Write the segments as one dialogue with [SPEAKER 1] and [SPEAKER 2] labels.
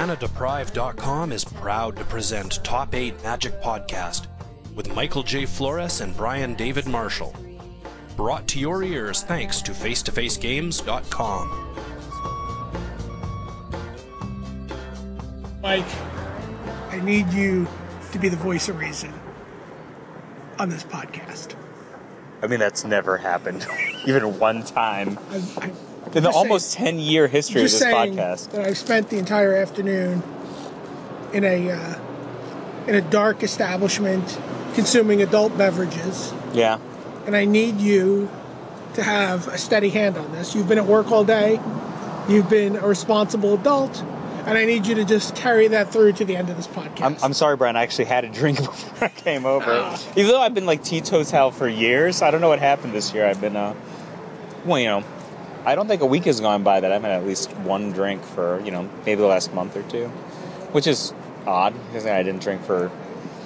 [SPEAKER 1] ManaDeprived.com is proud to present Top 8 Magic Podcast with Michael J. Flores and Brian David Marshall. Brought to your ears thanks to FaceToFaceGames.com.
[SPEAKER 2] Mike,
[SPEAKER 3] I need you to be the voice of reason on this podcast.
[SPEAKER 4] I mean, that's never happened, even one time
[SPEAKER 3] I'm, I'm
[SPEAKER 4] in the
[SPEAKER 3] just
[SPEAKER 4] almost ten year history
[SPEAKER 3] saying,
[SPEAKER 4] of
[SPEAKER 3] just saying
[SPEAKER 4] this podcast.
[SPEAKER 3] that I've spent the entire afternoon in a uh, in a dark establishment consuming adult beverages,
[SPEAKER 4] Yeah,
[SPEAKER 3] and I need you to have a steady hand on this. You've been at work all day. You've been a responsible adult, and I need you to just carry that through to the end of this podcast.
[SPEAKER 4] I'm, I'm sorry, Brian. I actually had a drink before I came over. Even though I've been like teetotal for years, I don't know what happened this year. I've been, uh, well, you know, I don't think a week has gone by that I've had at least one drink for you know maybe the last month or two, which is odd because I didn't drink for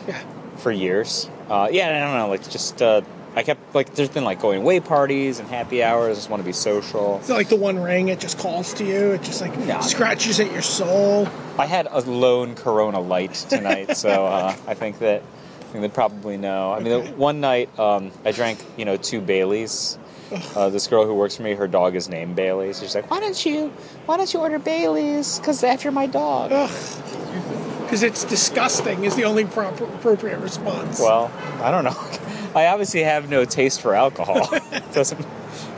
[SPEAKER 3] yeah.
[SPEAKER 4] for years. Uh, yeah, I don't know. Like just uh, I kept like there's been like going away parties and happy hours. Just want to be social.
[SPEAKER 3] It's not like the one ring, it just calls to you, it just like
[SPEAKER 4] No.
[SPEAKER 3] scratches at your soul.
[SPEAKER 4] I had a lone Corona Light tonight, so uh, I think that I think they probably know. I mean, the one night um, I drank, you know, two Baileys. Uh, this girl who works for me, her dog is named Bailey. So she's like, "Why don't you, why don't you order Baileys? Because after my dog."
[SPEAKER 3] Because it's disgusting, is the only proper, appropriate response.
[SPEAKER 4] Well, I don't know. I obviously have no taste for alcohol. Doesn't.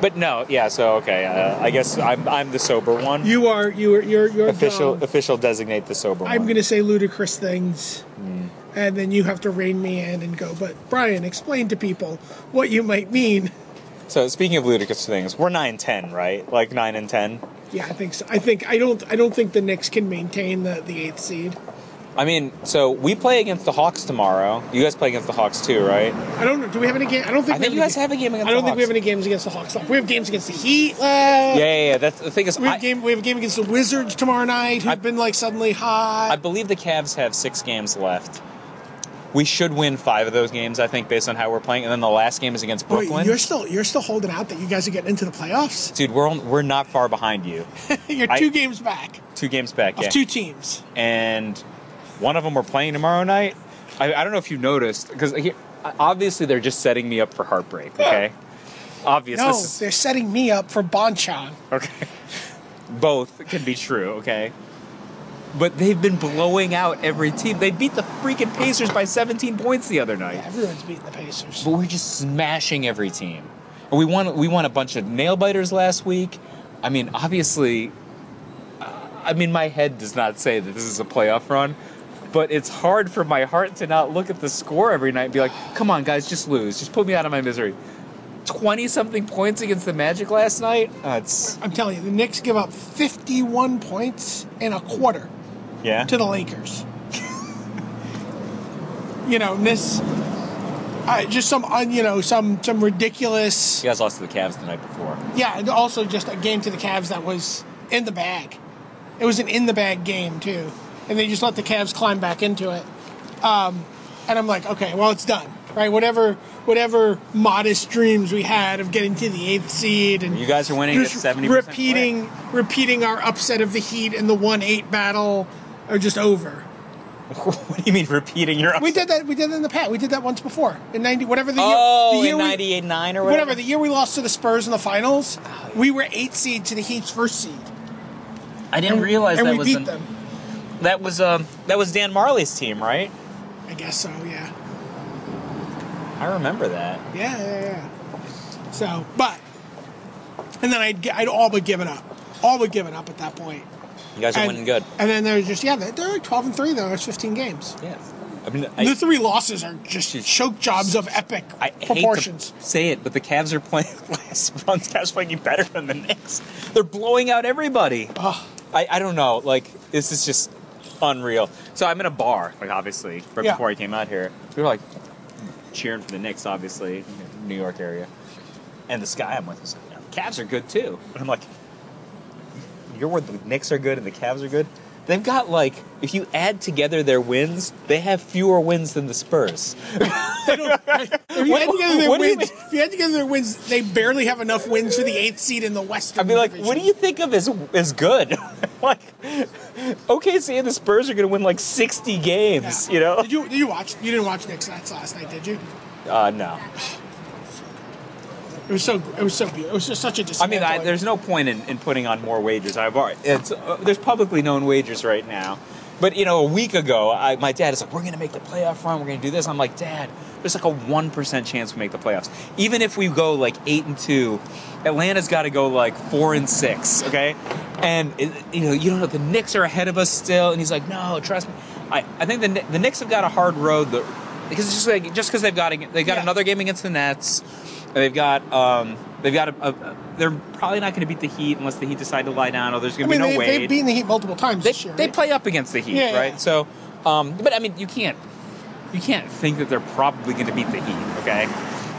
[SPEAKER 4] But no, yeah. So okay, uh, I guess I'm I'm the sober one.
[SPEAKER 3] you are, you are, you're, you're
[SPEAKER 4] official
[SPEAKER 3] dumb.
[SPEAKER 4] official designate the sober
[SPEAKER 3] I'm
[SPEAKER 4] one.
[SPEAKER 3] going to say ludicrous things,
[SPEAKER 4] Mm.
[SPEAKER 3] and then you have to rein me in and go, but Brian, explain to people what you might mean.
[SPEAKER 4] So speaking of ludicrous things, we're nine ten, right? Like nine and ten.
[SPEAKER 3] Yeah, I think so. I think I don't. I don't think the Knicks can maintain the, the eighth seed.
[SPEAKER 4] I mean, so we play against the Hawks tomorrow. You guys play against the Hawks too, right?
[SPEAKER 3] I don't know. Do we have any game? I don't think.
[SPEAKER 4] I
[SPEAKER 3] we have
[SPEAKER 4] think
[SPEAKER 3] any
[SPEAKER 4] you guys
[SPEAKER 3] ga-
[SPEAKER 4] have a game against
[SPEAKER 3] I don't
[SPEAKER 4] the
[SPEAKER 3] think we have
[SPEAKER 4] Hawks.
[SPEAKER 3] any games against the Hawks. We have games against the Heat. uh,
[SPEAKER 4] Yeah, yeah, yeah. That's the thing is,
[SPEAKER 3] We have,
[SPEAKER 4] I,
[SPEAKER 3] game, we have a game against the Wizards tomorrow night, who've
[SPEAKER 4] I-
[SPEAKER 3] been like suddenly hot.
[SPEAKER 4] I believe the Cavs have six games left. We should win five of those games, I think, based on how we're playing. And then the last game is against
[SPEAKER 3] Wait,
[SPEAKER 4] Brooklyn.
[SPEAKER 3] you're still you're still holding out that you guys are getting into the playoffs.
[SPEAKER 4] Dude, we're on, we're not far behind you.
[SPEAKER 3] you're
[SPEAKER 4] I-
[SPEAKER 3] two games back
[SPEAKER 4] Two games back,
[SPEAKER 3] of
[SPEAKER 4] yeah.
[SPEAKER 3] two teams.
[SPEAKER 4] and one of them we're playing tomorrow night. I, I don't know if you noticed because obviously they're just setting me up for heartbreak. Okay, obvious.
[SPEAKER 3] No,
[SPEAKER 4] this is-
[SPEAKER 3] they're setting me up for Bonchan.
[SPEAKER 4] Okay. Both can be true, okay? But they've been blowing out every team. They beat the freaking Pacers by 17 points the other night.
[SPEAKER 3] Everyone's beating the Pacers.
[SPEAKER 4] But we're just smashing every team. And we won we won a bunch of nail biters last week. I mean, obviously uh, I mean, my head does not say that this is a playoff run, but it's hard for my heart to not look at the score every night and be like, "Come on, guys, just lose. Just put me out of my misery." 20 something points against the Magic last night? Uh, it's
[SPEAKER 3] I'm telling you, the Knicks give up 51 points in a quarter
[SPEAKER 4] yeah.
[SPEAKER 3] to the Lakers. you know, and this uh, just some un, you know some some ridiculous.
[SPEAKER 4] You guys lost to the Cavs the night before.
[SPEAKER 3] Yeah, and also just a game to the Cavs that was in the bag. It was an in the bag game too, and they just let the Cavs climb back into it. Um, and I'm like, okay, well it's done, right? Whatever, whatever modest dreams we had of getting to the eighth seed, and
[SPEAKER 4] You guys are winning at
[SPEAKER 3] just
[SPEAKER 4] 70%.
[SPEAKER 3] repeating, repeating our upset of the Heat and the one eight battle are just over.
[SPEAKER 4] what do you mean repeating your?
[SPEAKER 3] We did that. We did that in the past. We did that once before in ninety, whatever the year.
[SPEAKER 4] Oh,
[SPEAKER 3] The year
[SPEAKER 4] in
[SPEAKER 3] we-
[SPEAKER 4] '98, nine or whatever.
[SPEAKER 3] whatever the year we lost to the Spurs in the finals, we were eight seed to the Heat's first seed,
[SPEAKER 4] I didn't realize
[SPEAKER 3] and
[SPEAKER 4] that
[SPEAKER 3] we
[SPEAKER 4] was
[SPEAKER 3] beat
[SPEAKER 4] an-
[SPEAKER 3] them.
[SPEAKER 4] that was um that was Dan Marley's team, right?
[SPEAKER 3] I guess so. Yeah.
[SPEAKER 4] I remember that.
[SPEAKER 3] Yeah. Yeah. Yeah. So, but, and then I'd gi- I'd all but given up, all but given up at that point.
[SPEAKER 4] You guys are
[SPEAKER 3] And,
[SPEAKER 4] winning good.
[SPEAKER 3] And then there's just yeah, they're, they're like twelve and three though. It's fifteen games.
[SPEAKER 4] Yeah. I mean,
[SPEAKER 3] the
[SPEAKER 4] I,
[SPEAKER 3] three losses are just
[SPEAKER 4] Jeez.
[SPEAKER 3] choke jobs of epic
[SPEAKER 4] I hate to
[SPEAKER 3] proportions.
[SPEAKER 4] say it, but the Cavs are playing last round's Cavs playing better than the Knicks. They're blowing out everybody.
[SPEAKER 3] Ugh.
[SPEAKER 4] I, I don't know. Like this is just unreal. So I'm in a bar, like obviously, right
[SPEAKER 3] Yeah.
[SPEAKER 4] before I came out here. We were like cheering for the Knicks, obviously, New York area. And this guy I'm with was like, "Yeah, the Cavs are good too. And I'm like, you're where the Knicks are good and the Cavs are good. They've got like, if you add together their wins, they have fewer wins than the Spurs.
[SPEAKER 3] If you,
[SPEAKER 4] What-
[SPEAKER 3] had together their
[SPEAKER 4] what do you
[SPEAKER 3] wins,
[SPEAKER 4] mean?
[SPEAKER 3] if you had together their wins, they barely have enough wins for the eighth seed in the Western.
[SPEAKER 4] I'd be like,
[SPEAKER 3] Division.
[SPEAKER 4] what do you think of as as good? like OKC and the Spurs are going to win like 60 games,
[SPEAKER 3] Yeah.
[SPEAKER 4] you know?
[SPEAKER 3] Did you did you watch? You didn't watch Knicks Nets last night, did you?
[SPEAKER 4] Uh, no.
[SPEAKER 3] It was so it was so beautiful. It was just such a
[SPEAKER 4] I mean, I,
[SPEAKER 3] dismantling.
[SPEAKER 4] there's no point in, in putting on more wagers. I've already, it's, uh, there's publicly known wagers right now. But, you know, a week ago, I, my dad is like, we're going to make the playoff run. We're going to do this. I'm like, Dad, there's like a 1% chance we make the playoffs. Even if we go like 8 and 2, Atlanta's got to go like 4 and 6, okay? And, it, you know, you don't know, the Knicks are ahead of us still. And he's like, no, trust me. I, I think the, Kn- the Knicks have got a hard road. The, because it's just like just because they've got a- they've got
[SPEAKER 3] Yeah.
[SPEAKER 4] another game against the Nets, and they've got um, they've got a, a they're probably not going to beat the Heat unless the Heat decide to lie down. Or there's
[SPEAKER 3] I
[SPEAKER 4] going to
[SPEAKER 3] mean,
[SPEAKER 4] be
[SPEAKER 3] they,
[SPEAKER 4] no way.
[SPEAKER 3] they've beaten the Heat multiple times
[SPEAKER 4] they,
[SPEAKER 3] this year.
[SPEAKER 4] they
[SPEAKER 3] right?
[SPEAKER 4] play up against the Heat,
[SPEAKER 3] Yeah, yeah.
[SPEAKER 4] right? So, um, but I mean, you can't you can't think that they're probably going to beat the Heat. Okay,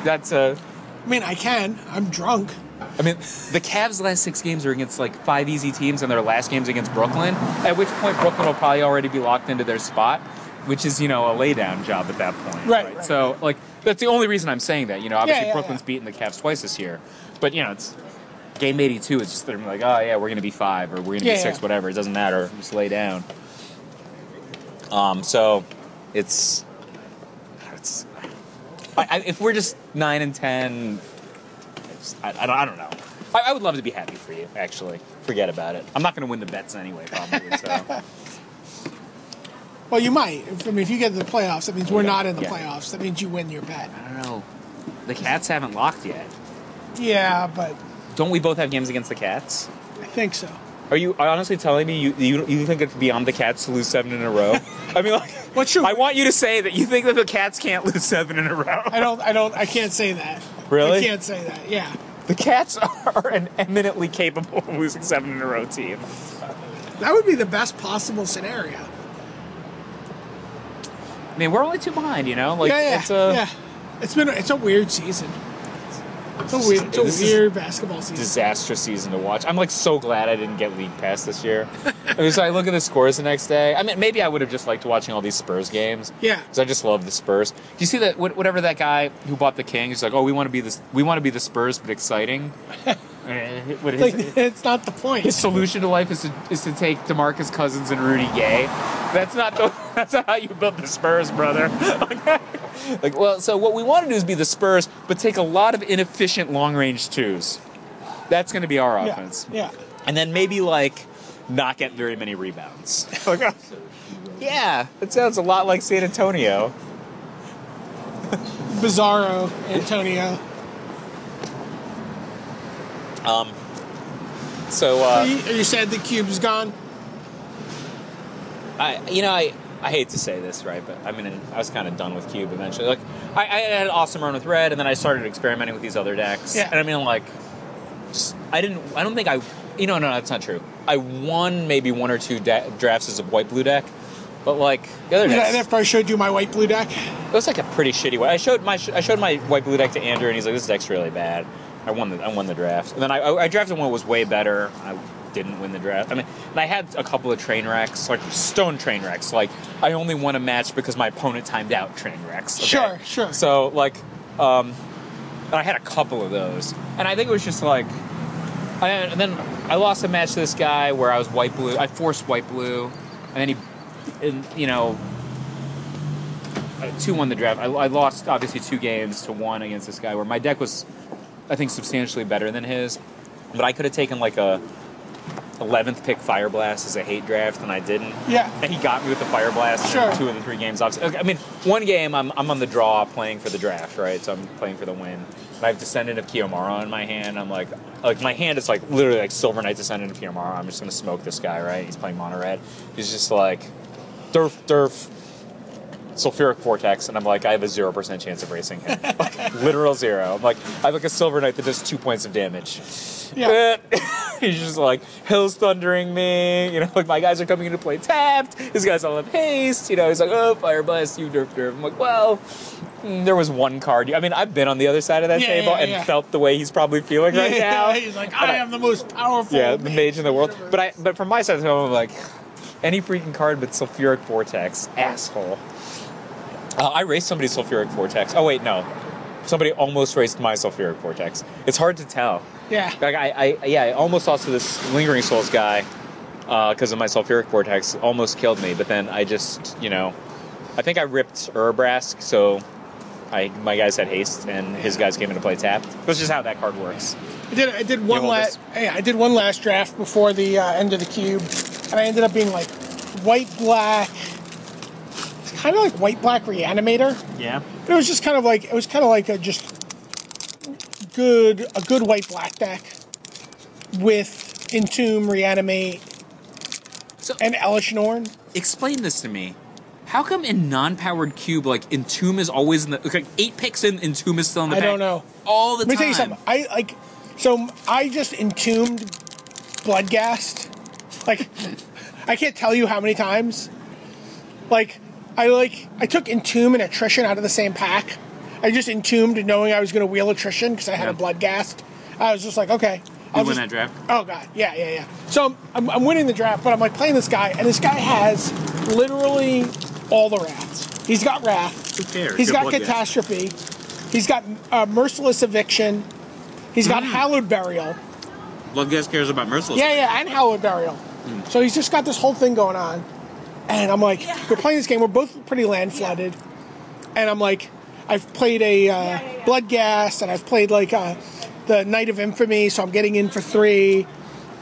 [SPEAKER 4] that's uh,
[SPEAKER 3] I mean, I can. I'm drunk.
[SPEAKER 4] I mean, the Cavs' last six games are against like five easy teams, and their last games against Brooklyn. At which point, Brooklyn will probably already be locked into their spot, which is you know a laydown job at that point.
[SPEAKER 3] Right, right.
[SPEAKER 4] So like that's the only reason I'm saying that. You know, obviously
[SPEAKER 3] yeah,
[SPEAKER 4] Brooklyn's
[SPEAKER 3] yeah.
[SPEAKER 4] beaten the Cavs twice this year, but you know it's game 82 is just they're like, oh yeah, we're gonna be five or we're gonna
[SPEAKER 3] Yeah,
[SPEAKER 4] be six,
[SPEAKER 3] yeah.
[SPEAKER 4] whatever. It doesn't matter. Just lay down. Um, so it's it's. I, I, if we're just nine and ten, it's- I, I, don't, I don't know. I, I would love to be happy for you. Actually, forget about it. I'm not going to win the bets anyway, probably. So
[SPEAKER 3] Well, you might. If, I mean, if you get to the playoffs, that means we're
[SPEAKER 4] Yeah.
[SPEAKER 3] not in the
[SPEAKER 4] Yeah.
[SPEAKER 3] playoffs. That means you win your bet.
[SPEAKER 4] I don't know. The Cats haven't locked yet.
[SPEAKER 3] Yeah, but
[SPEAKER 4] Don't we both have games against the Cats?
[SPEAKER 3] I think so.
[SPEAKER 4] Are you honestly telling me you, you, you think it's beyond the Cats to lose seven in a row? I mean, like,
[SPEAKER 3] What's your-
[SPEAKER 4] I want you to say that you think that the Cats can't lose seven in a row.
[SPEAKER 3] I don't. I don't. I can't say that.
[SPEAKER 4] Really?
[SPEAKER 3] I can't say that. Yeah.
[SPEAKER 4] The Cats are an eminently capable of losing seven in a row team.
[SPEAKER 3] That would be the best possible scenario.
[SPEAKER 4] I mean, we're only two behind, you know. Like,
[SPEAKER 3] yeah, yeah,
[SPEAKER 4] it's a
[SPEAKER 3] yeah. It's been. It's a weird season. It's a weird. It's a
[SPEAKER 4] This is-
[SPEAKER 3] weird basketball season.
[SPEAKER 4] disastrous season to watch. I'm like so glad I didn't get league pass this year. I mean, so I look at the scores the next day. I mean, maybe I would have just liked watching all these Spurs games.
[SPEAKER 3] Yeah.
[SPEAKER 4] because I just love the Spurs. Do you see that? what- Whatever that guy who bought the Kings, he's like, oh, we want to be this, we want to be the Spurs, but exciting. Eh, what is it?
[SPEAKER 3] Like, it's not the point.
[SPEAKER 4] his solution to life is to is to take Demarcus Cousins and Rudy Gay. That's not the, that's not how you build the Spurs, brother. like, well, so what we want to do is be the Spurs, but take a lot of inefficient long range twos. That's going to be our
[SPEAKER 3] Yeah.
[SPEAKER 4] offense,
[SPEAKER 3] Yeah.
[SPEAKER 4] and then maybe like not get very many rebounds. Like, yeah, that sounds a lot like San Antonio.
[SPEAKER 3] Bizarro Antonio.
[SPEAKER 4] So,
[SPEAKER 3] Are
[SPEAKER 4] uh,
[SPEAKER 3] you, are you sad the cube's gone?
[SPEAKER 4] I you know I I hate to say this right, but I mean I was kind of done with Cube eventually. Like I, I had an awesome run with Red, and then I started experimenting with these other decks.
[SPEAKER 3] Yeah.
[SPEAKER 4] And I mean like, just, I didn't. I don't think I. You know, no, that's not true. I won maybe one or two da- drafts as a white blue deck, but like the other
[SPEAKER 3] You know,
[SPEAKER 4] decks,
[SPEAKER 3] and after I showed you my white blue deck,
[SPEAKER 4] it was like a pretty shitty one. I showed my I showed my white blue deck to Andrew, and he's like, "This deck's really bad." I won the I won the draft, and then I, I, I drafted one that was way better. I didn't win the draft. I mean, and I had a couple of train wrecks, like stone train wrecks. Like I only won a match because my opponent timed out train wrecks.
[SPEAKER 3] Sure, sure.
[SPEAKER 4] So like, um, and I had a couple of those, and I think it was just like, I, and then I lost a match to this guy where I was white blue. I forced white blue, and then he, and you know, two won the draft. I, I lost obviously two games to one against this guy where my deck was, I think, substantially better than his, but I could have taken like a. 11th pick Fire Blast as a hate draft, and I didn't.
[SPEAKER 3] Yeah.
[SPEAKER 4] And he got me with the Fire Blast
[SPEAKER 3] Sure.
[SPEAKER 4] in two of the three games. Obviously. Okay, I mean, one game I'm, I'm on the draw playing for the draft, right? So I'm playing for the win. And I have Descendant of Kiyomaro in my hand. I'm like, like my hand is like literally like Silver Knight Descendant of Kiyomaro. I'm just going to smoke this guy, right? He's playing mono red. He's just like, derf, derf, sulfuric vortex, and I'm like, I have a zero percent chance of racing him, like, literal zero. I'm like, I have like a silver knight that does two points of damage.
[SPEAKER 3] yeah,
[SPEAKER 4] Eh. He's just like hell's thundering me, you know. Like my guys are coming in to play tapped. His guys all have haste, you know. He's like, oh, fire blast, you derp derp. I'm like, well, mm, there was one card. I mean, I've been on the other side of that
[SPEAKER 3] Yeah,
[SPEAKER 4] table
[SPEAKER 3] yeah,
[SPEAKER 4] and
[SPEAKER 3] yeah.
[SPEAKER 4] felt the way he's probably feeling right now.
[SPEAKER 3] he's like,
[SPEAKER 4] And
[SPEAKER 3] I am the most powerful.
[SPEAKER 4] yeah, the mage in the world. But I, but from my side of the table, I'm like, any freaking card but Sulfuric Vortex, asshole. Uh, I raced somebody's Sulfuric Vortex. Oh wait, no, somebody almost raced my Sulfuric Vortex. It's hard to tell.
[SPEAKER 3] yeah,
[SPEAKER 4] Like I, I yeah, I almost lost to this Lingering Souls guy, uh,
[SPEAKER 5] because of my sulfuric vortex almost killed me. But then I just, you know, I think I ripped Urbrask, so I my guys had haste, and his guys came into play tapped. That's just how that card works.
[SPEAKER 3] I did, I did one
[SPEAKER 5] You want
[SPEAKER 3] last. Yeah, I did one last draft before the uh, end of the cube, and I ended up being like white black. It's kind of like white black reanimator.
[SPEAKER 5] Yeah.
[SPEAKER 3] But it was just kind of like it was kind of like a just good a good white black deck with entomb reanimate
[SPEAKER 5] So-
[SPEAKER 3] and Elish Norn.
[SPEAKER 5] Explain this to me. How come in non-powered cube, like Entomb is always in the like eight picks in, Entomb is still in the
[SPEAKER 3] I
[SPEAKER 5] pack
[SPEAKER 3] don't know.
[SPEAKER 5] all the
[SPEAKER 3] Let me
[SPEAKER 5] time.
[SPEAKER 3] tell you something. I like so I just entombed Bloodgast. Like I can't tell you how many times. Like I like I took entomb and attrition out of the same pack. I just entombed knowing I was going to wheel attrition because I had
[SPEAKER 5] Yeah.
[SPEAKER 3] a Bloodgast. I was just like, okay. I'll
[SPEAKER 5] win
[SPEAKER 3] just-
[SPEAKER 5] that draft?
[SPEAKER 3] Oh god, yeah, yeah, yeah. So I'm, I'm winning the draft, but I'm like playing this guy, and this guy has literally all the wraths. He's got wrath.
[SPEAKER 5] Who cares?
[SPEAKER 3] He's
[SPEAKER 5] Good
[SPEAKER 3] got
[SPEAKER 5] luck, yeah.
[SPEAKER 3] catastrophe. He's got uh, merciless eviction. He's
[SPEAKER 5] Hmm.
[SPEAKER 3] got hallowed burial.
[SPEAKER 5] Love guys cares about merciless.
[SPEAKER 3] Yeah, yeah, and hallowed burial.
[SPEAKER 5] Hmm.
[SPEAKER 3] So he's just got this whole thing going on, and I'm like, we're playing this game. We're both pretty land flooded, and I'm like, I've played a uh, blood gas, and I've played like uh, the knight of infamy, so I'm getting in for three,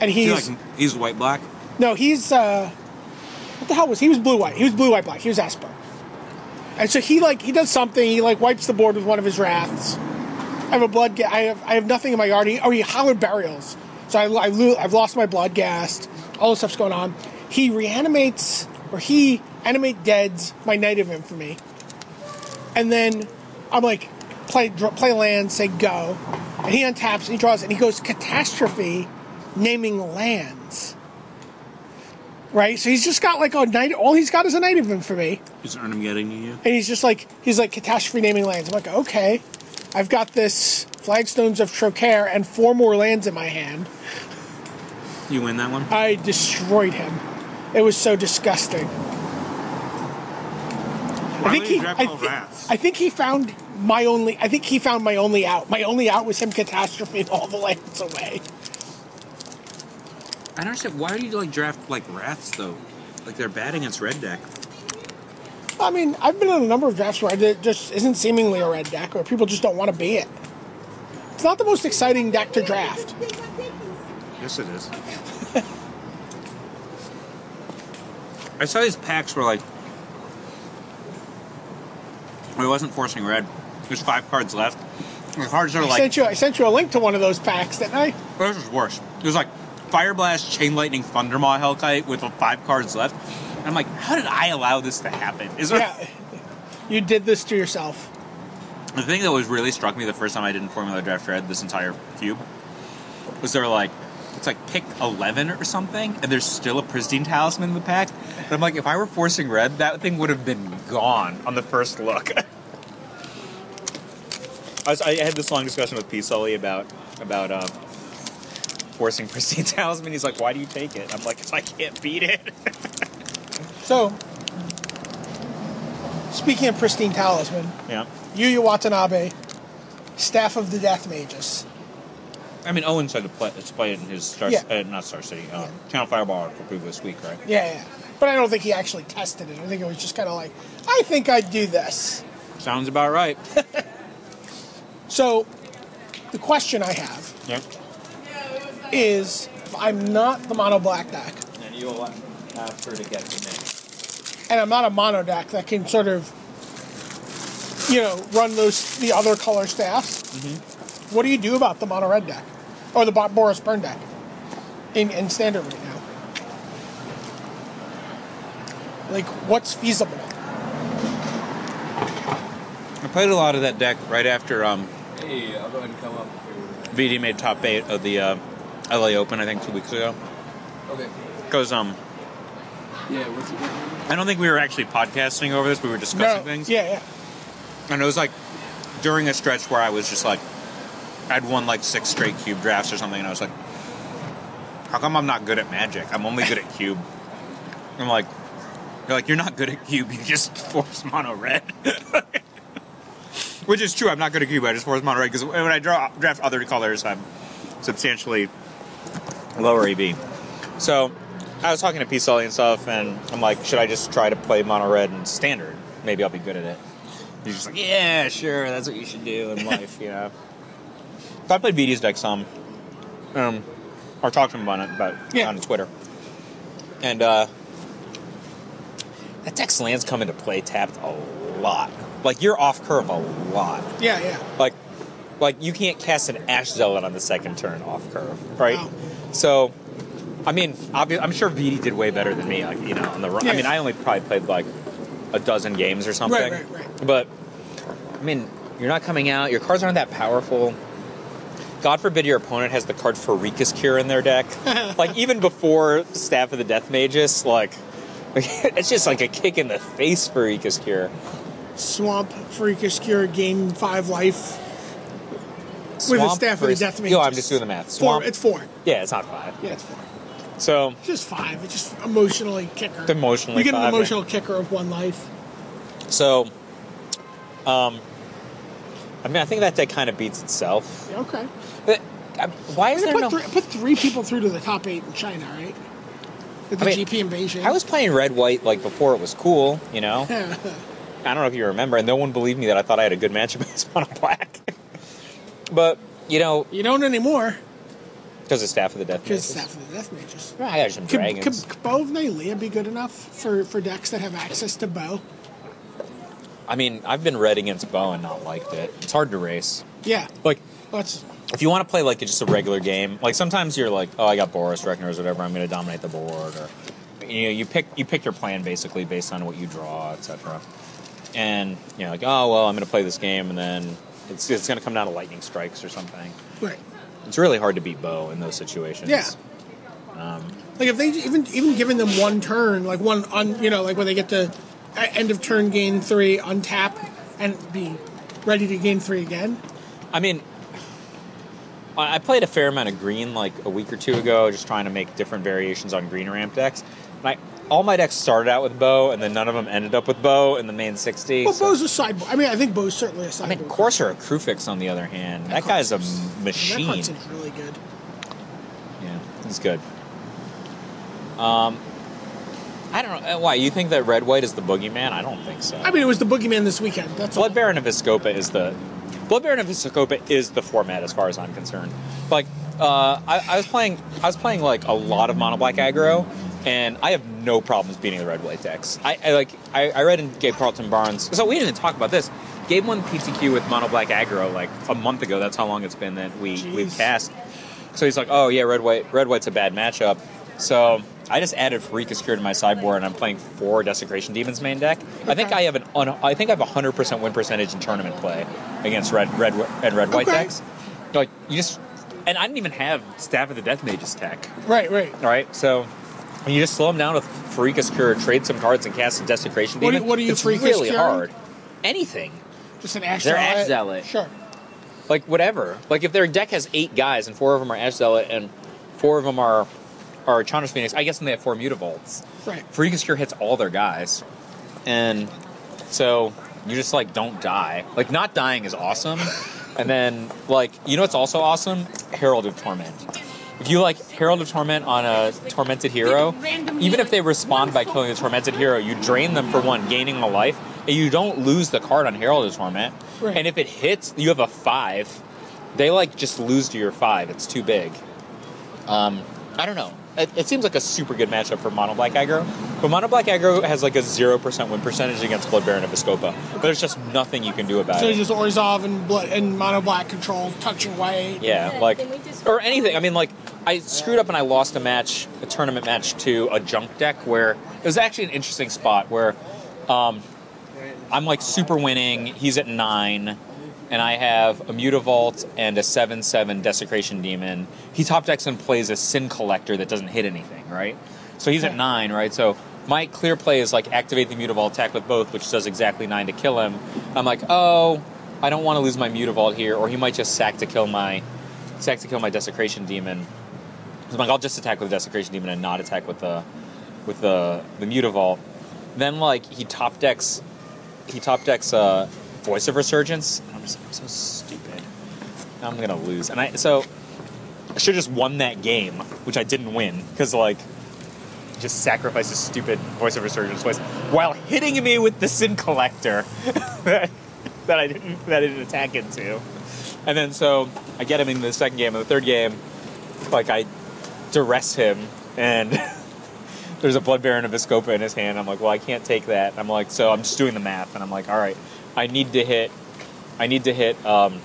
[SPEAKER 3] and he's.
[SPEAKER 4] He's, like, he's white black.
[SPEAKER 3] No, he's uh, what the hell was he? He was blue white. He was blue white black. He was Esper. And so he like he does something. He like wipes the board with one of his wraths. I have a blood. Ga- I have I have nothing in my yard. He, oh, he hollowed burials. So I, I lo- I've lost my blood gas. All this stuff's going on. He reanimates or he animate deads my knight of infamy. And then I'm like play dr- play land. Say go. And he untaps. And he draws. And he goes catastrophe, naming lands right? So he's just got like a night. All he's got is a night of him for me,
[SPEAKER 4] Is Arnim getting you?
[SPEAKER 3] and he's just like he's like catastrophe naming lands. I'm like, okay, I've got this flagstones of Trocare and four more lands in my hand.
[SPEAKER 4] You win that one?
[SPEAKER 3] I destroyed him. It was so disgusting. I think
[SPEAKER 4] would
[SPEAKER 3] he.
[SPEAKER 4] you grab
[SPEAKER 3] I,
[SPEAKER 4] all
[SPEAKER 3] thi-
[SPEAKER 4] rats?
[SPEAKER 3] I think he found my only. I think he found my only out. My only out was him catastrophing all the lands away.
[SPEAKER 4] I don't understand. Why do you like draft like rats though? Like they're bad against red deck.
[SPEAKER 3] I mean, I've been in a number of drafts where it just isn't seemingly a red deck, or people just don't want to be it. It's not the most exciting deck to draft.
[SPEAKER 4] Yes, it is. I saw these packs were like. It wasn't forcing red. There's five cards left. The cards are
[SPEAKER 3] I
[SPEAKER 4] like.
[SPEAKER 3] sent you, I sent you a link to one of those packs, didn't I?
[SPEAKER 4] This was worse. It was like Fire Blast, Chain Lightning, Thundermaw, Hellkite with five cards left. And I'm like, how did I allow this to happen? Is there
[SPEAKER 3] Yeah, you did this to yourself.
[SPEAKER 4] The thing that was really struck me the first time I did in Formula Draft Red this entire cube was there like it's like pick eleven or something, and there's still a pristine talisman in the pack. And I'm like, if I were forcing red, that thing would have been gone on the first look. I, was, I had this long discussion with P. Sully about about um, forcing pristine talisman. He's like, why do you take it? I'm like, if I can't beat it.
[SPEAKER 3] So, speaking of pristine talisman,
[SPEAKER 4] yeah.
[SPEAKER 3] Yuya Watanabe, staff of the Death Mages.
[SPEAKER 4] I mean, Owen said to play, to play it in his Star,
[SPEAKER 3] Yeah.
[SPEAKER 4] uh, not Star City, um, Channel Fireball article previous week, right?
[SPEAKER 3] Yeah, yeah. But I don't think he actually tested it. I think it was just kind of like, I think I'd do this.
[SPEAKER 4] Sounds about right.
[SPEAKER 3] So, the question I have
[SPEAKER 4] yep.
[SPEAKER 3] is if I'm not the mono black deck,
[SPEAKER 6] And you'll have her to get the name.
[SPEAKER 3] and I'm not a mono deck that can sort of, you know, run those the other color staffs.
[SPEAKER 6] Mm-hmm.
[SPEAKER 3] What do you do about the mono red deck or the Bo- Boris Burn deck in, in standard right now? Like, what's feasible?
[SPEAKER 4] I played a lot of that deck right after um,
[SPEAKER 6] Hey, I'll go ahead and come up.
[SPEAKER 4] VD made top eight of the uh, LA Open, I think, two weeks ago.
[SPEAKER 6] Okay.
[SPEAKER 4] Because um,
[SPEAKER 6] Yeah, what's it?
[SPEAKER 4] I don't think we were actually podcasting over this; we were discussing things.
[SPEAKER 3] Yeah, yeah.
[SPEAKER 4] And it was like during a stretch where I was just like, I'd won like six straight cube drafts or something, and I was like, how come I'm not good at magic? I'm only good at cube. I'm like, you're like, you're not good at cube, you just force mono red. Which is true, I'm not good at cube, I just force mono red because when I draw, draft other colors, I'm substantially lower EV. E So I was talking to P. Sully and stuff, and I'm like, should I just try to play mono red and standard? Maybe I'll be good at it. He's just like, yeah, sure, that's what you should do in life, you know. So I played BD's deck some, um, or talked to him about it about
[SPEAKER 3] Yeah.
[SPEAKER 4] on Twitter, and uh, that deck's lands come into play tapped a lot. Like you're off curve a lot.
[SPEAKER 3] Yeah, yeah.
[SPEAKER 4] Like, like you can't cast an Ash Zealot on the second turn off curve, right?
[SPEAKER 3] Wow.
[SPEAKER 4] So, I mean, obvi- I'm sure VD did way better than me. Like, you know, on the run.
[SPEAKER 3] Yeah.
[SPEAKER 4] I mean, I only probably played like a dozen games or something.
[SPEAKER 3] right, right.
[SPEAKER 4] But I mean, you're not coming out. Your cards aren't that powerful. God forbid your opponent has the card Farika's Cure in their deck. like even before Staff of the Death Magus, like it's just like a kick in the face Farika's Cure.
[SPEAKER 3] Swamp, Freakish Cure, Game 5 Life. With the
[SPEAKER 4] Swamp
[SPEAKER 3] Staff of the
[SPEAKER 4] versus-
[SPEAKER 3] Death Mages.
[SPEAKER 4] Yo, I'm just doing the math.
[SPEAKER 3] Four,
[SPEAKER 4] Swamp.
[SPEAKER 3] it's four.
[SPEAKER 4] yeah, it's not five.
[SPEAKER 3] Yeah, it's four.
[SPEAKER 4] So
[SPEAKER 3] It's just five. It's just emotionally kicker.
[SPEAKER 4] It's emotionally
[SPEAKER 3] You get
[SPEAKER 4] five,
[SPEAKER 3] an
[SPEAKER 4] yeah.
[SPEAKER 3] emotional kicker of one life.
[SPEAKER 4] So, um, I mean, I think that deck kind of beats itself.
[SPEAKER 3] Yeah, okay.
[SPEAKER 4] But, uh, why is
[SPEAKER 3] They put,
[SPEAKER 4] there no?
[SPEAKER 3] three, put three people through to the top eight in China, right? With the
[SPEAKER 4] I mean,
[SPEAKER 3] GP invasion.
[SPEAKER 4] I was playing red white like before it was cool, you know. I
[SPEAKER 3] Yeah.
[SPEAKER 4] don't know if you remember, and no one believed me that I thought I had a good matchup against mono black. but you know,
[SPEAKER 3] you don't anymore
[SPEAKER 4] because of staff of the death.
[SPEAKER 3] because
[SPEAKER 4] Mages.
[SPEAKER 3] Staff of the Death Mages.
[SPEAKER 4] Yeah, I got some
[SPEAKER 3] Could, could,
[SPEAKER 4] dragons.
[SPEAKER 3] could Bow of Nylea be good enough for, for decks that have access to Bow?
[SPEAKER 4] I mean, I've been red against bow and not liked it. It's hard to race.
[SPEAKER 3] Yeah.
[SPEAKER 4] Like
[SPEAKER 3] Let's.
[SPEAKER 4] if you want to play like just a regular game, like sometimes you're like, oh, I got Boris Reckners or whatever, I'm going to dominate the board, or you know, you pick you pick your plan basically based on what you draw, etc. And you know, like, oh well, I'm going to play this game, and then it's it's going to come down to lightning strikes or something.
[SPEAKER 3] Right.
[SPEAKER 4] It's really hard to beat Bo in those situations.
[SPEAKER 3] Yeah. Um, Like if they even even giving them one turn, like one on you know like when they get to uh, end of turn gain three, untap and be ready to gain three again.
[SPEAKER 4] I mean, I I played a fair amount of green like a week or two ago, just trying to make different variations on green ramp decks. And I, all my decks started out with bow, and then none of them ended up with bow in the main sixty.
[SPEAKER 3] Well,
[SPEAKER 4] so-
[SPEAKER 3] Bow's a sideboard. I mean, I think Bow's certainly a
[SPEAKER 4] I
[SPEAKER 3] sideboard.
[SPEAKER 4] mean, Corsair or Krufix, on the other hand, that guy's a m-
[SPEAKER 3] That
[SPEAKER 4] machine.
[SPEAKER 3] card seems really good.
[SPEAKER 4] Yeah, he's good. Um, I don't know. uh, Why? You think that Red White is the boogeyman? I don't think so.
[SPEAKER 3] I mean, it was the Boogeyman this weekend. That's all.
[SPEAKER 4] Blood Baron of Viscopa is the Blood Baron of Viscopa is the format as far as I'm concerned. Like uh, I, I was playing, I was playing like a lot of mono black aggro, and I have no problems beating the red white decks. I, I like I, I read in Gabe Carlton Barnes. So we didn't talk about this. Gabe won PTQ with mono black aggro like a month ago. That's how long it's been that we we've
[SPEAKER 3] Jeez.
[SPEAKER 4] cast. So he's like, oh yeah, red white red white's a bad matchup. So I just added Farika Cure to my sideboard, and I'm playing four Desecration Demons main deck. I think
[SPEAKER 3] Okay.
[SPEAKER 4] I have an un- I think I have a hundred percent win percentage in tournament play against red red and red white
[SPEAKER 3] Okay.
[SPEAKER 4] decks. Like you just and I didn't even have Staff of the Death Mage's tech.
[SPEAKER 3] right, right.
[SPEAKER 4] All right, so. and you just slow them down with Farika's Cure, trade some cards, and cast a Desecration
[SPEAKER 3] What do-
[SPEAKER 4] Demon.
[SPEAKER 3] what do you
[SPEAKER 4] it's
[SPEAKER 3] Farika's
[SPEAKER 4] really
[SPEAKER 3] Cure?
[SPEAKER 4] hard. Anything.
[SPEAKER 3] Just an Ash
[SPEAKER 4] They're
[SPEAKER 3] Zealot.
[SPEAKER 4] Ash Zealot.
[SPEAKER 3] Sure.
[SPEAKER 4] like whatever. Like if their deck has eight guys and four of them are Ash Zealot and four of them are are Chandra's Phoenix, I guess then they have four Mutavolt.
[SPEAKER 3] Right.
[SPEAKER 4] Freakus Cure hits all their guys, and so you just like don't die. Like not dying is awesome, and then like you know what's also awesome? Herald of Torment. If you like Herald of Torment on a tormented hero, even if they respond by killing the tormented hero, you drain them for one, gaining a life, and you don't lose the card on Herald of Torment.
[SPEAKER 3] Right.
[SPEAKER 4] And if it hits, you have a five. They like just lose to your five. It's too big. I don't know. It, it seems like a super good matchup for Mono Black Aggro. But Mono Black Aggro has like a 0% win percentage against Blood Baron of Viscopa. But there's just nothing you can do about
[SPEAKER 3] So
[SPEAKER 4] it.
[SPEAKER 3] just Orzhov and blood and mono black control touching white.
[SPEAKER 4] yeah,
[SPEAKER 2] Yeah,
[SPEAKER 4] like,
[SPEAKER 2] can we just-
[SPEAKER 4] or anything. I mean, like, I screwed up and I lost a match, a tournament match to a junk deck where it was actually an interesting spot where um, I'm like super winning. He's at nine. And I have a Mutavault and a 7 7 Desecration Demon. He top decks and plays a Sin Collector that doesn't hit anything, right? So he's at
[SPEAKER 3] Yeah.
[SPEAKER 4] 9, right? So my clear play is like activate the Mutavault, attack with both, which does exactly 9 to kill him. I'm like, oh, I don't want to lose my Mutavault here, or he might just sack to kill my sack to kill my Desecration Demon. So I'm like, I'll just attack with the Desecration Demon and not attack with the with the the Mutavault. Then like he top decks he top decks uh, Voice of Resurgence. I'm just I'm so stupid. I'm gonna lose, and I so I should have just won that game, which I didn't win because like just sacrificed his stupid voiceover surgeon's voice while hitting me with the sin collector that I didn't that I didn't attack into. And then so I get him in the second game, and the third game, like I duress him and there's a blood baron of Viscopa in his hand. I'm like, well, I can't take that. I'm like, so I'm just doing the math, and I'm like, all right, I need to hit, I need to hit, um,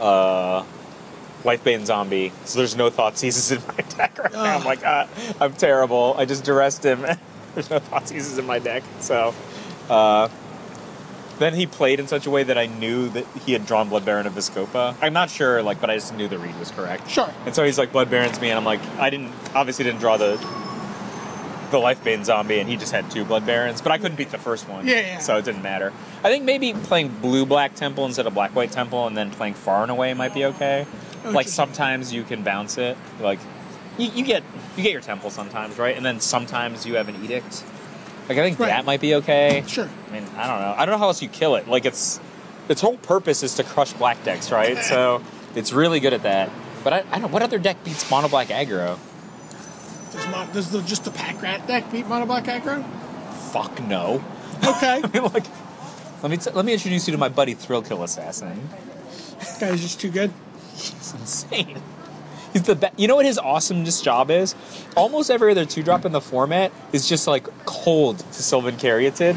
[SPEAKER 4] uh, Lifebane zombie. So there's no thought seizes in my deck right now. I'm like, uh, I'm terrible. I just duressed him. there's no thought seizes in my deck. So, uh, then he played in such a way that I knew that he had drawn Blood Baron of Viscopa. I'm not sure, like, but I just knew the read was correct.
[SPEAKER 3] Sure.
[SPEAKER 4] And so he's like, Blood Baron's me, and I'm like, I didn't, obviously didn't draw the the Lifebane zombie, and he just had two Blood Barons, but I couldn't beat the first one.
[SPEAKER 3] Yeah, yeah.
[SPEAKER 4] So it didn't matter. I think maybe playing Blue Black Temple instead of Black White Temple, and then playing Far and Away might be okay. Like
[SPEAKER 3] Interesting.
[SPEAKER 4] sometimes you can bounce it. Like you, you get you get your temple sometimes, right? And then sometimes you have an edict. Like I think
[SPEAKER 3] Right.
[SPEAKER 4] that might be okay.
[SPEAKER 3] Sure.
[SPEAKER 4] I mean, I don't know. I don't know how else you kill it. Like it's its whole purpose is to crush black decks, right? so it's really good at that. But I, I don't. What other deck beats mono black aggro?
[SPEAKER 3] Does, Mon- does the, just the pack rat deck beat Mono Black Aggro?
[SPEAKER 4] Fuck no.
[SPEAKER 3] Okay.
[SPEAKER 4] I mean, like, let me t- let me introduce you to my buddy Thrill Kill Assassin.
[SPEAKER 3] this guy's just too good.
[SPEAKER 4] It's insane. He's the best. You know what his awesomeness job is? Almost every other two drop in the format is just like cold to Sylvan Caryatid.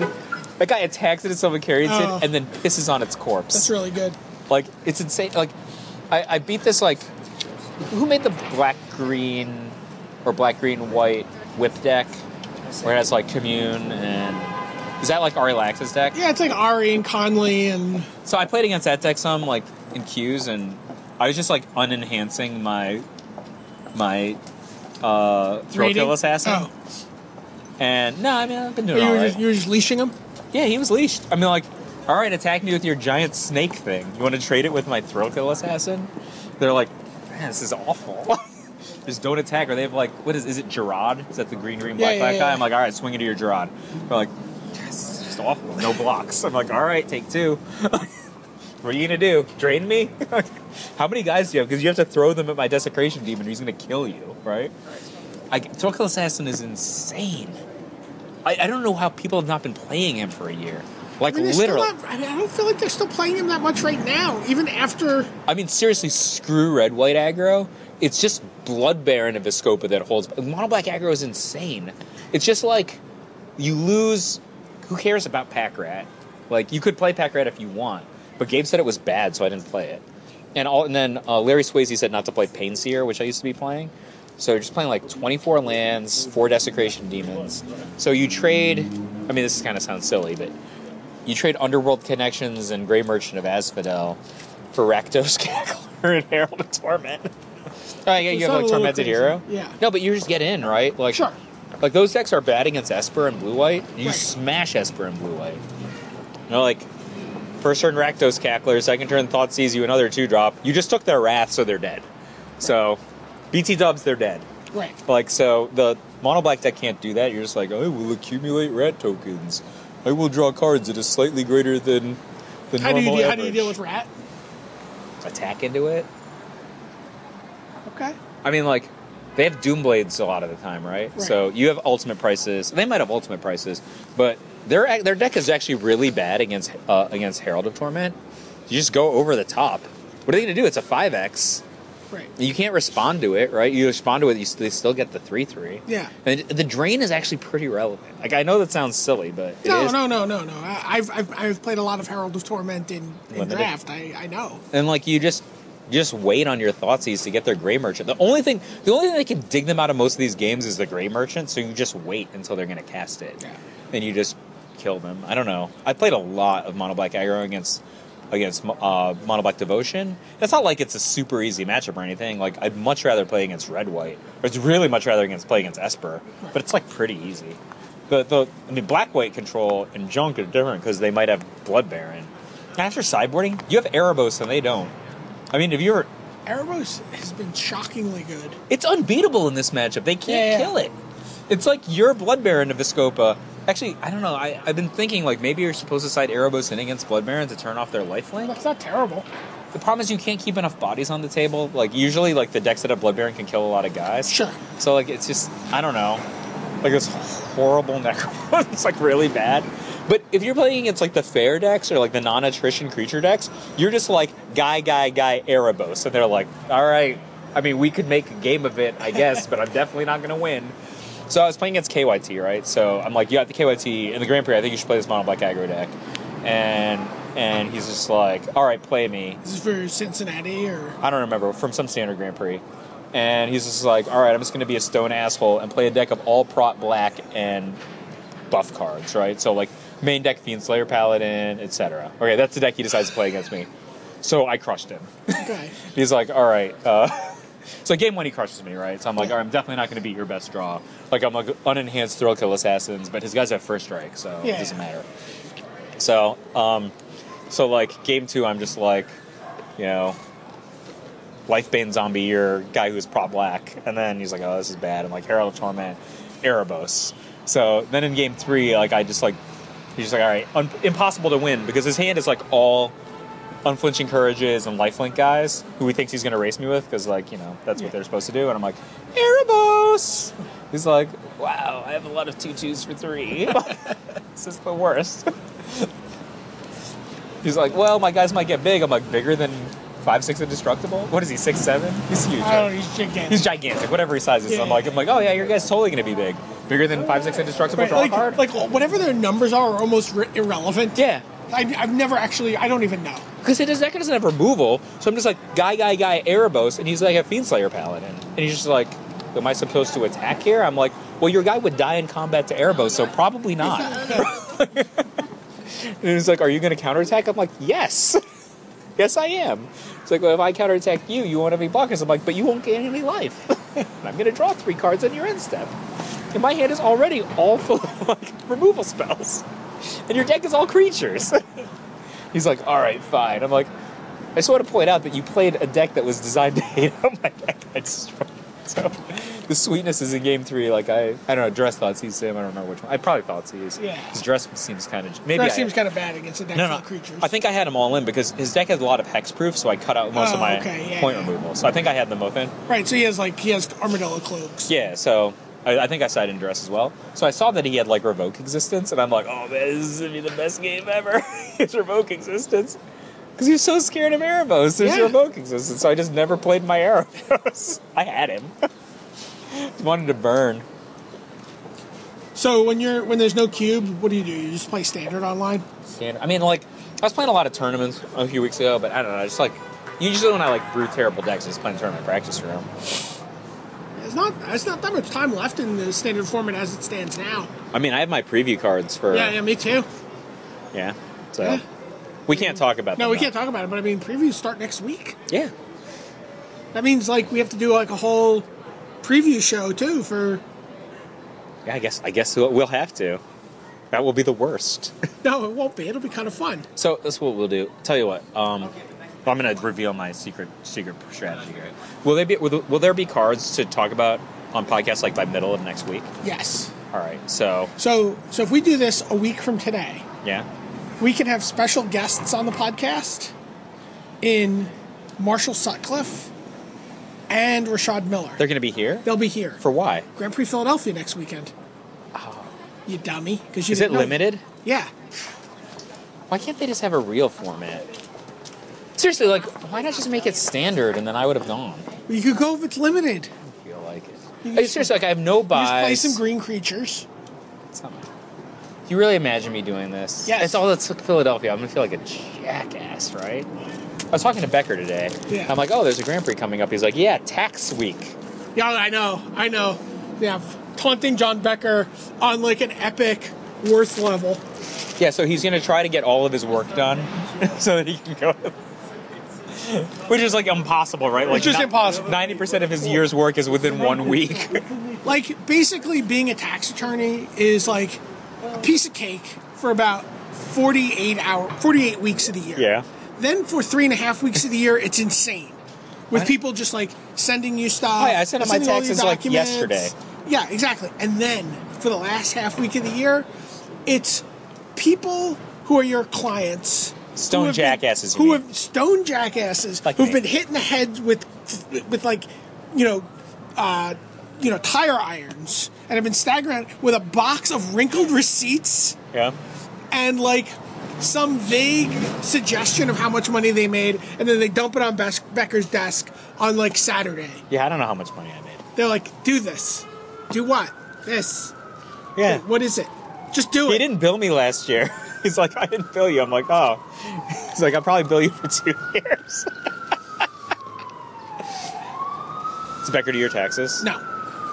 [SPEAKER 4] That guy attacks it at Sylvan Caryatid
[SPEAKER 3] Oh.
[SPEAKER 4] and then pisses on its corpse.
[SPEAKER 3] That's really good.
[SPEAKER 4] Like it's insane. Like I, I beat this like who made the black green or black green white whip deck where it has like commune and is that like Ari Lax's deck?
[SPEAKER 3] Yeah, it's like Ari and Conley and
[SPEAKER 4] So I played against that deck some, like in queues, and I was just like unenhancing my my uh, thrill
[SPEAKER 3] raiding.
[SPEAKER 4] kill assassin.
[SPEAKER 3] Oh,
[SPEAKER 4] And no, I mean I've been
[SPEAKER 3] you
[SPEAKER 4] doing all
[SPEAKER 3] were,
[SPEAKER 4] right.
[SPEAKER 3] just, you were just leashing him.
[SPEAKER 4] Yeah, he was leashed. I mean, like, all right, attack me with your giant snake thing. You want to trade it with my thrill kill assassin? They're like, man, this is awful. Just don't attack. Or they have like, what is? Is it Gerard? Is that the green, green,
[SPEAKER 3] Yeah,
[SPEAKER 4] black,
[SPEAKER 3] yeah,
[SPEAKER 4] black
[SPEAKER 3] yeah.
[SPEAKER 4] guy? I'm like, all right, swing into your Gerard. They're like, this is just awful. No blocks. I'm like, all right, take two. what are you gonna do? Drain me? How many guys do you have? Because you have to throw them at my desecration demon. or He's gonna kill you, right? I, thrill kill assassin is insane. I, I don't know how people have not been playing him for a year. Like
[SPEAKER 3] I mean, they're still
[SPEAKER 4] literally.
[SPEAKER 3] not- I, mean, I don't feel like they're still playing him that much right now, even after.
[SPEAKER 4] I mean, seriously, screw red white aggro. It's just blood baron of Viscopa that holds. Mono black aggro is insane. It's just like you lose. Who cares about pack rat? Like you could play pack rat if you want, but Gabe said it was bad, so I didn't play it. And all, and then uh, Larry Swayze said not to play Painseer, which I used to be playing. So you're just playing like 24 lands, four desecration demons. So you trade. I mean, this kind of sounds silly, but you trade Underworld Connections and Grey Merchant of Asphodel for Rakdos Cackler and Herald of Torment. Oh, yeah,
[SPEAKER 3] It's
[SPEAKER 4] you
[SPEAKER 3] not
[SPEAKER 4] have
[SPEAKER 3] a
[SPEAKER 4] like
[SPEAKER 3] little
[SPEAKER 4] Tormented
[SPEAKER 3] crazy.
[SPEAKER 4] Hero.
[SPEAKER 3] Yeah.
[SPEAKER 4] No, but you just get in, right? Like,
[SPEAKER 3] Sure.
[SPEAKER 4] Like those decks are bad against Esper and Blue White. You
[SPEAKER 3] Right.
[SPEAKER 4] smash Esper and Blue White. You know, like first turn Rakdos Cackler, second turn Thought Sees You, another two drop. You just took their wrath, so they're dead. So, BT Dubs, they're dead.
[SPEAKER 3] Right.
[SPEAKER 4] Like so, the mono black deck can't do that. You're just like, I will accumulate rat tokens. I will draw cards that is slightly greater than the
[SPEAKER 3] How do you
[SPEAKER 4] normal
[SPEAKER 3] deal, how
[SPEAKER 4] average.
[SPEAKER 3] do you deal with rat?
[SPEAKER 4] attack into it?
[SPEAKER 3] Okay.
[SPEAKER 4] I mean, like they have doom blades a lot of the time, right?
[SPEAKER 3] Right.
[SPEAKER 4] So you have ultimate prices. They might have ultimate prices, but their ac- their deck is actually really bad against uh, against Herald of Torment. You just go over the top. What are they going to do? It's a five x.
[SPEAKER 3] Right.
[SPEAKER 4] You can't respond to it, right? You respond to it, you, s- they still get the three three.
[SPEAKER 3] Yeah.
[SPEAKER 4] and the drain is actually pretty relevant. Like I know that sounds silly, but it is.
[SPEAKER 3] No, no, no, no, no. I- I've, I've I've played a lot of Herald of Torment in, in
[SPEAKER 4] Limited.
[SPEAKER 3] draft. I, I know.
[SPEAKER 4] And like you just you just wait on your Thoughtseize to get their Grey Merchant. The only thing the only thing that can dig them out of most of these games is the Grey Merchant. So you just wait until they're going to cast it,
[SPEAKER 3] Yeah.
[SPEAKER 4] and you just kill them. I don't know. I played a lot of mono black aggro against against uh, mono black devotion. It's not like it's a super easy matchup or anything. Like I'd much rather play against red white. Or it's really much rather against play against Esper. But it's like pretty easy. The the I mean black white control and junk are different because they might have blood baron. After sideboarding, you have Erebos and they don't. I mean, if you're
[SPEAKER 3] Erebos has been shockingly good.
[SPEAKER 4] it's unbeatable in this matchup. They
[SPEAKER 3] Yeah, yeah.
[SPEAKER 4] can't kill it. It's like your Blood Baron of Viscopa. Actually, I don't know. I, I've been thinking like maybe you're supposed to side Erebos in against Blood Baron to turn off their lifelink.
[SPEAKER 3] That's not terrible.
[SPEAKER 4] The problem is you can't keep enough bodies on the table. Like usually, like the decks that have Blood Baron can kill a lot of guys.
[SPEAKER 3] Sure.
[SPEAKER 4] So like it's just I don't know. like this horrible neck one. It's like really bad. But if you're playing against like the fair decks or like the non-attrition creature decks, you're just like guy, guy, guy, Erebos, and they're like, all right. I mean, we could make a game of it, I guess, but I'm definitely not gonna win. So I was playing against KYT, right? So I'm like, you got the KYT in the Grand Prix. I think you should play this mono black aggro deck, and and he's just like, all right, play me.
[SPEAKER 3] This is for Cincinnati or
[SPEAKER 4] I don't remember from some standard Grand Prix, and he's just like, all right, I'm just gonna be a stone asshole and play a deck of all prop black and buff cards, right? So like main deck Fiend Slayer Paladin, etc. Okay, that's the deck he decides to play against me. So I crushed him.
[SPEAKER 3] okay.
[SPEAKER 4] He's like, all right. Uh, so game one, he crushes me, right? So I'm like, all right, I'm definitely not going to beat your best draw. Like I'm like unenhanced thrill kill assassins, but his guys have first strike, so it
[SPEAKER 3] Yeah.
[SPEAKER 4] doesn't matter. So, um, so like game two, I'm just like, you know, lifebane zombie, your guy who's prop black, and then he's like, oh, this is bad. I'm like Herald of Torment, Erebos. So then in game three, like I just like, he's just like, all right, un- impossible to win because his hand is like all unflinching courages and lifelink guys who he thinks he's going to race me with because like you know that's what they're supposed to do and i'm like erebos he's like wow i have a lot of two twos for three this is the worst he's like well my guys might get big i'm like bigger than five six indestructible what is he six seven he's huge
[SPEAKER 3] I
[SPEAKER 4] right?
[SPEAKER 3] don't know. He's gigantic.
[SPEAKER 4] he's gigantic whatever his size is
[SPEAKER 3] Yeah,
[SPEAKER 4] i'm like i'm like oh yeah your guy's totally going to be big bigger than five six indestructible
[SPEAKER 3] Right,
[SPEAKER 4] draw
[SPEAKER 3] like,
[SPEAKER 4] card
[SPEAKER 3] like whatever their numbers are, are almost re- irrelevant.
[SPEAKER 4] yeah
[SPEAKER 3] I, I've never actually. I don't even know.
[SPEAKER 4] Because it does, that guy doesn't have removal, so I'm just like guy, guy, guy, Erebos, and he's like a Fiendslayer paladin, and he's just like, am I supposed to attack here? I'm like, well, your guy would die in combat to Erebos, so probably not. and he's like, are you going to counterattack? I'm like, yes, yes, I am. It's like, well, if I counterattack you, you won't have any blockers. I'm like, but you won't gain any life. and I'm going to draw three cards on your end step, and my hand is already all full of like removal spells, and your deck is all creatures. He's like, all right, fine. I'm like, I just want to point out that you played a deck that was designed to hate on my deck. I just, so the sweetness is in game three. Like I, I don't know. Dress thoughts he's him. I don't remember which one. I probably thought he's.
[SPEAKER 3] Yeah.
[SPEAKER 4] His dress seems kind of maybe.
[SPEAKER 3] That
[SPEAKER 4] I,
[SPEAKER 3] seems kind of bad against the deck
[SPEAKER 4] no,
[SPEAKER 3] full
[SPEAKER 4] no.
[SPEAKER 3] of creatures.
[SPEAKER 4] I think I had him all in because his deck has a lot of hexproof, so I cut out most
[SPEAKER 3] Oh,
[SPEAKER 4] of my
[SPEAKER 3] okay, yeah,
[SPEAKER 4] point
[SPEAKER 3] yeah.
[SPEAKER 4] removal. So I think I had them both in.
[SPEAKER 3] Right. So he has like he has armadillo cloaks.
[SPEAKER 4] Yeah, so I, I think I sided in dress as well. So I saw that he had like revoke existence, and I'm like, oh man, this is gonna be the best game ever. it's revoke existence. Because he was so scared of Erebos, there's
[SPEAKER 3] Yeah.
[SPEAKER 4] revoke existence. So I just never played my Erebos. I had him. Just wanted to burn.
[SPEAKER 3] So when you're when there's no cube, what do you do? You just play standard online.
[SPEAKER 4] Standard. I mean, like, I was playing a lot of tournaments a few weeks ago, but I don't know, I just like, usually when I like brew terrible decks, I just play in tournament practice room.
[SPEAKER 3] It's not. It's not that much time left in the standard format as it stands now.
[SPEAKER 4] I mean, I have my preview cards for.
[SPEAKER 3] Yeah. Yeah. Me too.
[SPEAKER 4] yeah, so.
[SPEAKER 3] Yeah.
[SPEAKER 4] We can't talk about
[SPEAKER 3] No,
[SPEAKER 4] them,
[SPEAKER 3] we
[SPEAKER 4] though.
[SPEAKER 3] can't talk about it. But I mean, previews start next week.
[SPEAKER 4] Yeah.
[SPEAKER 3] That means like we have to do like a whole preview show too for.
[SPEAKER 4] Yeah, I guess I guess we'll we'll have to. That will be the worst.
[SPEAKER 3] No, it won't be. It'll be kind of fun.
[SPEAKER 4] So that's what we'll do. Tell you what, um, I'm going to reveal my secret secret strategy. Here. Will they be will, will there be cards to talk about on podcasts like by middle of next week?
[SPEAKER 3] Yes.
[SPEAKER 4] All right. So
[SPEAKER 3] So so if we do this a week from today,
[SPEAKER 4] yeah,
[SPEAKER 3] we can have special guests on the podcast in Marshall Sutcliffe and Rashad Miller.
[SPEAKER 4] they're going to be here
[SPEAKER 3] They'll be here
[SPEAKER 4] for why?
[SPEAKER 3] Grand Prix Philadelphia next weekend. You dummy. Because you
[SPEAKER 4] Is it
[SPEAKER 3] didn't know-
[SPEAKER 4] limited?
[SPEAKER 3] Yeah.
[SPEAKER 4] Why can't they just have a real format? Seriously, like why not just make it standard and then I would have gone.
[SPEAKER 3] You could go if it's limited.
[SPEAKER 4] I feel like it.
[SPEAKER 3] You
[SPEAKER 4] Hey, seriously, like I have no
[SPEAKER 3] Just play
[SPEAKER 4] buys.
[SPEAKER 3] some green creatures.
[SPEAKER 4] It's not my- You really imagine me doing this?
[SPEAKER 3] Yes.
[SPEAKER 4] It's all that's Philadelphia. I'm gonna feel like a jackass, right? I was talking to Becker today.
[SPEAKER 3] Yeah.
[SPEAKER 4] I'm like, oh, there's a Grand Prix coming up. He's like, yeah, tax week.
[SPEAKER 3] Yeah, I know. I know. Yeah. Taunting John Becker on like an epic worth level.
[SPEAKER 4] Yeah, so he's gonna try to get all of his work done so that he can go. to- Which is like impossible, right? Like
[SPEAKER 3] Which is impossible.
[SPEAKER 4] Ninety percent of his year's work is within one week.
[SPEAKER 3] like basically being a tax attorney is like a piece of cake for about 48 hour 48 weeks of the year
[SPEAKER 4] yeah.
[SPEAKER 3] then for three and a half weeks of the year it's insane with people just like sending you stuff
[SPEAKER 4] Oh, yeah, I sent in my
[SPEAKER 3] sending all your
[SPEAKER 4] taxes, like,
[SPEAKER 3] documents.
[SPEAKER 4] yesterday.
[SPEAKER 3] yeah exactly and then for the last half week of the year it's people who are your clients
[SPEAKER 4] Stone
[SPEAKER 3] who have been-
[SPEAKER 4] jackasses, you
[SPEAKER 3] who
[SPEAKER 4] mean.
[SPEAKER 3] have stone jackasses
[SPEAKER 4] Like
[SPEAKER 3] who've
[SPEAKER 4] me.
[SPEAKER 3] been hit in the head with with like you know uh, you know, tire irons and have been staggering with a box of wrinkled receipts
[SPEAKER 4] Yeah.
[SPEAKER 3] and like some vague suggestion of how much money they made, and then they dump it on Bes- Becker's desk on like Saturday.
[SPEAKER 4] Yeah, I don't know how much money I made.
[SPEAKER 3] They're like, "Do this, do what? This?
[SPEAKER 4] Yeah.
[SPEAKER 3] What is it? Just do
[SPEAKER 4] He
[SPEAKER 3] it."
[SPEAKER 4] didn't bill me last year. He's like, I didn't bill you. I'm like, oh. He's like, I'll probably bill you for two years. Is Becker do your taxes?
[SPEAKER 3] No,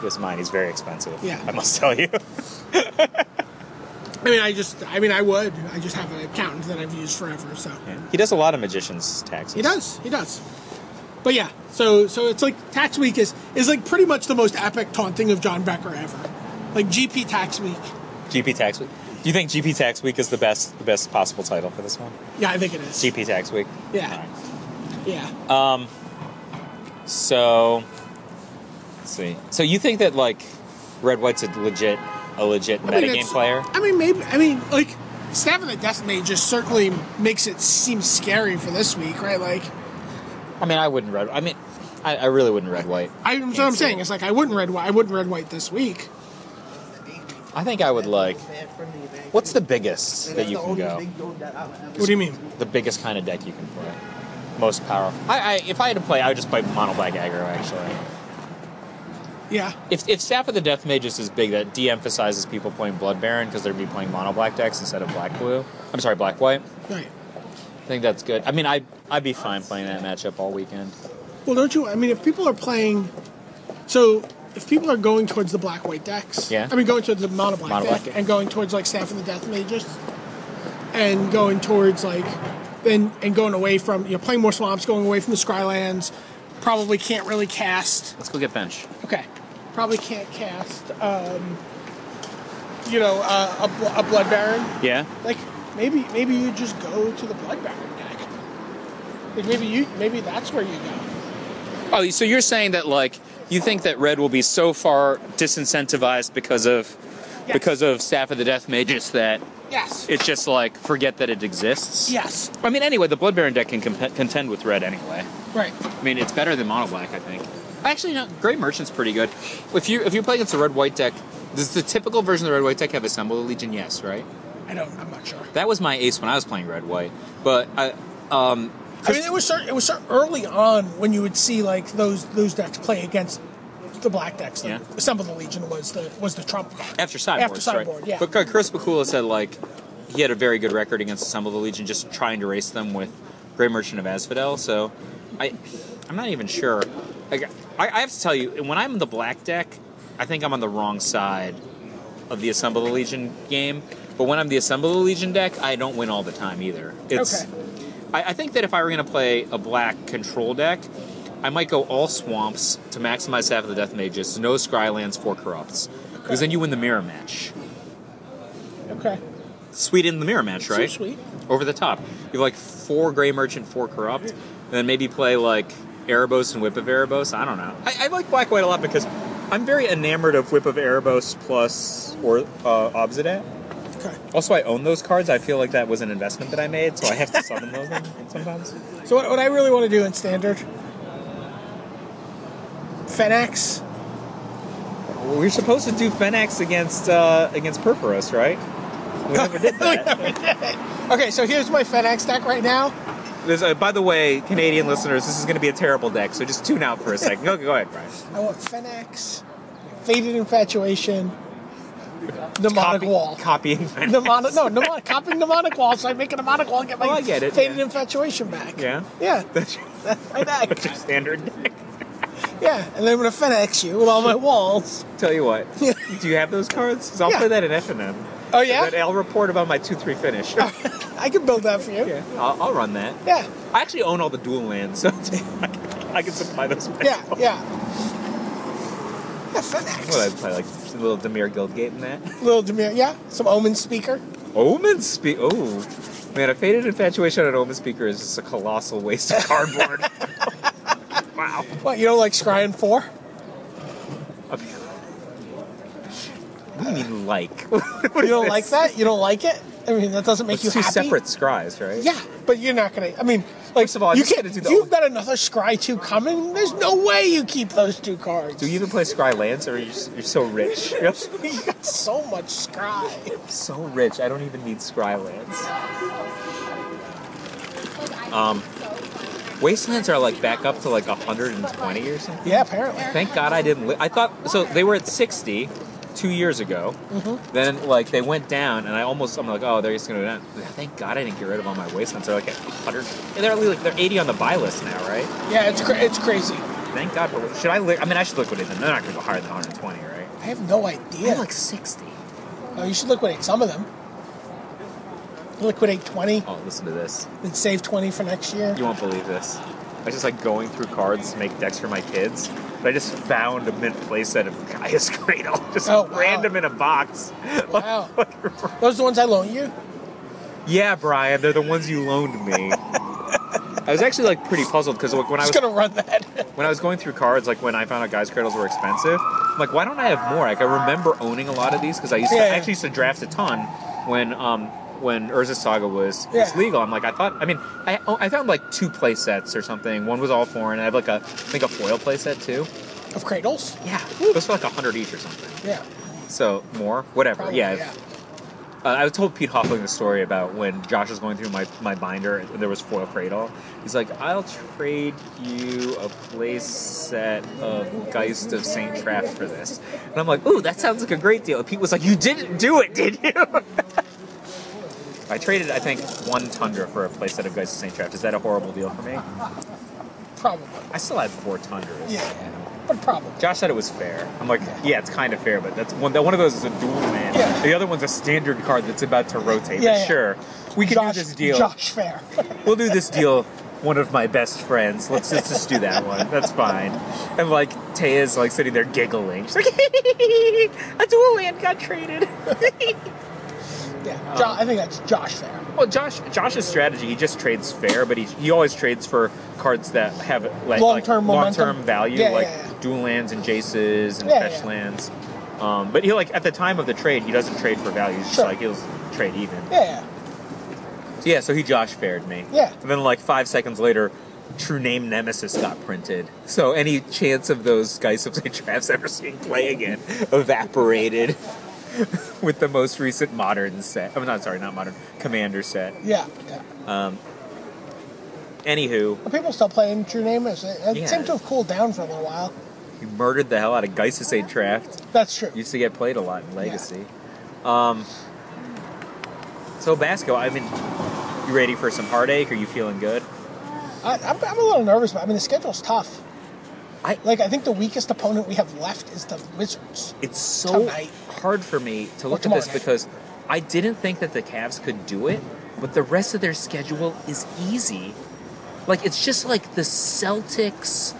[SPEAKER 4] Yes, mine. He's very expensive.
[SPEAKER 3] Yeah.
[SPEAKER 4] I must tell you.
[SPEAKER 3] I mean, I just, I mean, I would. I just have an accountant that I've used forever, so
[SPEAKER 4] He does a lot of magicians' taxes.
[SPEAKER 3] he does, he does. But yeah, so so it's like tax week is is like pretty much the most epic taunting of John Becker ever, like GP tax week.
[SPEAKER 4] GP Tax Week. Do you think GP Tax Week is the best, the best possible title for this one?
[SPEAKER 3] Yeah, I think it is.
[SPEAKER 4] GP Tax Week.
[SPEAKER 3] Yeah.
[SPEAKER 4] All right.
[SPEAKER 3] Yeah.
[SPEAKER 4] So, let's see. So you think that like Red White's a legit, a legit metagame
[SPEAKER 3] it's-
[SPEAKER 4] player?
[SPEAKER 3] I mean, maybe. I mean, like staff of the Death Mage just certainly makes it seem scary for this week, right? Like,
[SPEAKER 4] I mean, I wouldn't red. I mean, I, I really wouldn't red white.
[SPEAKER 3] I, that's what I'm saying. It's like I wouldn't red white. I wouldn't red white this week.
[SPEAKER 4] I think I would like. What's the biggest that you can go?
[SPEAKER 3] What do you mean?
[SPEAKER 4] The biggest kind of deck you can play. Most powerful. I, I if I had to play, I would just play mono black aggro actually.
[SPEAKER 3] Yeah,
[SPEAKER 4] If, if Staff of the Death Mage is as big, that de-emphasizes people playing Blood Baron because they'd be playing mono black decks instead of black blue. I'm sorry, black white.
[SPEAKER 3] right.
[SPEAKER 4] I think that's good. I mean, I I'd be fine playing that matchup all weekend.
[SPEAKER 3] Well, don't you? I mean, if people are playing, so if people are going towards the black white decks,
[SPEAKER 4] Yeah.
[SPEAKER 3] I mean, going towards the mono black
[SPEAKER 4] Mono
[SPEAKER 3] deck
[SPEAKER 4] black.
[SPEAKER 3] and going towards like staff of the Death Mages, and going towards like then and going away from you know playing more swamps, going away from the Scrylands, probably can't really cast.
[SPEAKER 4] Let's go get bench.
[SPEAKER 3] Okay. Probably can't cast, um, you know, uh, a, bl- a Blood Baron.
[SPEAKER 4] Yeah.
[SPEAKER 3] Like, maybe maybe you just go to the Blood Baron deck. Like, maybe you maybe that's where you go.
[SPEAKER 4] Oh, so you're saying that like you think that red will be so far disincentivized because of
[SPEAKER 3] Yes.
[SPEAKER 4] because of Staff of the Death Mages that
[SPEAKER 3] Yes.
[SPEAKER 4] it's just like forget that it exists.
[SPEAKER 3] yes.
[SPEAKER 4] I mean, anyway, the Blood Baron deck can comp- contend with red anyway.
[SPEAKER 3] Right.
[SPEAKER 4] I mean, it's better than mono black, I think. Actually, no, Great Merchant's pretty good. If you if you're playing against a red white deck, does the typical version of the red white deck have Assemble the Legion? Yes, right.
[SPEAKER 3] I don't. I'm not sure.
[SPEAKER 4] That was my ace when I was playing red white, but I, um,
[SPEAKER 3] I mean, it was cer- it was cer- early on when you would see like those those decks play against the black decks. Like,
[SPEAKER 4] Yeah.
[SPEAKER 3] Assemble the Legion was the was the trump card.
[SPEAKER 4] after sideboard.
[SPEAKER 3] After sideboard,
[SPEAKER 4] right?
[SPEAKER 3] yeah.
[SPEAKER 4] But uh, Chris Bakula said like he had a very good record against Assemble the Legion, just trying to race them with Great Merchant of Asphodel. So I I'm not even sure. Like, I, I have to tell you, when I'm in the black deck, I think I'm on the wrong side of the Assemble the Legion game. But when I'm the Assemble the Legion deck, I don't win all the time either. It's
[SPEAKER 3] Okay.
[SPEAKER 4] I, I think that if I were going to play a black control deck, I might go all swamps to maximize half of the Death Mages, no Scrylands, four Corrupts. Because then you win the mirror match.
[SPEAKER 3] Okay.
[SPEAKER 4] Sweet in the mirror match,
[SPEAKER 3] So
[SPEAKER 4] right?
[SPEAKER 3] sweet.
[SPEAKER 4] Over the top. You have like four Grey Merchant, four Corrupt, and then maybe play like Erebos and Whip of Erebos. I don't know. I, I like Black White a lot because I'm very enamored of Whip of Erebos plus or uh, Obsidian.
[SPEAKER 3] Okay.
[SPEAKER 4] Also, I own those cards. I feel like that was an investment that I made, so I have to summon those them sometimes.
[SPEAKER 3] So what, what I really want to do in standard, Fenix.
[SPEAKER 4] Well, we are supposed to do Fenix against uh, against Perforos, right? We never did that.
[SPEAKER 3] Okay, so here's my FedEx deck right now.
[SPEAKER 4] There's a, uh, by the way, Canadian listeners, this is going to be a terrible deck, so just tune out for a second. Go, go ahead, Brian.
[SPEAKER 3] I want FedEx, Faded Infatuation, Mnemonic Wall.
[SPEAKER 4] Copying.
[SPEAKER 3] Mnemonic, no, mnemonic, copying mnemonic wall, so I make a mnemonic wall and get my
[SPEAKER 4] Oh, I get it,
[SPEAKER 3] faded
[SPEAKER 4] yeah.
[SPEAKER 3] infatuation back.
[SPEAKER 4] Yeah?
[SPEAKER 3] Yeah.
[SPEAKER 4] That's your,
[SPEAKER 3] That's my
[SPEAKER 4] that's your
[SPEAKER 3] deck.
[SPEAKER 4] standard deck.
[SPEAKER 3] Yeah, and then I'm going to FedEx you with all my walls.
[SPEAKER 4] Tell you what, do you have those cards? 'Cause I'll
[SPEAKER 3] Yeah.
[SPEAKER 4] play that in FNM.
[SPEAKER 3] Oh, yeah?
[SPEAKER 4] But I'll report about my 2 3 finish.
[SPEAKER 3] I can build that for you.
[SPEAKER 4] yeah, I'll, I'll run that.
[SPEAKER 3] Yeah,
[SPEAKER 4] I actually own all the dual lands, so I can, I can supply those.
[SPEAKER 3] yeah,
[SPEAKER 4] myself.
[SPEAKER 3] yeah. Yeah,
[SPEAKER 4] What I
[SPEAKER 3] FedEx.
[SPEAKER 4] play like a little Demir Guildgate in that.
[SPEAKER 3] Little Demir, yeah, some Omen speaker.
[SPEAKER 4] Omen speak. Oh, man, a faded infatuation on an Omen speaker is just a colossal waste of cardboard. wow.
[SPEAKER 3] What, you don't like Scrying 4?
[SPEAKER 4] I mean- What do you mean like?
[SPEAKER 3] You don't like that? You don't like it? I mean, that doesn't make
[SPEAKER 4] It's
[SPEAKER 3] you
[SPEAKER 4] two
[SPEAKER 3] happy?
[SPEAKER 4] separate scries, right?
[SPEAKER 3] Yeah, but you're not gonna. I mean,
[SPEAKER 4] Like,
[SPEAKER 7] First of all, I
[SPEAKER 3] you
[SPEAKER 7] just
[SPEAKER 3] can't.
[SPEAKER 7] gotta do
[SPEAKER 3] If
[SPEAKER 7] the
[SPEAKER 3] you've got another Scry two coming, there's no way you keep those two cards.
[SPEAKER 4] Do you even play Scry Lance, or you're, just, you're so rich? You're
[SPEAKER 3] You got so much Scry.
[SPEAKER 4] so rich. I don't even need Scry Lance. Um, Wastelands are like back up to like 120 or something.
[SPEAKER 3] Yeah, apparently.
[SPEAKER 4] Thank God I didn't. Li- I thought so. They were at 60 two years ago.
[SPEAKER 3] Mm-hmm.
[SPEAKER 4] Then like they went down, and I almost I'm like, oh, they're just gonna go down. Thank God I didn't get rid of all my wastelands. They're like at 100. They're at least, like they're 80 on the buy list now, right?
[SPEAKER 3] Yeah, it's cra- it's crazy.
[SPEAKER 4] Thank God. For, should I? Li- I mean, I should liquidate them. They're not gonna go higher than 120, right?
[SPEAKER 3] I have no
[SPEAKER 4] They're
[SPEAKER 3] idea.
[SPEAKER 4] like 60.
[SPEAKER 3] Oh, you should liquidate some of them. Liquidate twenty
[SPEAKER 4] Oh, listen to this.
[SPEAKER 3] and save twenty for next year.
[SPEAKER 4] You won't believe this. I was just like going through cards to make decks for my kids, but I just found a mint playset of Gaia's Cradle, just
[SPEAKER 3] Oh, wow.
[SPEAKER 4] random in a box.
[SPEAKER 3] Wow. Those are the ones I loan you.
[SPEAKER 4] Yeah, Brian, they're the ones you loaned me. I was actually like pretty puzzled because like when I was
[SPEAKER 3] Just gonna run that.
[SPEAKER 4] when I was going through cards, like when I found out guys' cradles were expensive, I'm like, why don't I have more? Like I remember owning a lot of these because I used to
[SPEAKER 3] Yeah,
[SPEAKER 4] I
[SPEAKER 3] yeah.
[SPEAKER 4] actually used to draft a ton when um when Urza Saga was, was
[SPEAKER 3] Yeah.
[SPEAKER 4] legal. I'm like, I thought. I mean, I oh, I found like two play sets or something. One was all foreign. I have like a I think a foil play set too.
[SPEAKER 3] of cradles.
[SPEAKER 4] Yeah, it was for like hundred each or something.
[SPEAKER 3] Yeah.
[SPEAKER 4] So more, whatever.
[SPEAKER 3] Probably,
[SPEAKER 4] yeah, if- Uh, I was told Pete Hoffling the story about when Josh was going through my, my binder and there was foil cradle. He's like, I'll trade you a place set of Geist of St. Traff for this. And I'm like, ooh, that sounds like a great deal. And Pete was like, you didn't do it, did you? I traded, I think, one Tundra for a place set of Geist of St. Traff. Is that a horrible deal for me?
[SPEAKER 3] Probably.
[SPEAKER 4] I still have four Tundras.
[SPEAKER 3] Yeah. But probably.
[SPEAKER 4] Josh said it was fair. I'm like, yeah, it's kind of fair, but that's one. That one of those is a dual land.
[SPEAKER 3] Yeah.
[SPEAKER 4] The other one's a standard card that's about to rotate.
[SPEAKER 3] Yeah,
[SPEAKER 4] but
[SPEAKER 3] yeah.
[SPEAKER 4] sure, we can
[SPEAKER 3] Josh,
[SPEAKER 4] do this deal.
[SPEAKER 3] Josh Fair.
[SPEAKER 4] We'll do this deal. One of my best friends. Let's just, just do that one. That's fine. And like Taya's like sitting there giggling. She's like, a dual land got traded. Uh-huh.
[SPEAKER 3] yeah. Jo- I think that's Josh Fair.
[SPEAKER 4] well, Josh, Josh's strategy, he just trades fair, but he, he always trades for cards that have like
[SPEAKER 3] Long-term
[SPEAKER 4] like,
[SPEAKER 3] momentum.
[SPEAKER 4] long-term value,
[SPEAKER 3] Yeah, yeah,
[SPEAKER 4] like
[SPEAKER 3] yeah.
[SPEAKER 4] dual lands and Jaces and
[SPEAKER 3] Yeah,
[SPEAKER 4] fetch
[SPEAKER 3] yeah.
[SPEAKER 4] lands. Um, but he like at the time of the trade, he doesn't trade for value. He's just
[SPEAKER 3] Sure.
[SPEAKER 4] like he'll trade even.
[SPEAKER 3] Yeah.
[SPEAKER 4] So, yeah, so he Josh fared me.
[SPEAKER 3] Yeah.
[SPEAKER 4] And then like five seconds later, True Name Nemesis got printed. So any chance of those guys of St. Traps ever seeing play again evaporated with the most recent modern set. I'm not sorry, not modern commander set.
[SPEAKER 3] Yeah. yeah.
[SPEAKER 4] Anywho,
[SPEAKER 3] Are people still playing True Name? It, it
[SPEAKER 4] Yeah.
[SPEAKER 3] seemed to have cooled down for a little while.
[SPEAKER 4] you murdered the hell out of Geist of St. Traft.
[SPEAKER 3] That's true.
[SPEAKER 4] Used to get played a lot in Legacy. Um, so Basco, I mean, you ready for some heartache? Are you feeling good?
[SPEAKER 3] I, I'm, I'm a little nervous, but I mean, the schedule's tough.
[SPEAKER 4] I-
[SPEAKER 3] like. I think the weakest opponent we have left is the Wizards.
[SPEAKER 4] It's so
[SPEAKER 3] Tonight.
[SPEAKER 4] hard for me to look at
[SPEAKER 3] tomorrow
[SPEAKER 4] this
[SPEAKER 3] night.
[SPEAKER 4] because I didn't think that the Cavs could do it, but the rest of their schedule is easy. Like it's just like the Celtics,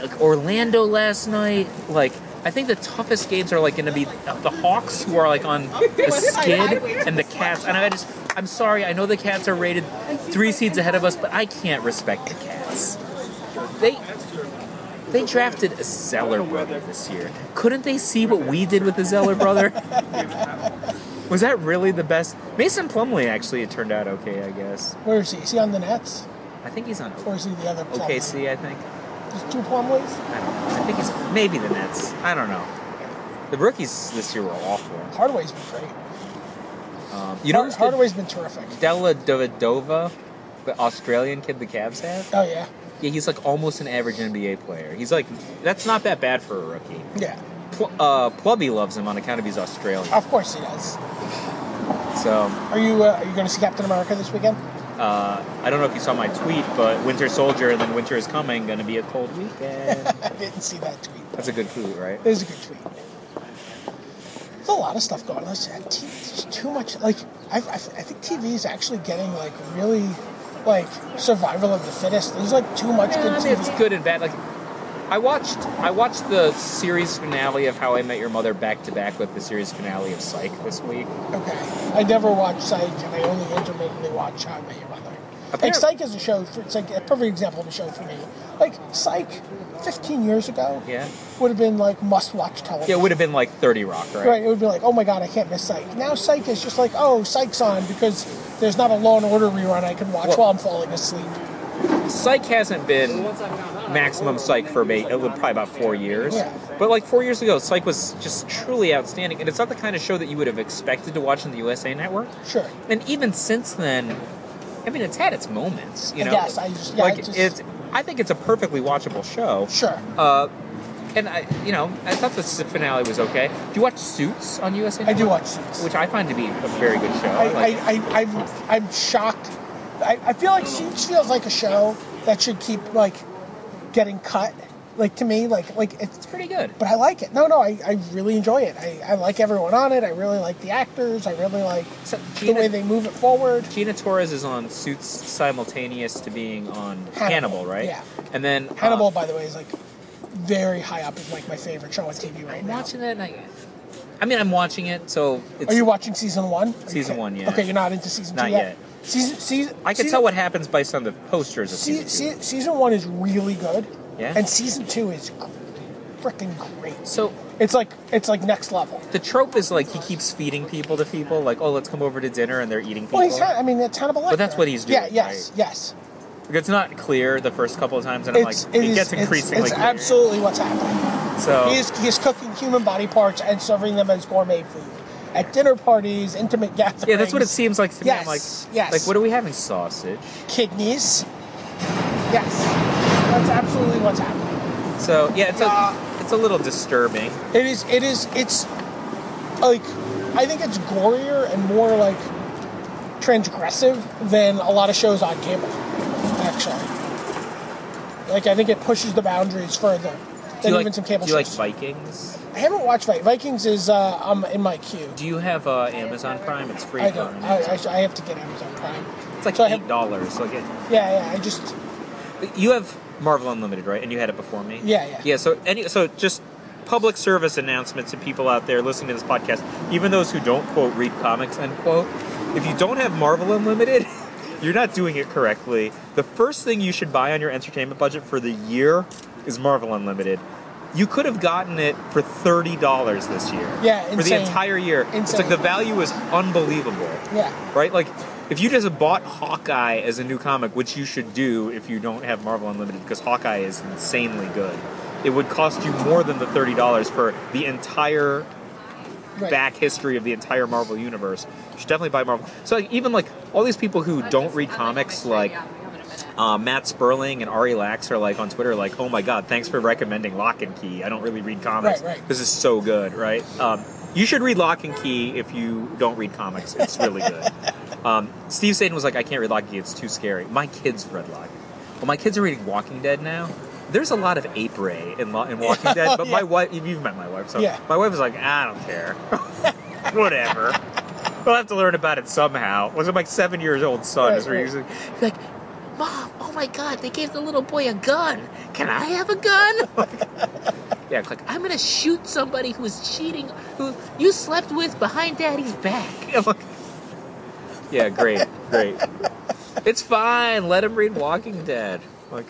[SPEAKER 4] like Orlando last night. Like I think the toughest games are like going to be the Hawks, who are like on the skid, and the Cavs. And I just, I'm sorry, I know the Cavs are rated three seeds ahead of us, but I can't respect the Cavs. They they drafted a Zeller brother this year. Couldn't they see what we did with the Zeller brother? Was that really the best? Mason Plumley actually, it turned out okay, I guess.
[SPEAKER 3] Where is he? Is he on the Nets,
[SPEAKER 4] I think he's on
[SPEAKER 3] or is he the other? Plum?
[SPEAKER 4] OKC. I think.
[SPEAKER 3] There's two Plumleys.
[SPEAKER 4] I don't know. I think he's maybe the Nets. I don't know. The rookies this year were awful.
[SPEAKER 3] Hardaway's been great.
[SPEAKER 4] Um, you know,
[SPEAKER 3] Hard-
[SPEAKER 4] who's good?
[SPEAKER 3] Hardaway's been terrific.
[SPEAKER 4] Della Dovadova, the Australian kid the Cavs have.
[SPEAKER 3] Oh yeah,
[SPEAKER 4] Yeah, he's like almost an average NBA player. He's like, that's not that bad for a rookie.
[SPEAKER 3] yeah.
[SPEAKER 4] Pl- uh, Plubby loves him on account of he's Australian.
[SPEAKER 3] Of course he does.
[SPEAKER 4] So
[SPEAKER 3] Are you uh, are you going to see Captain America this weekend?
[SPEAKER 4] uh, I don't know if you saw my tweet, but Winter Soldier and then Winter is Coming going to be a cold weekend.
[SPEAKER 3] I didn't see that tweet.
[SPEAKER 4] That's a good tweet, right?
[SPEAKER 3] It was a good tweet. There's a lot of stuff going on. There's there's too much. Like I, I, I think TV is actually getting like really like survival of the fittest. There's like too much
[SPEAKER 4] Yeah,
[SPEAKER 3] good
[SPEAKER 4] I mean,
[SPEAKER 3] TV.
[SPEAKER 4] it's good and bad. Like I watched I watched the series finale of How I Met Your Mother back to back with the series finale of Psych this week.
[SPEAKER 3] Okay. I never watch Psych, and I only intermittently watch How I Met Your Mother. Like
[SPEAKER 4] Apparently-
[SPEAKER 3] Psych is a show. For, it's like a perfect example of a show for me. Like Psych, 15 years ago,
[SPEAKER 4] Yeah.
[SPEAKER 3] would have been like must-watch television.
[SPEAKER 4] Yeah, it would have been like Thirty Rock, right?
[SPEAKER 3] Right, it would be like, oh my god, I can't miss Psych. Now Psych is just like, oh, Psych's on because There's not a Law and Order rerun I can watch
[SPEAKER 4] Well-
[SPEAKER 3] while I'm falling asleep.
[SPEAKER 4] Psych hasn't been maximum psych for me. It would probably about four years.
[SPEAKER 3] Yeah.
[SPEAKER 4] But like four years ago, psych was just truly outstanding, and it's not the kind of show that you would have expected to watch on the USA Network.
[SPEAKER 3] Sure.
[SPEAKER 4] And even since then, I mean, it's had its moments. You
[SPEAKER 3] It
[SPEAKER 4] know,
[SPEAKER 3] has. I just- yeah,
[SPEAKER 4] like
[SPEAKER 3] I just-
[SPEAKER 4] it's. I think it's a perfectly watchable show.
[SPEAKER 3] Sure.
[SPEAKER 4] Uh, and I, you know, I thought the s- finale was okay. Do you watch Suits on USA?
[SPEAKER 3] I do
[SPEAKER 4] Network?
[SPEAKER 3] watch Suits.
[SPEAKER 4] which I find to be a very good show.
[SPEAKER 3] I,
[SPEAKER 4] like it.
[SPEAKER 3] I, I, I'm, I'm shocked. I, I feel like Suits feels like a show that should keep like getting cut. Like to me, like like it's
[SPEAKER 4] it's pretty good.
[SPEAKER 3] but I like it. No, no, I, I really enjoy it. I, I like everyone on it. I really like the actors. I really like
[SPEAKER 4] So,
[SPEAKER 3] the
[SPEAKER 4] Gina-
[SPEAKER 3] way they move it forward.
[SPEAKER 4] Gina Torres is on Suits simultaneous to being on Hannibal,
[SPEAKER 3] Hannibal,
[SPEAKER 4] right?
[SPEAKER 3] yeah.
[SPEAKER 4] And then uh,
[SPEAKER 3] Hannibal, by the way, is like very high up in like my favorite show on TV right
[SPEAKER 4] I'm
[SPEAKER 3] now.
[SPEAKER 4] watching it, and I, I mean, I'm watching it, so it's,
[SPEAKER 3] Are you watching season one? Are you
[SPEAKER 4] Season
[SPEAKER 3] ki-
[SPEAKER 4] one, yeah.
[SPEAKER 3] Okay, you're not into season
[SPEAKER 4] Not
[SPEAKER 3] two
[SPEAKER 4] yet.
[SPEAKER 3] yet. Season, season.
[SPEAKER 4] I can
[SPEAKER 3] season-
[SPEAKER 4] tell what happens based on the posters of
[SPEAKER 3] Se-
[SPEAKER 4] season two.
[SPEAKER 3] se- season one is really good.
[SPEAKER 4] Yeah?
[SPEAKER 3] And season two is freaking great.
[SPEAKER 4] So
[SPEAKER 3] It's like it's like next level.
[SPEAKER 4] the trope is like he keeps feeding people to people, like, oh, let's come over to dinner, and they're eating people.
[SPEAKER 3] Well, he's Han- I mean, it's Hannibal Lecter.
[SPEAKER 4] But that's what he's doing,
[SPEAKER 3] Yeah. Yes.
[SPEAKER 4] right?
[SPEAKER 3] Yes.
[SPEAKER 4] it's not clear the firast couple of times, and I'm
[SPEAKER 3] it's
[SPEAKER 4] like, Oh.
[SPEAKER 3] it
[SPEAKER 4] it,
[SPEAKER 3] is-
[SPEAKER 4] gets
[SPEAKER 3] it's-
[SPEAKER 4] increasingly
[SPEAKER 3] It's,
[SPEAKER 4] clear.
[SPEAKER 3] absolutely what's happening.
[SPEAKER 4] so
[SPEAKER 3] He is he is cooking human body parts and serving them as gourmet food at dinner parties, intimate gatherings.
[SPEAKER 4] yeah, that's what it seems like to me. I'm like,
[SPEAKER 3] Yes, yes.
[SPEAKER 4] like, what are we having? Sausage.
[SPEAKER 3] Kidneys. Yes. That's absolutely what's happening.
[SPEAKER 4] So yeah, it's
[SPEAKER 3] Uh,
[SPEAKER 4] a it's a little disturbing.
[SPEAKER 3] It is. It is. It's like I think it's gorier and more like transgressive than a lot of shows on cable. Actually, like I think it pushes the boundaries further
[SPEAKER 4] Do
[SPEAKER 3] than
[SPEAKER 4] you
[SPEAKER 3] even
[SPEAKER 4] like,
[SPEAKER 3] some cable
[SPEAKER 4] do you like
[SPEAKER 3] shows.
[SPEAKER 4] Vikings?
[SPEAKER 3] I haven't watched Vi- Vikings. Is uh, um in my queue.
[SPEAKER 4] Do you have uh, Amazon Prime? It's free.
[SPEAKER 3] I
[SPEAKER 4] for
[SPEAKER 3] don't.
[SPEAKER 4] me.
[SPEAKER 3] I, I, I have to get Amazon Prime.
[SPEAKER 4] it's like
[SPEAKER 3] so I
[SPEAKER 4] eight
[SPEAKER 3] have-
[SPEAKER 4] dollars. Like it,
[SPEAKER 3] Yeah, yeah. I just
[SPEAKER 4] you have Marvel Unlimited, right? And you had it before me.
[SPEAKER 3] Yeah, yeah.
[SPEAKER 4] Yeah. So any so just public service announcements to people out there listening to this podcast, even those who don't quote read comics end quote. If you don't have Marvel Unlimited, you're not doing it correctly. The first thing you should buy on your entertainment budget for the year is Marvel Unlimited. You could have gotten it for thirty dollars this year.
[SPEAKER 3] Yeah,
[SPEAKER 4] for the
[SPEAKER 3] insane.
[SPEAKER 4] entire year. It's like
[SPEAKER 3] Insane.
[SPEAKER 4] the value is unbelievable
[SPEAKER 3] yeah.
[SPEAKER 4] right? Like, if you just bought Hawkeye as a new comic, which you should do if you don't have Marvel Unlimited, because Hawkeye is insanely good, it would cost you more than the thirty dollars for the entire
[SPEAKER 3] Right.
[SPEAKER 4] back history of the entire Marvel universe. You should definitely buy Marvel. So like, even like all these people who don't read comics, like. Uh, Matt Sperling and Ari Lax are like on Twitter, like, "Oh my God, thanks for recommending Lock and Key. I don't really read comics.
[SPEAKER 3] Right, right.
[SPEAKER 4] This is so good, right? Um, you should read Lock and Key if you don't read comics. It's really good." um, Steve Satan was like, "I can't read Lock and Key. It's too scary." My kids read Lock. and Key. Well, my kids are reading Walking Dead now. There's a lot of ape ray in, Lo- in Walking Dead, but my
[SPEAKER 3] Yeah.
[SPEAKER 4] wife, you've met my wife, so
[SPEAKER 3] Yeah.
[SPEAKER 4] my wife was like, "I don't care." whatever. we'll have to learn about it somehow. Was it my seven years old son?
[SPEAKER 3] Right,
[SPEAKER 4] is where he
[SPEAKER 3] right.
[SPEAKER 4] was like, he's like, Mom, oh my God, they gave the little boy a gun. Can I have a gun? Oh yeah, it's like, I'm going to shoot somebody who is cheating, who you slept with behind daddy's back. I'm like, yeah, great, great. it's fine. Let him read Walking Dead. Like,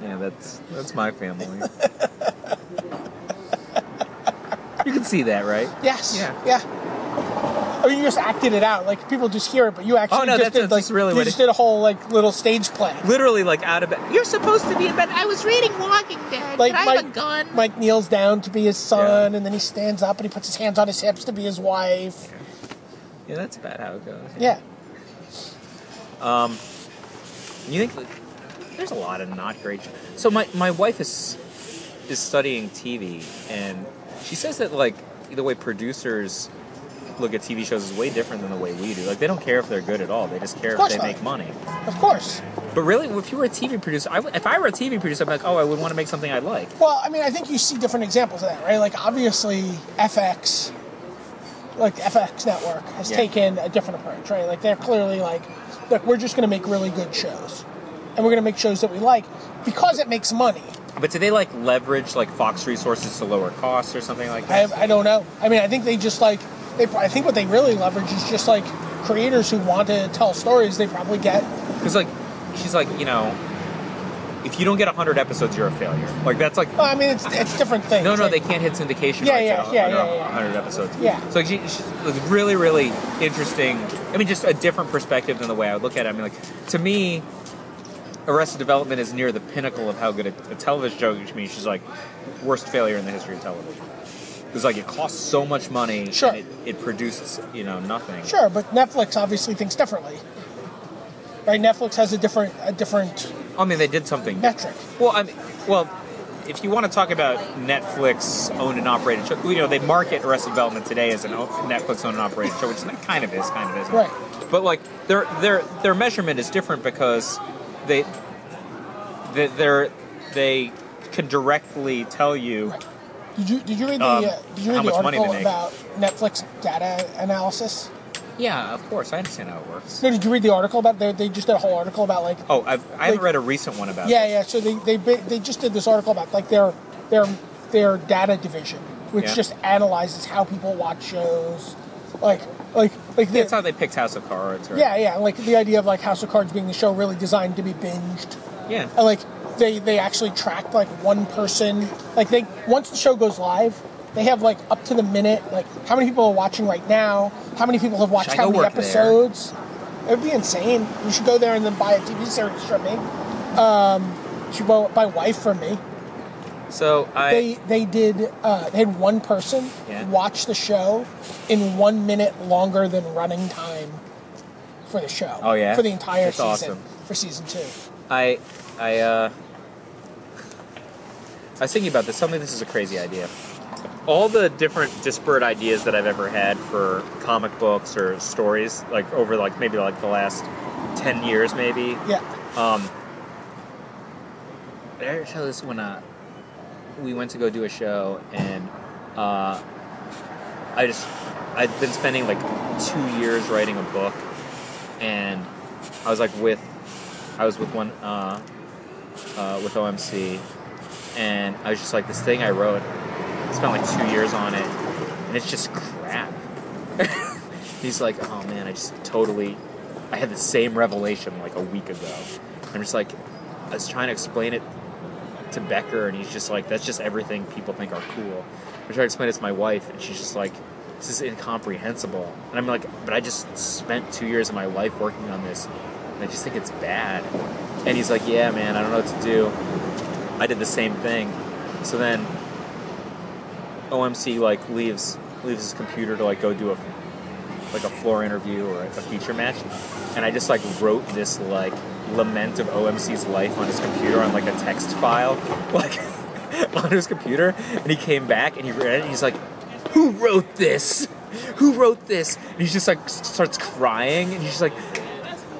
[SPEAKER 4] yeah, that's that's my family. you can see that, right?
[SPEAKER 3] Yes.
[SPEAKER 4] Yeah.
[SPEAKER 3] Yeah. I mean, you just acted it out. Like people just hear it, but you actually
[SPEAKER 4] Oh, no,
[SPEAKER 3] just
[SPEAKER 4] that's-
[SPEAKER 3] did
[SPEAKER 4] that's
[SPEAKER 3] like
[SPEAKER 4] really
[SPEAKER 3] you
[SPEAKER 4] what
[SPEAKER 3] just
[SPEAKER 4] it-
[SPEAKER 3] did a whole like little stage play.
[SPEAKER 4] literally like out of bed. You're supposed to be in bed. I was reading Walking Dead.
[SPEAKER 3] Like
[SPEAKER 4] Can I
[SPEAKER 3] Mike,
[SPEAKER 4] have a gun?
[SPEAKER 3] Mike kneels down to be his son,
[SPEAKER 4] Yeah.
[SPEAKER 3] and then he stands up and he puts his hands on his hips to be his wife.
[SPEAKER 4] yeah, that's about how it goes.
[SPEAKER 3] Yeah,
[SPEAKER 4] You think like, there's a lot of not great. So my my wife is is studying TV, and she says that like the way producers look at TV shows is way different than the way we do. Like they don't care if they're good at all. They just care
[SPEAKER 3] Of
[SPEAKER 4] if
[SPEAKER 3] course
[SPEAKER 4] they
[SPEAKER 3] not.
[SPEAKER 4] make money.
[SPEAKER 3] of course.
[SPEAKER 4] But really, if you were a TV producer, I w if I were a TV producer, I'm like, oh, I would want to make something I like.
[SPEAKER 3] Well, I mean, I think you see different examples of that, right? Like obviously, FX, like FX network, has
[SPEAKER 4] Yeah.
[SPEAKER 3] taken a different approach, right? Like they're clearly like, look, we're just going to make really good shows, and we're going to make shows that we like because it makes money.
[SPEAKER 4] But do they like leverage like Fox resources to lower costs or something like that?
[SPEAKER 3] I, I don't know. I mean, I think they just like they. I think what they really leverage is just like creators who want to tell stories. They probably get
[SPEAKER 4] Because like, she's like, you know, if you don't get hundred episodes, you're a failure. Like that's like,
[SPEAKER 3] Well, I mean, it's it's different things.
[SPEAKER 4] no, no,
[SPEAKER 3] Like,
[SPEAKER 4] they can't hit syndication.
[SPEAKER 3] Yeah,
[SPEAKER 4] rights
[SPEAKER 3] yeah,
[SPEAKER 4] at
[SPEAKER 3] yeah,
[SPEAKER 4] under
[SPEAKER 3] yeah, yeah.
[SPEAKER 4] hundred episodes.
[SPEAKER 3] Yeah.
[SPEAKER 4] So like, she, she's like, really, really interesting I mean, just a different perspective than the way I would look at it. I mean, like to me, Arrested Development is near the pinnacle of how good a, a television show is. To me, she's like worst failure in the history of television. Because like it costs so much money,
[SPEAKER 3] Sure.
[SPEAKER 4] and it, it produces you know nothing.
[SPEAKER 3] Sure, but Netflix obviously thinks differently. Right? Netflix has a different a different
[SPEAKER 4] I mean, they did something.
[SPEAKER 3] metric.
[SPEAKER 4] Well, I mean, well, if you want to talk about Netflix owned and operated show, you know they market Arrested Development today as a Netflix owned and operated show, which not- kind of is, kind of isn't.
[SPEAKER 3] Right.
[SPEAKER 4] But like their their their measurement is different because they they they're, they can directly tell you.
[SPEAKER 3] Did you did you read the
[SPEAKER 4] Um,
[SPEAKER 3] uh, did you
[SPEAKER 4] how
[SPEAKER 3] read the
[SPEAKER 4] much money
[SPEAKER 3] article
[SPEAKER 4] they make.
[SPEAKER 3] about Netflix data analysis?
[SPEAKER 4] Yeah, of course, I understand how it works.
[SPEAKER 3] No, did you read the article about they they just did a whole article about like
[SPEAKER 4] Oh, I've, I haven't
[SPEAKER 3] Like-
[SPEAKER 4] read a recent one about.
[SPEAKER 3] Yeah,
[SPEAKER 4] it.
[SPEAKER 3] yeah. So they, they ba- they just did this article about like their their their data division, which
[SPEAKER 4] Yeah.
[SPEAKER 3] just analyzes how people watch shows, like like like
[SPEAKER 4] That's how
[SPEAKER 3] the,
[SPEAKER 4] they picked House of Cards. Or,
[SPEAKER 3] yeah, yeah, like the idea of like House of Cards being the show really designed to be binged.
[SPEAKER 4] yeah.
[SPEAKER 3] And like they they actually track like one person, like they once the show goes live. They have like up to the minute, like how many people are watching right now, how many people have watched
[SPEAKER 4] Should I
[SPEAKER 3] how
[SPEAKER 4] go
[SPEAKER 3] many
[SPEAKER 4] work there?
[SPEAKER 3] episodes. It would be insane. You should go there and then buy a TV series from me. Um, you should buy, buy wife from me
[SPEAKER 4] So I.
[SPEAKER 3] they they did uh, they had one person
[SPEAKER 4] Yeah.
[SPEAKER 3] watch the show in one minute longer than running time for the show.
[SPEAKER 4] Oh, yeah?
[SPEAKER 3] for the entire
[SPEAKER 4] That's
[SPEAKER 3] season
[SPEAKER 4] awesome.
[SPEAKER 3] for season two.
[SPEAKER 4] I, I, uh, I was thinking about this. Tell me this is a crazy idea. All the different disparate ideas that I've ever had for comic books or stories, like over like maybe like the last ten years, maybe.
[SPEAKER 3] Yeah,
[SPEAKER 4] Um, did I ever tell this when uh, we went to go do a show and uh, I just I'd been spending like two years writing a book and I was like with I was with one uh, uh, with OMC and I was just like this thing I wrote spent like two years on it and it's just crap. He's like, oh man, I just totally I had the same revelation like a week ago. I'm just like, I was trying to explain it to Becker, and he's just like, that's just everything people think are cool. I trying to explain it to my wife, and she's just like, this is incomprehensible. And I'm like, but I just spent two years of my life working on this, and I just think it's bad. And he's like, yeah, man, I don't know what to do. I did the same thing. So then OMC like leaves leaves his computer to like go do a like a floor interview or a feature match, and I just like wrote this like lament of OMC's life on his computer on like a text file, like on his computer, and he came back and he read it and he's like, "Who wrote this? Who wrote this?" And he just like s- starts crying and he's just like,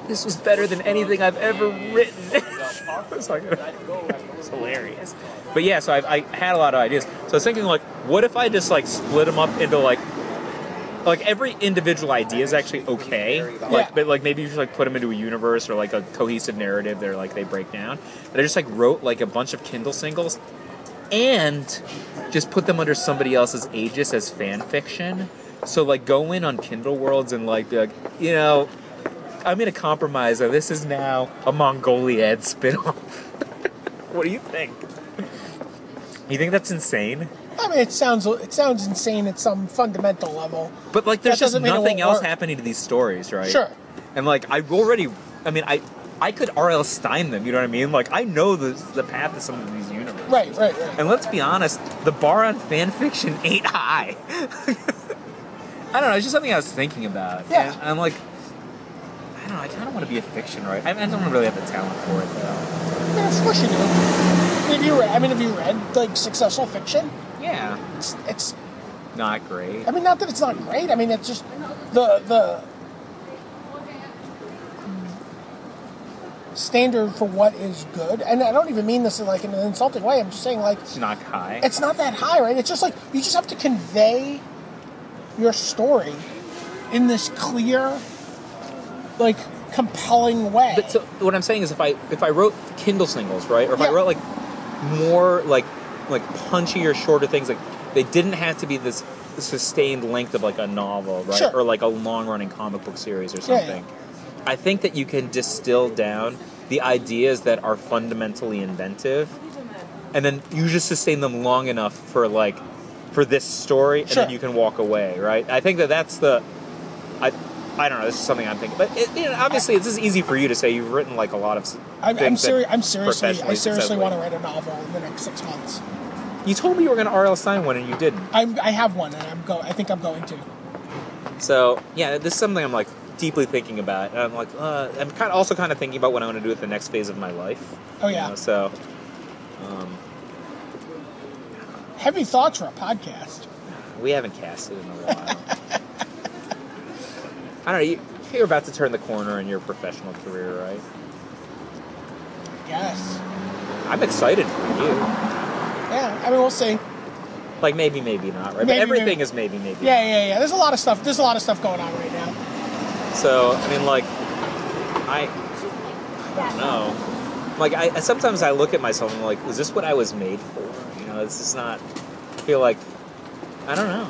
[SPEAKER 4] "This was better than anything I've ever written." it was like it was hilarious. But yeah, so I, I had a lot of ideas. So I was thinking like, what if I just like split them up into like like every individual idea is actually okay like
[SPEAKER 3] Yeah.
[SPEAKER 4] but like maybe you should like put them into a universe or like a cohesive narrative that like they break down and i just like wrote like a bunch of kindle singles and just put them under somebody else's aegis as fan fiction so like go in on kindle worlds and like be like you know i'm gonna compromise and this is now a mongoliad spinoff what do you think you think that's insane
[SPEAKER 3] I mean it sounds it sounds insane at some fundamental level.
[SPEAKER 4] but like, there's
[SPEAKER 3] That
[SPEAKER 4] just
[SPEAKER 3] doesn't mean it
[SPEAKER 4] nothing
[SPEAKER 3] won't
[SPEAKER 4] else
[SPEAKER 3] work.
[SPEAKER 4] happening to these stories, right?
[SPEAKER 3] Sure.
[SPEAKER 4] And like, I already, I mean, I, I could R.L. Stein them. You know what I mean? Like, I know the the path to some of these universes.
[SPEAKER 3] Right, right, right.
[SPEAKER 4] And let's be honest, the bar on fan fiction ain't high. I don't know. It's just something I was thinking about.
[SPEAKER 3] Yeah.
[SPEAKER 4] And I'm like, I don't know. I kind of want to be a fiction writer. I, I don't really have the talent for it though.
[SPEAKER 3] Yeah, of course you do. If you read, I mean, have you read like successful fiction?
[SPEAKER 4] Yeah.
[SPEAKER 3] It's, it's
[SPEAKER 4] Not great.
[SPEAKER 3] I mean, not that it's not great. I mean, it's just the the standard for what is good. And I don't even mean this in like in an insulting way. I'm just saying like
[SPEAKER 4] It's not high.
[SPEAKER 3] it's not that high, right? It's just like you just have to convey your story in this clear, like compelling way.
[SPEAKER 4] But so what I'm saying is, if I if I wrote Kindle singles, right, or if I
[SPEAKER 3] Yeah.
[SPEAKER 4] wrote like more like like punchier, shorter things, like they didn't have to be this sustained length of like a novel, right,
[SPEAKER 3] Sure.
[SPEAKER 4] or like a long running comic book series or
[SPEAKER 3] Yeah, yeah.
[SPEAKER 4] something. I think that you can distill down the ideas that are fundamentally inventive, and then you just sustain them long enough for like for this story, and
[SPEAKER 3] Sure.
[SPEAKER 4] then you can walk away, right? I think that that's the I I don't know. This is something I'm thinking, but it, you know, obviously, this is easy for you to say. You've written like a lot of. s-
[SPEAKER 3] I'm, I'm,
[SPEAKER 4] things that
[SPEAKER 3] seri- I'm seriously, I
[SPEAKER 4] professionally
[SPEAKER 3] seriously
[SPEAKER 4] successfully-
[SPEAKER 3] want to write a novel in the next six months.
[SPEAKER 4] You told me you were going to RL sign one, and you didn't.
[SPEAKER 3] I'm, I have one, and I'm go. I think I'm going to.
[SPEAKER 4] So yeah, this is something I'm like deeply thinking about, and I'm like, uh, I'm kind of also kind of thinking about what I want to do with the next phase of my life.
[SPEAKER 3] Oh,
[SPEAKER 4] you
[SPEAKER 3] yeah.
[SPEAKER 4] know, so
[SPEAKER 3] Heavy thoughts for a podcast.
[SPEAKER 4] we haven't casted in a while. I don't know. You, you're about to turn the corner in your professional career, right?
[SPEAKER 3] Yes.
[SPEAKER 4] I'm excited for you.
[SPEAKER 3] Yeah. I mean, we'll see.
[SPEAKER 4] Like maybe, maybe not, right? but
[SPEAKER 3] Maybe,
[SPEAKER 4] everything
[SPEAKER 3] maybe.
[SPEAKER 4] is maybe, maybe.
[SPEAKER 3] Yeah, yeah, yeah. There's a lot of stuff. There's a lot of stuff going on right now.
[SPEAKER 4] So I mean, like, I, I don't know. Like I I- sometimes I look at myself and I'm like, is this what I was made for? You know, this is not. I feel like, I don't know.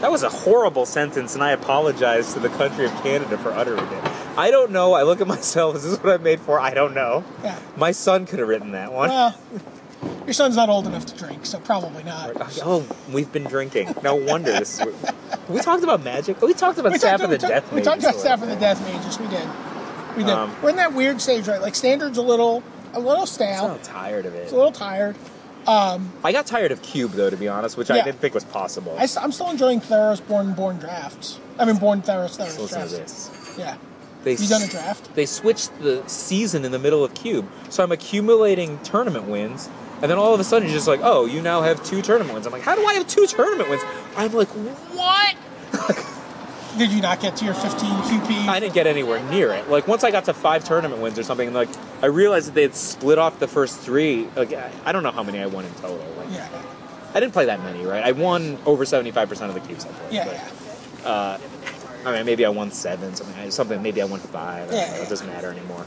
[SPEAKER 4] That was a horrible sentence, and I apologize to the country of Canada for uttering it. I don't know. I look at myself. Is this what I'm made for? I don't know.
[SPEAKER 3] Yeah.
[SPEAKER 4] My son could have written that one.
[SPEAKER 3] Well, your son's not old enough to drink, so probably not.
[SPEAKER 4] Oh, we've been drinking. No wonder. This is, we talked about magic. We talked about
[SPEAKER 3] We
[SPEAKER 4] Staff
[SPEAKER 3] talked,
[SPEAKER 4] of
[SPEAKER 3] we
[SPEAKER 4] the
[SPEAKER 3] talked-
[SPEAKER 4] Death
[SPEAKER 3] we talked about
[SPEAKER 4] Mages.
[SPEAKER 3] staff of the death mages. We did. We did.
[SPEAKER 4] Um,
[SPEAKER 3] We're in that weird stage, right? Like standards a little, a little
[SPEAKER 4] I'm so
[SPEAKER 3] stale.
[SPEAKER 4] tired of it.
[SPEAKER 3] It's a little tired.
[SPEAKER 4] I got tired of Cube though, to be honest, which I
[SPEAKER 3] Yeah.
[SPEAKER 4] didn't think was possible.
[SPEAKER 3] I, am still enjoying Theros born born drafts. I mean, born Theros
[SPEAKER 4] Just
[SPEAKER 3] Theros
[SPEAKER 4] listen to
[SPEAKER 3] drafts.
[SPEAKER 4] this.
[SPEAKER 3] Yeah.
[SPEAKER 4] They
[SPEAKER 3] You done a
[SPEAKER 4] s-
[SPEAKER 3] draft?
[SPEAKER 4] They switched the season in the middle of Cube, so I'm accumulating tournament wins, and then all of a sudden you're just like, oh, you now have two tournament wins. I'm like, how do I have two tournament wins? I'm like, what?
[SPEAKER 3] Did you not get to your 15 QP?
[SPEAKER 4] I didn't get anywhere near it. Like once I got to five tournament wins or something, like I realized that they had split off the first three. Like I I don't know how many I won in total. Like
[SPEAKER 3] yeah.
[SPEAKER 4] I didn't play that many, right? I won over 75% of the cubes I played.
[SPEAKER 3] Yeah,
[SPEAKER 4] but-
[SPEAKER 3] yeah.
[SPEAKER 4] I mean, maybe I won seven, something, something. Maybe I won five. I don't
[SPEAKER 3] Yeah,
[SPEAKER 4] know,
[SPEAKER 3] yeah.
[SPEAKER 4] It doesn't matter anymore.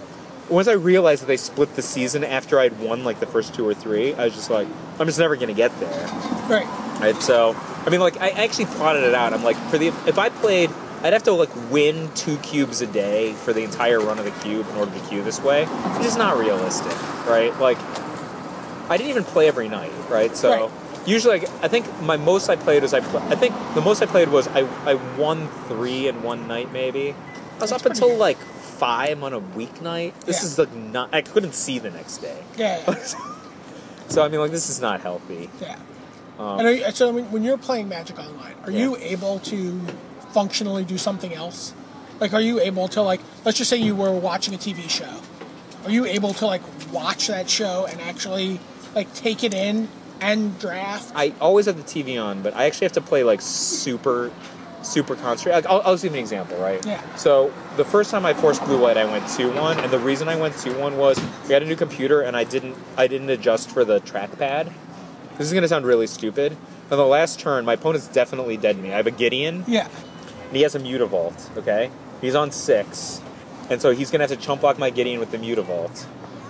[SPEAKER 4] Once I realized that they split the season after I'd won like the first two or three, I was just like, I'm just never gonna get there.
[SPEAKER 3] Right.
[SPEAKER 4] Right? So, I mean, like, I actually plotted it out. I'm like, for the if I played, I'd have to like win two cubes a day for the entire run of the cube in order to queue this way, which is not realistic, right? Like, I didn't even play every night, right? So.
[SPEAKER 3] Right.
[SPEAKER 4] Usually, like, I think my most I played was I. Pl- I think the most I played was I. I won three in one night, maybe. I was
[SPEAKER 3] That's
[SPEAKER 4] up until
[SPEAKER 3] pretty good.
[SPEAKER 4] like five on a weeknight. This
[SPEAKER 3] Yeah.
[SPEAKER 4] is like not. I couldn't see the next day.
[SPEAKER 3] Yeah. yeah.
[SPEAKER 4] So I mean, like, this is not healthy.
[SPEAKER 3] Yeah. and are you, so I mean, when you're playing Magic Online, are
[SPEAKER 4] Um, Yeah.
[SPEAKER 3] you able to functionally do something else? Like, are you able to like, let's just say you were watching a TV show, are you able to like watch that show and actually like take it in and draft?
[SPEAKER 4] I always have the TV on, but I actually have to play like super, super concentrated. Like, I'll, I'll just give you an example, right?
[SPEAKER 3] Yeah.
[SPEAKER 4] So the first time I forced blue light, I went two one, and the reason I went two one was we had a new computer, and I didn't, I didn't adjust for the trackpad. This is gonna sound really stupid. On the last turn, my opponent's definitely dead me. I have a Gideon,
[SPEAKER 3] Yeah.
[SPEAKER 4] and he has a Mutavault. Okay, he's on six, and so he's gonna have to chump block my Gideon with the Mutavault.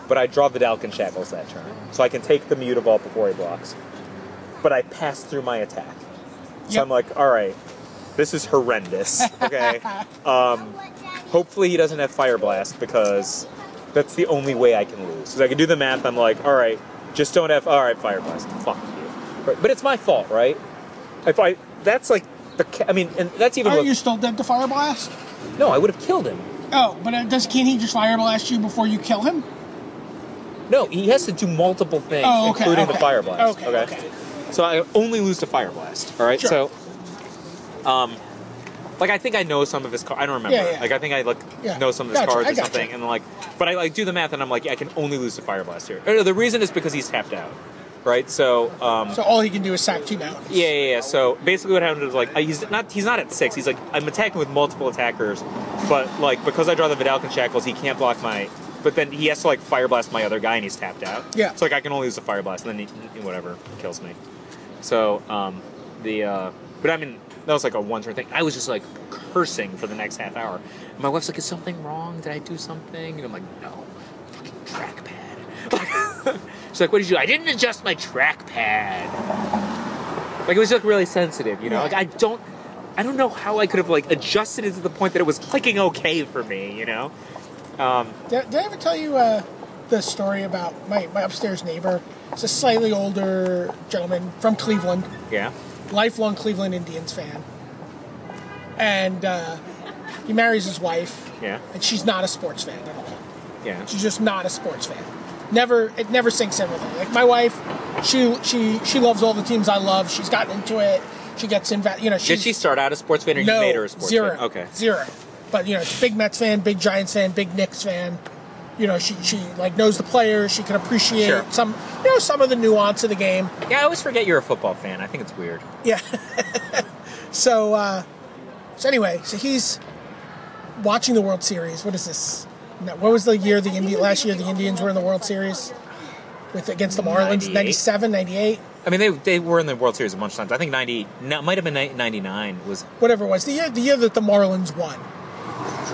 [SPEAKER 4] But I draw the Dalkin Shackles that turn, so I can take the Mutavault before he blocks. But I pass through my attack, so
[SPEAKER 3] Yep.
[SPEAKER 4] I'm like, all right, this is horrendous. Okay, um, hopefully he doesn't have Fire Blast because that's the only way I can lose. Because I can do the math. I'm like, all right, just don't have. All right, Fire Blast. Fuck you. Right, But it's my fault, right? If I, that's like the. ca- I mean, and that's even.
[SPEAKER 3] Are
[SPEAKER 4] with-
[SPEAKER 3] you still dead to Fire Blast?
[SPEAKER 4] no, I would have killed him.
[SPEAKER 3] Oh, but it does can he just Fire Blast you before you kill him?
[SPEAKER 4] No, he has to do multiple things,
[SPEAKER 3] Oh, okay,
[SPEAKER 4] including the
[SPEAKER 3] okay.
[SPEAKER 4] fire blast.
[SPEAKER 3] Okay, okay.
[SPEAKER 4] So I only lose to fire blast. All right.
[SPEAKER 3] Sure.
[SPEAKER 4] So, um, like I think I know some of his cards. I don't remember.
[SPEAKER 3] Yeah, yeah.
[SPEAKER 4] Like I think I like
[SPEAKER 3] Yeah.
[SPEAKER 4] know some of his
[SPEAKER 3] Gotcha,
[SPEAKER 4] cards
[SPEAKER 3] I
[SPEAKER 4] or
[SPEAKER 3] gotcha.
[SPEAKER 4] something, and like, but I like do the math, and I'm like, yeah, I can only lose to fire blast here. Or, no, the reason is because he's tapped out, right? So, um,
[SPEAKER 3] So all he can do is sack two mountains.
[SPEAKER 4] yeah, yeah, yeah. So basically, what happened is like I- he's not he's not at six. He's like I'm attacking with multiple attackers, but like because I draw the Vidalcan shackles, he can't block my. But then he has to like fire blast my other guy, and he's tapped out.
[SPEAKER 3] Yeah.
[SPEAKER 4] So like I can only use the fire blast, and then he, whatever kills me. So um, the uh, but I mean that was like a one turn thing. I was just like cursing for the next half hour. And my wife's like, "Is something wrong? Did I do something?" And I'm like, "No, fucking trackpad." She's like, "What did you do?" I didn't adjust my trackpad. Like it was like really sensitive, you know. Like I don't, I don't know how I could have like adjusted it to the point that it was clicking okay for me, you know.
[SPEAKER 3] Did, did I ever tell you uh, the story about my, my upstairs neighbor? It's a slightly older gentleman from Cleveland,
[SPEAKER 4] Yeah.
[SPEAKER 3] lifelong Cleveland Indians fan. And uh, He marries his wife,
[SPEAKER 4] Yeah.
[SPEAKER 3] and she's not a sports fan at all.
[SPEAKER 4] Yeah.
[SPEAKER 3] She's just not a sports fan. Never, it never sinks in with her. Like my wife, she she she loves all the teams I love. She's gotten into it. She gets invested. You know, she's,
[SPEAKER 4] Did she start out a sports fan or
[SPEAKER 3] no
[SPEAKER 4] you made her a sports
[SPEAKER 3] zero
[SPEAKER 4] fan? Okay.
[SPEAKER 3] zero. But you know, she's a big Mets fan, big Giants fan, big Knicks fan. You know, she she like knows the players. She can appreciate
[SPEAKER 4] Sure.
[SPEAKER 3] some you know some of the nuance of the game.
[SPEAKER 4] Yeah, I always forget you're a football fan. I think it's weird.
[SPEAKER 3] Yeah. so, uh, so anyway, so he's watching the World Series. What is this? No, what was the year the Indi- last year the Indians were in the World Series with against the Marlins?
[SPEAKER 4] 98?
[SPEAKER 3] 97, 98,
[SPEAKER 4] I mean, they, they were in the World Series a bunch of times. I think 90, no, it might have been ni- 99 was
[SPEAKER 3] whatever it was. The year the year that the Marlins won.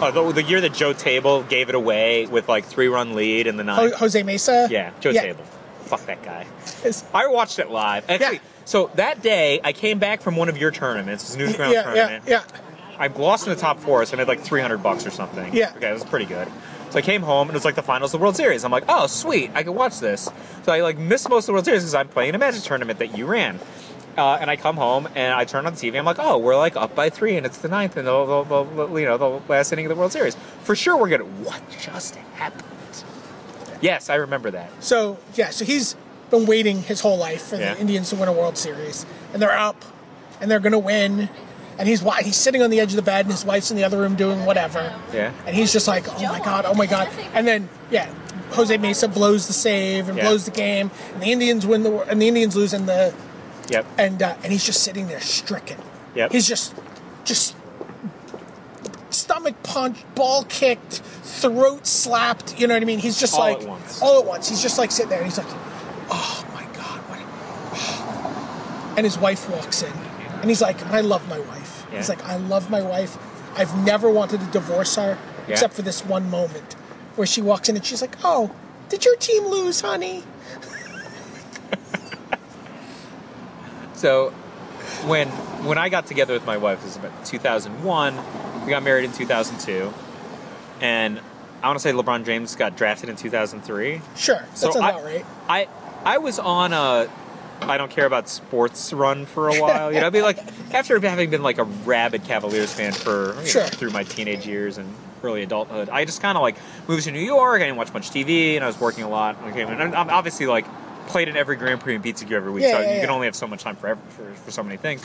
[SPEAKER 4] oh, the, the year that Joe Table gave it away with like three run lead in the ninth.
[SPEAKER 3] Ho- Jose Mesa.
[SPEAKER 4] yeah, Joe
[SPEAKER 3] Yeah.
[SPEAKER 4] Table. Fuck that guy. I watched it live. Actually,
[SPEAKER 3] Yeah.
[SPEAKER 4] so that day I came back from one of your tournaments, it was a Newsground
[SPEAKER 3] Yeah, yeah,
[SPEAKER 4] tournament.
[SPEAKER 3] yeah.
[SPEAKER 4] I lost in the top four, so I made like 300 bucks or something.
[SPEAKER 3] Yeah.
[SPEAKER 4] Okay, it was pretty good. So I came home and it was like the finals of the World Series. I'm like, oh, sweet, I can watch this. So I like missed most of the World Series because I'm playing a Magic tournament that you ran. Uh, and I come home and I turn on the TV. I'm like, oh, we're like up by three, and it's the ninth, and the, the, the, the- you know the last inning of the World Series. For sure, we're gonna. What just happened? Yes, I remember that.
[SPEAKER 3] So yeah, so he's been waiting his whole life for
[SPEAKER 4] Yeah.
[SPEAKER 3] the Indians to win a World Series, and they're up, and they're gonna win, and he's wa- he's sitting on the edge of the bed, and his wife's in the other room doing whatever.
[SPEAKER 4] Yeah.
[SPEAKER 3] And he's just like, oh my god, oh my god. And then, yeah, Jose Mesa blows the save and
[SPEAKER 4] Yeah.
[SPEAKER 3] blows the game, and the Indians win the wor- and the Indians lose, and the
[SPEAKER 4] Yep.
[SPEAKER 3] and uh, and he's just sitting there stricken.
[SPEAKER 4] Yep.
[SPEAKER 3] He's just, just stomach punched, ball kicked, throat slapped. You know what I mean? He's just
[SPEAKER 4] All
[SPEAKER 3] like
[SPEAKER 4] at once.
[SPEAKER 3] all at once. He's just like sitting there, and he's like, oh my god, what? a-" And his wife walks in, and he's like, I love my wife. He's
[SPEAKER 4] Yeah.
[SPEAKER 3] like, I love my wife. I've never wanted to divorce her
[SPEAKER 4] Yeah.
[SPEAKER 3] except for this one moment where she walks in and she's like, oh, did your team lose, honey?
[SPEAKER 4] So when when I got together with my wife, this was about 2001. We got married in 2002, and I want to say LeBron James got drafted in 2003.
[SPEAKER 3] Sure,
[SPEAKER 4] So
[SPEAKER 3] that's
[SPEAKER 4] I,
[SPEAKER 3] about right.
[SPEAKER 4] I I was on a I don't care about sports run for a while. You know, I mean, like after having been like a rabid Cavaliers fan for you know,
[SPEAKER 3] Sure.
[SPEAKER 4] through my teenage years and early adulthood, I just kind of like moved to New York. I didn't watch much TV, and I was working a lot. Okay, and I'm I'm obviously like played in every Grand Prix and beats you every week,
[SPEAKER 3] Yeah,
[SPEAKER 4] so
[SPEAKER 3] yeah,
[SPEAKER 4] you can
[SPEAKER 3] yeah.
[SPEAKER 4] only have so much time for, ev- for for so many things.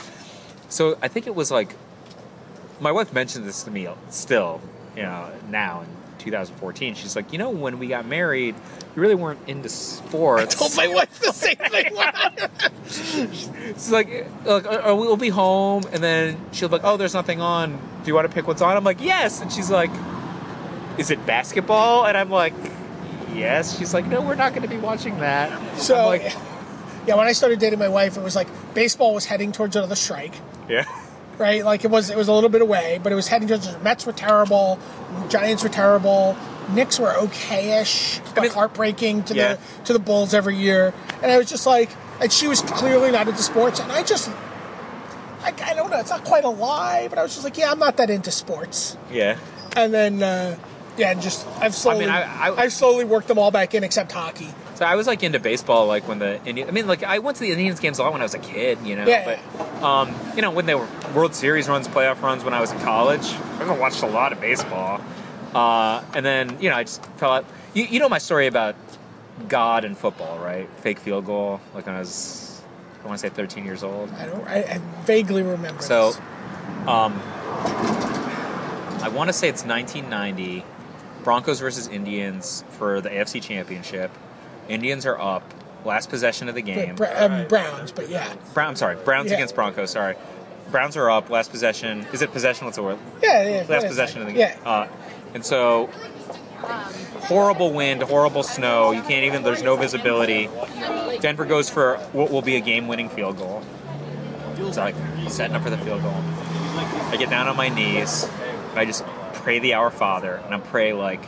[SPEAKER 4] So I think it was like my wife mentioned this to me still, you know, now in 2014. She's like, you know, when we got married, you really weren't into sports.
[SPEAKER 3] Told my wife the same thing.
[SPEAKER 4] She's like, look, or- or we'll be home, and then she'll be like, oh, there's nothing on. Do you want to pick what's on? I'm like, yes. And she's like, is it basketball? And I'm like, yes. She's like, no, we're not going to be watching that.
[SPEAKER 3] So,
[SPEAKER 4] I'm like,
[SPEAKER 3] yeah, when I started dating my wife, it was like baseball was heading towards another strike,
[SPEAKER 4] yeah.
[SPEAKER 3] right? Like it was, it was a little bit away, but it was heading towards. Mets were terrible, Giants were terrible, Knicks were okay-ish, but
[SPEAKER 4] mean-
[SPEAKER 3] heartbreaking to
[SPEAKER 4] Yeah.
[SPEAKER 3] the to the Bulls every year, and I was just like, and she was clearly not into sports, and I just, I, I don't know, it's not quite a lie, but I was just like, yeah, I'm not that into sports,
[SPEAKER 4] Yeah.
[SPEAKER 3] and then. uh yeah, and just I've slowly,
[SPEAKER 4] I- I-
[SPEAKER 3] I've slowly worked them all back in except hockey.
[SPEAKER 4] So I was like into baseball, like when the Indian. I mean, like I went to the Indians games a lot when I was a kid, you know.
[SPEAKER 3] Yeah.
[SPEAKER 4] But um, you know, when they were World Series runs, playoff runs, when I was in college, I watched a lot of baseball. Uh, and then you know, I just fell out. You, you know my story about God and football, right? Fake field goal, like when I was, I want to say 13 years old.
[SPEAKER 3] I don't. I, I vaguely remember.
[SPEAKER 4] So,
[SPEAKER 3] this.
[SPEAKER 4] um, I want to say it's 1990, Broncos versus Indians for the AFC Championship. Indians are up, last possession of the game.
[SPEAKER 3] Bra- um, Browns, but yeah,
[SPEAKER 4] Brown, I'm sorry, Browns
[SPEAKER 3] Yeah.
[SPEAKER 4] against Broncos. Sorry, Browns are up, last possession. Is it possession? What's the word?
[SPEAKER 3] yeah, yeah.
[SPEAKER 4] Last possession of the game.
[SPEAKER 3] Yeah,
[SPEAKER 4] Uh, and so, horrible wind, horrible snow. You can't even. There's no visibility. Denver goes for what will be a game-winning field goal. So like setting up for the field goal. I get down on my knees. And I just pray the Our Father, and I pray like,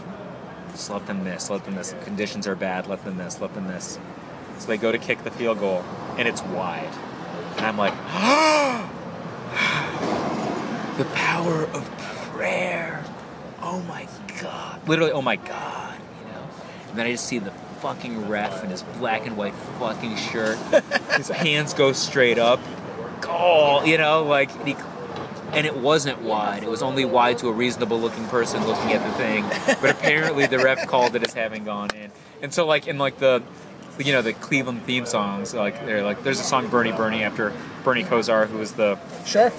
[SPEAKER 4] just let them miss, let them miss. The conditions are bad. Let them miss, let them miss. So they go to kick the field goal, and it's wide. And I'm like, the power of prayer. Oh my God. Literally, oh my God. You know? And then I just see the fucking ref in his black and white fucking shirt. his hands go straight up. Goal, you know, like, and he and it wasn't wide. It was only wide to a reasonable looking person looking at the thing. But apparently the ref called it as having gone in. And so like in like the you know the Cleveland theme songs, like they're like there's a song Bernie Bernie after Bernie Kosar, who was the
[SPEAKER 3] Sure.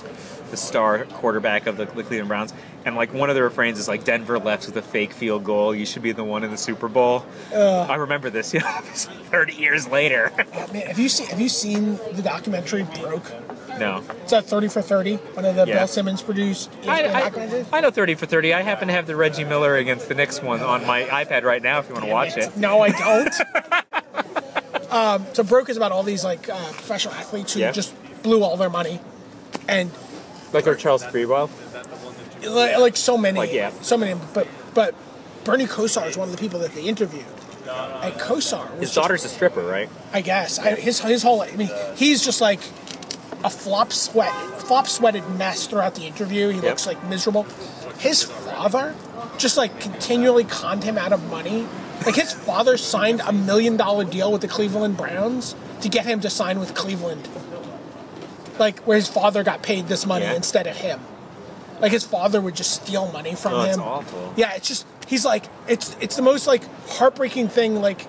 [SPEAKER 4] the star quarterback of the, the Cleveland Browns, and like one of the refrains is like Denver left with a fake field goal. You should be the one in the Super Bowl. I remember this. Yeah, thirty years later.
[SPEAKER 3] Man, have you seen Have you seen the documentary Broke?
[SPEAKER 4] no,
[SPEAKER 3] It's at Thirty for Thirty, one of the
[SPEAKER 4] Yeah.
[SPEAKER 3] Bill Simmons produced.
[SPEAKER 4] I,
[SPEAKER 3] documentaries.
[SPEAKER 4] I, I know thirty for thirty. I happen to have the Reggie Miller against the Knicks one on my iPad right now. If you want to watch it,
[SPEAKER 3] No, I don't. um, so Broke is about all these like uh, professional athletes who
[SPEAKER 4] Yeah.
[SPEAKER 3] just blew all their money, and
[SPEAKER 4] like our Charles Freewell.
[SPEAKER 3] like, like so many,
[SPEAKER 4] Like, yeah.
[SPEAKER 3] so many. But but Bernie Kosar is one of the people that they interviewed. And Kosar was
[SPEAKER 4] His
[SPEAKER 3] just
[SPEAKER 4] daughter's a stripper, right?
[SPEAKER 3] I guess. I, his his whole. I mean, he's just like a flop sweat, flop sweated mess throughout the interview. He looks like miserable. His father just like continually conned him out of money. Like his father signed a million dollar deal with the Cleveland Browns to get him to sign with Cleveland. Like where his father got paid this money
[SPEAKER 4] Yeah.
[SPEAKER 3] instead of him. Like his father would just steal money from
[SPEAKER 4] Oh,
[SPEAKER 3] him.
[SPEAKER 4] that's awful.
[SPEAKER 3] Yeah, it's just he's like it's it's the most like heartbreaking thing like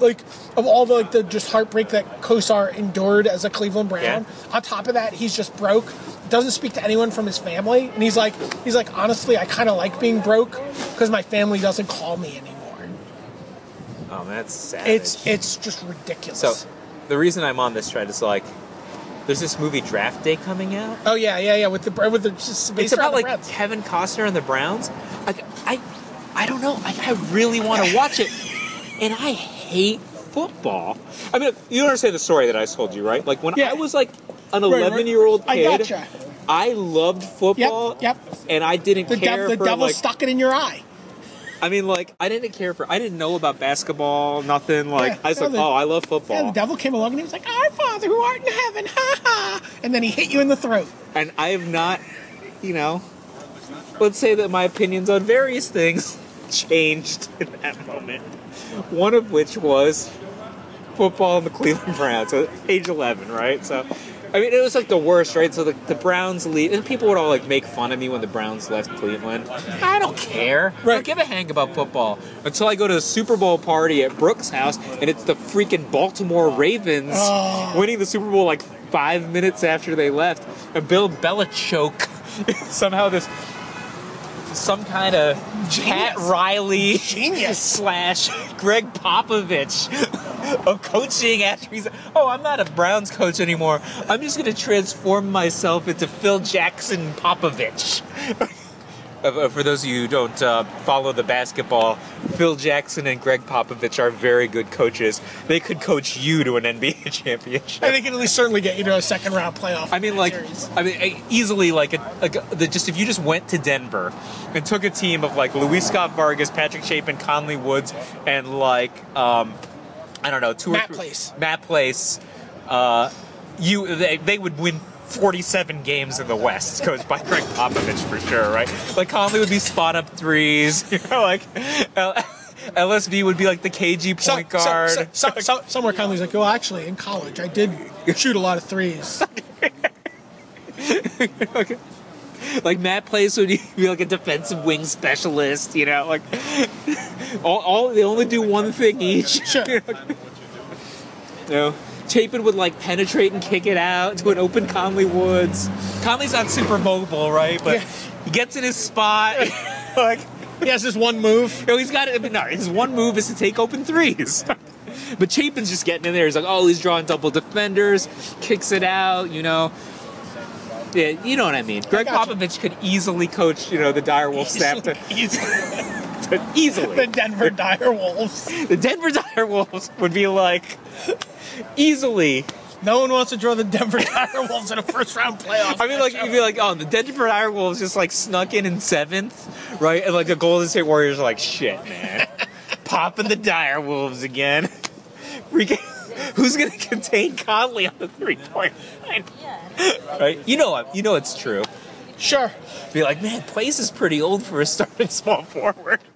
[SPEAKER 3] like of all the like the just heartbreak that Kosar endured as a Cleveland Brown.
[SPEAKER 4] Yeah.
[SPEAKER 3] On top of that, he's just broke. Doesn't speak to anyone from his family, and he's like he's like honestly, I kind of like being broke because my family doesn't call me anymore.
[SPEAKER 4] Oh, that's sad.
[SPEAKER 3] It's it's just ridiculous.
[SPEAKER 4] so. The reason I'm on this thread is like, there's this movie Draft Day coming out.
[SPEAKER 3] oh yeah, yeah, yeah. With the with the just
[SPEAKER 4] it's
[SPEAKER 3] based around
[SPEAKER 4] about
[SPEAKER 3] the
[SPEAKER 4] like
[SPEAKER 3] Reds.
[SPEAKER 4] Kevin Costner and the Browns. Like I, I don't know. Like I really want to watch it, and I hate football. I mean, you understand the story that I told you, right? Like when
[SPEAKER 3] Yeah.
[SPEAKER 4] I was like an
[SPEAKER 3] right.
[SPEAKER 4] eleven-year-old
[SPEAKER 3] I
[SPEAKER 4] kid,
[SPEAKER 3] gotcha.
[SPEAKER 4] I loved football.
[SPEAKER 3] yep.
[SPEAKER 4] And I didn't
[SPEAKER 3] the,
[SPEAKER 4] care
[SPEAKER 3] dev- the
[SPEAKER 4] for
[SPEAKER 3] devil
[SPEAKER 4] like.
[SPEAKER 3] stuck it in your eye.
[SPEAKER 4] I mean, like I didn't care for. I didn't know about basketball. Nothing. Like
[SPEAKER 3] Yeah,
[SPEAKER 4] I was
[SPEAKER 3] no,
[SPEAKER 4] like,
[SPEAKER 3] the-
[SPEAKER 4] oh, I love
[SPEAKER 3] And the
[SPEAKER 4] football.
[SPEAKER 3] devil came along and he was like, Our Father who art in heaven, ha ha. And then he hit you in the throat.
[SPEAKER 4] and I have not, you know, let's say that my opinions on various things changed in that moment. One of which was football and the Cleveland Browns, so age 11, right? So, I mean, it was like the worst, right? So the, the Browns leave, and people would all like make fun of me when the Browns left Cleveland. I don't care. I
[SPEAKER 3] Right.
[SPEAKER 4] don't give a hang about football until I go to the Super Bowl party at Brooks' house, and it's the freaking Baltimore Ravens winning the Super Bowl like five minutes after they left, and Bill Belichick somehow this some kind of Pat Riley
[SPEAKER 3] Genius.
[SPEAKER 4] slash Greg Popovich of coaching after he's oh I'm not a Browns coach anymore. I'm just gonna transform myself into Phil Jackson Popovich. Uh, uh, For those of you who don't uh, follow the basketball, Phil Jackson and Greg Popovich are very good coaches. They could coach you to an NBA championship.
[SPEAKER 3] And they can at least certainly get you to a second round playoff.
[SPEAKER 4] I mean, like,
[SPEAKER 3] series.
[SPEAKER 4] I mean, I- easily, like, a, like a, the, just if you just went to Denver and took a team of like Luis Scott Vargas, Patrick Chapin, Conley Woods, and like, um, I don't know, two
[SPEAKER 3] Matt
[SPEAKER 4] or three,
[SPEAKER 3] Place.
[SPEAKER 4] Matt Place, uh, you they, they would win. 47 games in the West, coached by Greg Popovich for sure, right? Like Conley would be spot up threes, you know, like L- LSB would be like the KG point
[SPEAKER 3] So- so-
[SPEAKER 4] guard.
[SPEAKER 3] So, so, so- somewhere Conley's like, well, actually, in college, I did shoot a lot of threes.
[SPEAKER 4] Like Matt Place would be like a defensive wing specialist, you know, like all, all they only do one thing each.
[SPEAKER 3] Sure.
[SPEAKER 4] you know, Chapin would like penetrate and kick it out to an open Conley Woods. Conley's not super mobile, right? But
[SPEAKER 3] Yeah.
[SPEAKER 4] he gets in his spot. like
[SPEAKER 3] he has this one move.
[SPEAKER 4] no, he's got to. I mean, no, his one move is to take open threes. but Chapin's just getting in there. He's like, oh, he's drawing double defenders, kicks it out, you know. Yeah, you know what I mean. Greg
[SPEAKER 3] gotcha.
[SPEAKER 4] Popovich could easily coach, you know, the Dire Wolf staff to, to
[SPEAKER 3] The
[SPEAKER 4] easily.
[SPEAKER 3] Denver Dire Wolves.
[SPEAKER 4] The Denver Dire Wolves would be like easily.
[SPEAKER 3] No one wants to draw the Denver Dire Wolves in a first round playoff.
[SPEAKER 4] I mean, like you'd be like, oh, the Denver Dire Wolves just like snuck in in seventh, right? And like the Golden State Warriors are like, shit, man, popping the Dire Wolves again. Freaking- Who's gonna contain Conley on the three point line? Right? You know, you know it's true.
[SPEAKER 3] sure.
[SPEAKER 4] Be like, man, Place is pretty old for a starting small forward.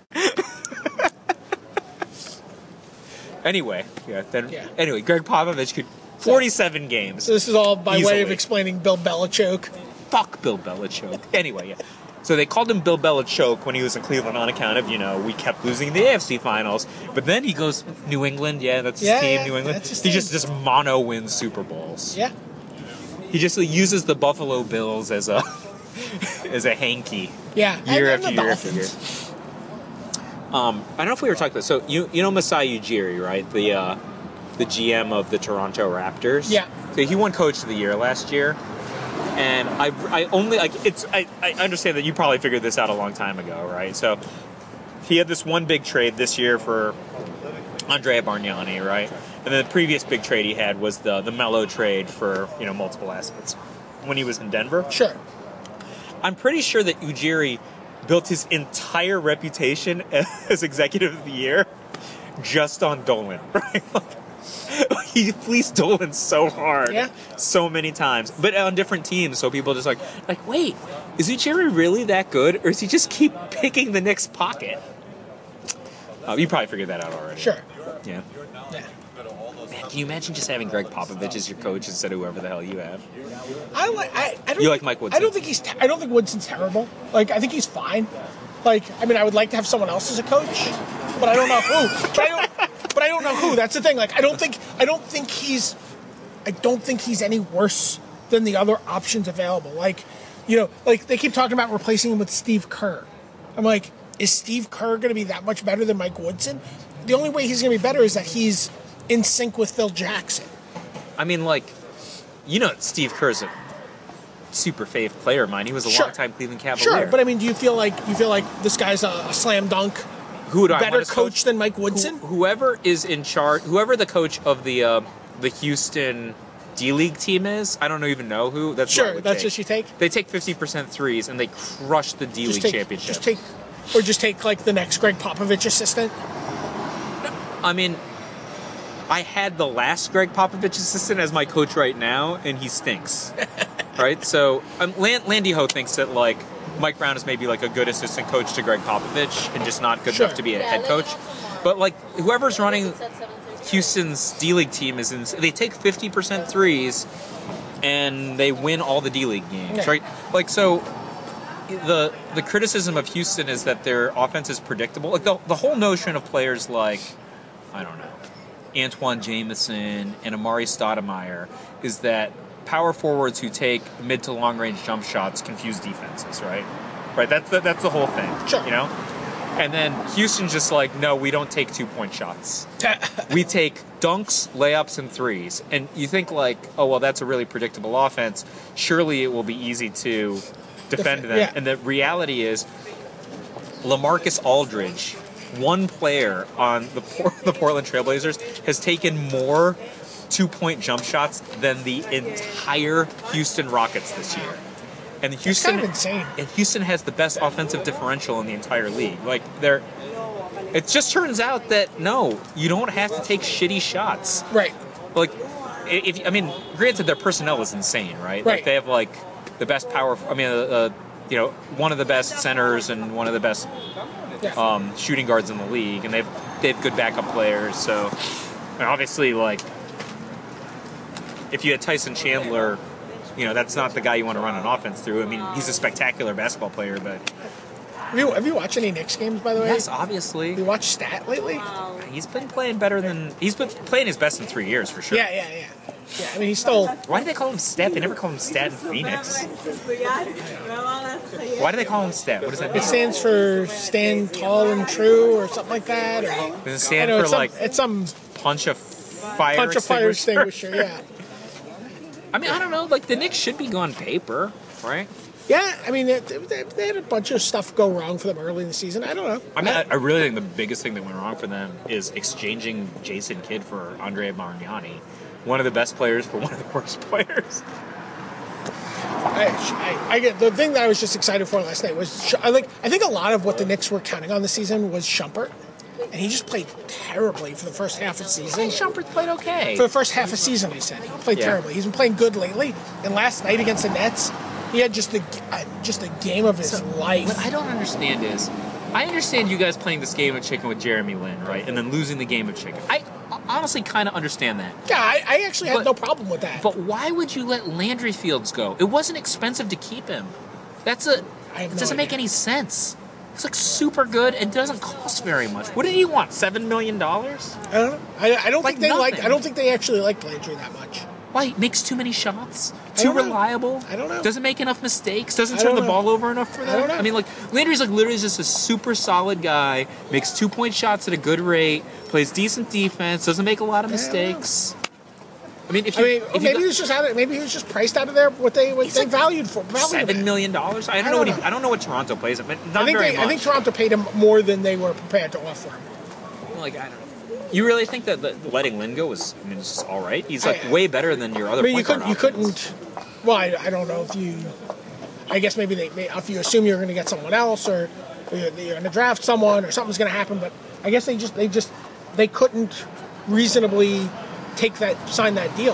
[SPEAKER 4] anyway, yeah. Then,
[SPEAKER 3] Yeah.
[SPEAKER 4] Anyway, Greg Popovich could forty-seven games.
[SPEAKER 3] So this is all by way of
[SPEAKER 4] Easily.
[SPEAKER 3] explaining Bill Belichick.
[SPEAKER 4] fuck Bill Belichick. Anyway, yeah. So they called him Bill Belichick when he was in Cleveland on account of, you know, we kept losing the AFC finals. But then he goes New England, yeah, that's his
[SPEAKER 3] Yeah,
[SPEAKER 4] team,
[SPEAKER 3] yeah,
[SPEAKER 4] New England.
[SPEAKER 3] that's his
[SPEAKER 4] He just
[SPEAKER 3] team.
[SPEAKER 4] just mono wins Super Bowls.
[SPEAKER 3] Yeah.
[SPEAKER 4] He just uses the Buffalo Bills as a as a hanky
[SPEAKER 3] Yeah.
[SPEAKER 4] year
[SPEAKER 3] and,
[SPEAKER 4] after
[SPEAKER 3] and the
[SPEAKER 4] year after year.
[SPEAKER 3] Dolphins.
[SPEAKER 4] Um, I don't know if we were talking about so you you know Masai Ujiri, right? The uh, the GM of the Toronto Raptors.
[SPEAKER 3] Yeah.
[SPEAKER 4] So he won Coach of the Year last year, and I I only like it's I, I understand that you probably figured this out a long time ago, right? So he had this one big trade this year for Andrea Bargnani, right? And then the previous big trade he had was the the Mello trade for you know multiple assets when he was in Denver.
[SPEAKER 3] Sure.
[SPEAKER 4] I'm pretty sure that Ujiri built his entire reputation as executive of the year just on Dolan. Right? Like, he fleeced Dolan so hard,
[SPEAKER 3] Yeah.
[SPEAKER 4] so many times, but on different teams. So people just like, like, wait, is Ujiri really that good, or is he just keep picking the next pocket? Uh, you probably figured that out already.
[SPEAKER 3] Sure.
[SPEAKER 4] Yeah.
[SPEAKER 3] Yeah.
[SPEAKER 4] Man, can you imagine just having Greg Popovich as your coach instead of whoever the hell you have?
[SPEAKER 3] I don't like. I, I don't
[SPEAKER 4] You
[SPEAKER 3] think-
[SPEAKER 4] like Mike
[SPEAKER 3] I don't
[SPEAKER 4] Woodson.
[SPEAKER 3] think he's. Te- I don't think Woodson's terrible. Like I think he's fine. Like I mean, I would like to have someone else as a coach, but I don't know who. But I don't. But I don't know who. That's the thing. Like I don't think. I don't think he's. I don't think he's any worse than the other options available. Like, you know, like they keep talking about replacing him with Steve Kerr. I'm like, is Steve Kerr going to be that much better than Mike Woodson? The only way he's going to be better is that he's in sync with Phil Jackson.
[SPEAKER 4] I mean, like, you know, Steve Kerr's a super fave player of mine. He was a
[SPEAKER 3] Sure.
[SPEAKER 4] longtime Cleveland Cavalier.
[SPEAKER 3] Sure, but I mean, do you feel like you feel like this guy's a, a slam dunk?
[SPEAKER 4] who would I
[SPEAKER 3] better
[SPEAKER 4] want as
[SPEAKER 3] coach than Mike Woodson?
[SPEAKER 4] Who- whoever is in charge, whoever the coach of the uh, the Houston D League team is, I don't even know who. That's what I
[SPEAKER 3] Sure,
[SPEAKER 4] would
[SPEAKER 3] that's
[SPEAKER 4] take.
[SPEAKER 3] what you take?
[SPEAKER 4] They take fifty percent threes and they crush the D League
[SPEAKER 3] take,
[SPEAKER 4] championship.
[SPEAKER 3] Just take, or just take like the next Greg Popovich assistant.
[SPEAKER 4] I mean, I had the last Greg Popovich assistant as my coach right now, and he stinks. right? So um, Land- Landy Ho thinks that like Mike Brown is maybe like a good assistant coach to Greg Popovich, and just not good
[SPEAKER 3] Sure.
[SPEAKER 4] enough to be a
[SPEAKER 8] Yeah,
[SPEAKER 4] head
[SPEAKER 8] they
[SPEAKER 4] coach.
[SPEAKER 8] got some more.
[SPEAKER 4] But like whoever's running
[SPEAKER 8] It's at 7:30.
[SPEAKER 4] Houston's D League team is in. They take fifty percent threes, and they win all the D League games,
[SPEAKER 3] Yeah.
[SPEAKER 4] right? Like so, the the criticism of Houston is that their offense is predictable. Like the the whole notion of players like, I don't know, Antoine Jameson and Amari Stoudemire is that power forwards who take mid to long range jump shots confuse defenses, right? Right. That's the, that's the whole thing.
[SPEAKER 3] Sure.
[SPEAKER 4] You know. And then Houston's just like, no, we don't take two point shots we take dunks, layups, and threes. And you think like, oh well, that's a really predictable offense. Surely it will be easy to defend
[SPEAKER 3] Defe-
[SPEAKER 4] them.
[SPEAKER 3] yeah.
[SPEAKER 4] And the reality is, Lamarcus Aldridge, one player on the Por- the Portland Trailblazers, has taken more two point jump shots than the entire Houston Rockets this year. And the Houston
[SPEAKER 3] kind of insane.
[SPEAKER 4] And Houston has the best offensive differential in the entire league. Like they're it just turns out that no, you don't have to take shitty shots.
[SPEAKER 3] Right.
[SPEAKER 4] Like, if I mean, granted, their personnel is insane, right? Like
[SPEAKER 3] Right.
[SPEAKER 4] they have like the best power. I mean, uh, uh, you know, one of the best centers and one of the best
[SPEAKER 3] Yeah.
[SPEAKER 4] um, shooting guards in the league, and they've they have good backup players. So, and obviously, like if you had Tyson Chandler, you know, that's not the guy you want to run an offense through. I mean, he's a spectacular basketball player, but
[SPEAKER 3] have, you, have you watched any Knicks games by the way?
[SPEAKER 4] yes, Uh, obviously.
[SPEAKER 3] You watched Stat lately?
[SPEAKER 4] He's been playing better than he's been playing his best in three years for sure.
[SPEAKER 3] Yeah, yeah, yeah. Yeah, I mean, he's still.
[SPEAKER 4] Why do they call him Stat? They never call him Stat in Phoenix. Why do they call him Stat? What does that
[SPEAKER 3] It
[SPEAKER 4] mean?
[SPEAKER 3] stands for stand tall and true or something like that. Or,
[SPEAKER 4] Does it
[SPEAKER 3] I
[SPEAKER 4] stand
[SPEAKER 3] know
[SPEAKER 4] for
[SPEAKER 3] it's some,
[SPEAKER 4] like
[SPEAKER 3] it's some
[SPEAKER 4] punch a fire
[SPEAKER 3] punch a fire extinguisher. Yeah.
[SPEAKER 4] I mean, I don't know. Like the Knicks should be on paper, right?
[SPEAKER 3] Yeah, I mean, they, they, they had a bunch of stuff go wrong for them early in the season. I don't know.
[SPEAKER 4] I mean, I, I really think the biggest thing that went wrong for them is exchanging Jason Kidd for Andrea Bargnani, one of the best players for one of the worst players.
[SPEAKER 3] I, I, I get the thing that I was just excited for last night was Sh- I like I think a lot of what the Knicks were counting on this season was Shumpert, and he just played terribly for the first half of the season.
[SPEAKER 4] Shumpert played okay.
[SPEAKER 3] For the first half of the season, I said he played
[SPEAKER 4] Yeah.
[SPEAKER 3] terribly. He's been playing good lately, and last night against the Nets, he had just the uh, just the game of his life.
[SPEAKER 4] What I don't understand is, I understand you guys playing this game of chicken with Jeremy Lin, right, and then losing the game of chicken. I honestly kind of understand that.
[SPEAKER 3] Yeah, I, I actually had
[SPEAKER 4] But-
[SPEAKER 3] no problem with that.
[SPEAKER 4] But why would you let Landry Fields go? It wasn't expensive to keep him. That's a.
[SPEAKER 3] I have
[SPEAKER 4] it
[SPEAKER 3] no
[SPEAKER 4] doesn't make
[SPEAKER 3] idea.
[SPEAKER 4] any sense. He's like super good and doesn't cost very much. What did he want? Seven million dollars?
[SPEAKER 3] I don't, know. I, I don't
[SPEAKER 4] Like
[SPEAKER 3] think they
[SPEAKER 4] nothing.
[SPEAKER 3] like. I don't think they actually liked Landry that much.
[SPEAKER 4] Why? He makes too many shots. Too
[SPEAKER 3] don't know.
[SPEAKER 4] reliable.
[SPEAKER 3] I don't know.
[SPEAKER 4] Doesn't make enough mistakes.
[SPEAKER 3] I
[SPEAKER 4] Doesn't
[SPEAKER 3] don't
[SPEAKER 4] turn the
[SPEAKER 3] know.
[SPEAKER 4] ball over enough for
[SPEAKER 3] I
[SPEAKER 4] them.
[SPEAKER 3] don't know.
[SPEAKER 4] mean, like Landry's like literally just a super solid guy. Makes two point shots at a good rate. Plays decent defense. Doesn't make a lot of
[SPEAKER 3] I don't know.
[SPEAKER 4] mistakes. I mean, if
[SPEAKER 3] I
[SPEAKER 4] you,
[SPEAKER 3] mean,
[SPEAKER 4] if
[SPEAKER 3] oh,
[SPEAKER 4] you
[SPEAKER 3] maybe
[SPEAKER 4] go-
[SPEAKER 3] he was just out of, maybe he was just priced out of there what they what
[SPEAKER 4] He's
[SPEAKER 3] they
[SPEAKER 4] like
[SPEAKER 3] valued for valued him
[SPEAKER 4] seven
[SPEAKER 3] at.
[SPEAKER 4] million dollars. I
[SPEAKER 3] I
[SPEAKER 4] don't, know
[SPEAKER 3] don't
[SPEAKER 4] what he,
[SPEAKER 3] know.
[SPEAKER 4] I don't know what Toronto plays him, but not
[SPEAKER 3] I think
[SPEAKER 4] very
[SPEAKER 3] they,
[SPEAKER 4] much.
[SPEAKER 3] I think Toronto paid him more than they were prepared to offer him.
[SPEAKER 4] like I don't know. You really think that the- letting Lin go was? I mean, it's just all right. He's like
[SPEAKER 3] I-
[SPEAKER 4] way better than your other.
[SPEAKER 3] I mean, you
[SPEAKER 4] point guard
[SPEAKER 3] couldn't. You
[SPEAKER 4] options.
[SPEAKER 3] couldn't. Well, I, I don't know if you. I guess maybe they. may- If you assume you're going to get someone else, or you're, you're going to draft someone, or something's going to happen, but I guess they just. They just. They couldn't reasonably take that sign that deal.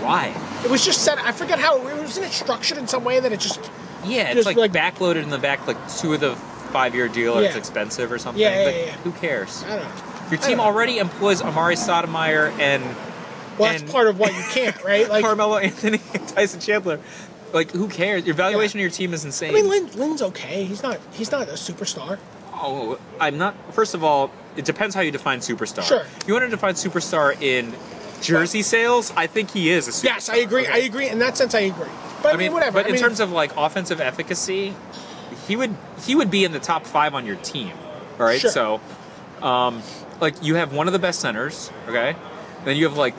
[SPEAKER 4] Why?
[SPEAKER 3] It was just set. I forget how it wasn't it structured in some way that it just.
[SPEAKER 4] Yeah, it's
[SPEAKER 3] Just
[SPEAKER 4] like,
[SPEAKER 3] like-
[SPEAKER 4] backloaded in the back, like two of the five-year deal, or it's
[SPEAKER 3] Yeah.
[SPEAKER 4] expensive or something.
[SPEAKER 3] Yeah, yeah,
[SPEAKER 4] but
[SPEAKER 3] yeah, yeah.
[SPEAKER 4] Who cares?
[SPEAKER 3] I don't know.
[SPEAKER 4] Your team
[SPEAKER 3] know.
[SPEAKER 4] already employs Amari Sotomayor and
[SPEAKER 3] Well, that's
[SPEAKER 4] And-
[SPEAKER 3] part of why you can't, right? Like,
[SPEAKER 4] Carmelo Anthony and Tyson Chandler. Like, who cares? Your valuation of your team is insane.
[SPEAKER 3] I mean, Lin, Lin's okay. He's not. He's not a superstar.
[SPEAKER 4] Oh, I'm not. First of all, it depends how you define superstar.
[SPEAKER 3] Sure.
[SPEAKER 4] You want to define superstar in jersey sales? I think he is a superstar.
[SPEAKER 3] Yes, I agree. I agree in that sense. I agree. But I mean, whatever.
[SPEAKER 4] But
[SPEAKER 3] I
[SPEAKER 4] in
[SPEAKER 3] mean,
[SPEAKER 4] terms of like offensive efficacy, he would he would be in the top five on your team. All right.
[SPEAKER 3] Sure.
[SPEAKER 4] So, um, like you have one of the best centers. Okay. Then you have like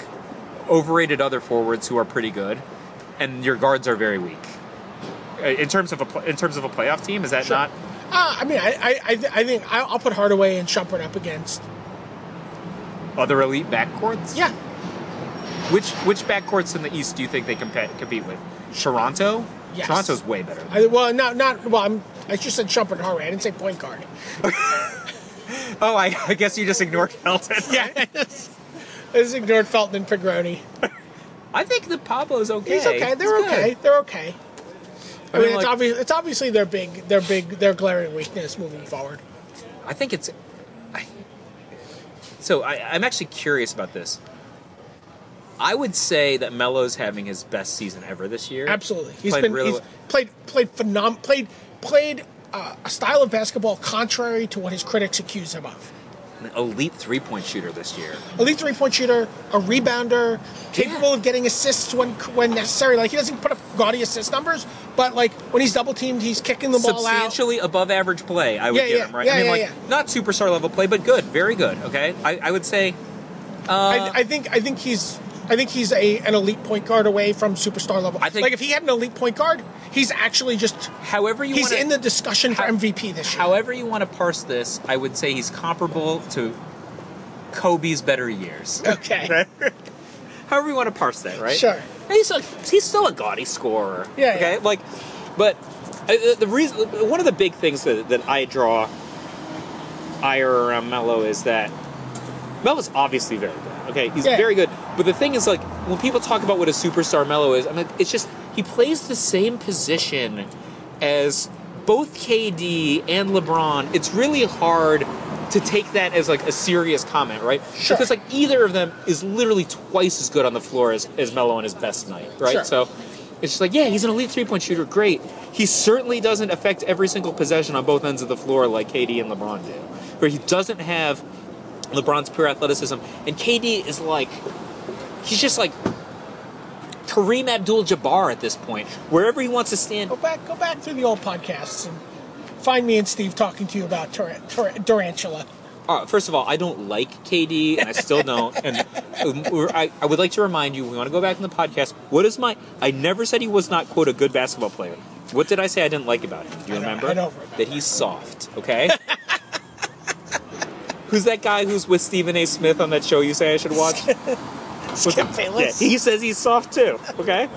[SPEAKER 4] overrated other forwards who are pretty good, and your guards are very weak. Uh, In terms of a pl- in terms of a playoff team, is that
[SPEAKER 3] Sure.
[SPEAKER 4] not?
[SPEAKER 3] Uh, I mean, I, I, I, th- I think I'll, I'll put Hardaway and Shumpert up against.
[SPEAKER 4] other elite backcourts?
[SPEAKER 3] Yeah,
[SPEAKER 4] Which which backcourts in the East do you think they compa- compete with? Toronto.
[SPEAKER 3] Yes.
[SPEAKER 4] Toronto's way better.
[SPEAKER 3] I, well, not not well. I'm, I just said Shumpert and Hardaway. I didn't say point guard.
[SPEAKER 4] Oh, I, I guess you just ignored Felton.
[SPEAKER 3] Yeah, this ignored Felton and Pigroni.
[SPEAKER 4] I think that Pablo's okay.
[SPEAKER 3] He's okay. They're
[SPEAKER 4] He's good.
[SPEAKER 3] okay. They're okay. I,
[SPEAKER 4] mean,
[SPEAKER 3] mean, it's
[SPEAKER 4] like-
[SPEAKER 3] obvious. It's obviously their big, their big, their glaring weakness moving forward.
[SPEAKER 4] I think it's. I, so I, I'm actually curious about this. I would say that Melo's having his best season ever this year.
[SPEAKER 3] Absolutely, he's
[SPEAKER 4] Played
[SPEAKER 3] been
[SPEAKER 4] really
[SPEAKER 3] he's
[SPEAKER 4] well.
[SPEAKER 3] played played phenom played played uh, a style of basketball contrary to what his critics accuse him of.
[SPEAKER 4] an elite three point shooter this year.
[SPEAKER 3] elite three point shooter, a rebounder, capable of getting assists when when necessary. Like he doesn't put up gaudy assist numbers, but like when he's double teamed, he's kicking the ball out.
[SPEAKER 4] Substantially above average play, I would
[SPEAKER 3] Yeah,
[SPEAKER 4] give
[SPEAKER 3] yeah.
[SPEAKER 4] him, right?
[SPEAKER 3] Yeah,
[SPEAKER 4] I mean,
[SPEAKER 3] yeah,
[SPEAKER 4] like,
[SPEAKER 3] yeah.
[SPEAKER 4] not superstar level play, but good, very good, okay? I, I would say
[SPEAKER 3] I, I think I think he's I think he's a an elite point guard away from superstar level.
[SPEAKER 4] I think-
[SPEAKER 3] like if he had an elite point guard, he's actually just
[SPEAKER 4] however you
[SPEAKER 3] he's
[SPEAKER 4] wanna-
[SPEAKER 3] in the discussion for MVP this year.
[SPEAKER 4] However you want to parse this, I would say he's comparable to Kobe's better years.
[SPEAKER 3] Okay.
[SPEAKER 4] However you want to parse that, right?
[SPEAKER 3] Sure.
[SPEAKER 4] And he's like he's still a gaudy scorer.
[SPEAKER 3] Yeah,
[SPEAKER 4] Okay.
[SPEAKER 3] yeah.
[SPEAKER 4] Like, but uh, uh, the reason one of the big things that, that I draw ire around Melo is that Melo's obviously very good. Okay, he's
[SPEAKER 3] Yeah.
[SPEAKER 4] very good. But the thing is, like, when people talk about what a superstar Melo is, I'm like, it's just he plays the same position as both KD and LeBron. It's really hard to take that as like a serious comment, right?
[SPEAKER 3] Sure.
[SPEAKER 4] Because like either of them is literally twice as good on the floor as, as Melo on his best night, right?
[SPEAKER 3] Sure.
[SPEAKER 4] So it's just like, yeah, he's an elite three point shooter, great. He certainly doesn't affect every single possession on both ends of the floor like KD and LeBron do. Where he doesn't have LeBron's pure athleticism, and KD is like, he's just like Kareem Abdul-Jabbar at this point. Wherever he wants to stand,
[SPEAKER 3] Go back go back through the old podcasts and find me and Steve talking to you about tar- tar- Durantula.
[SPEAKER 4] Uh, first of all, I don't like KD, and I still don't. and um, we're- I, I would like to remind you, we want to go back in the podcast. What is my? I never said he was not quote a good basketball player. What did I say I didn't like about him? Do you
[SPEAKER 3] I don't-
[SPEAKER 4] remember?
[SPEAKER 3] I don't remember.
[SPEAKER 4] That he's soft. Okay. Who's that guy who's with Stephen A. Smith on that show you say I should watch? What's
[SPEAKER 3] Skip
[SPEAKER 4] that-
[SPEAKER 3] Bayless.
[SPEAKER 4] Yeah, he says he's soft too. Okay.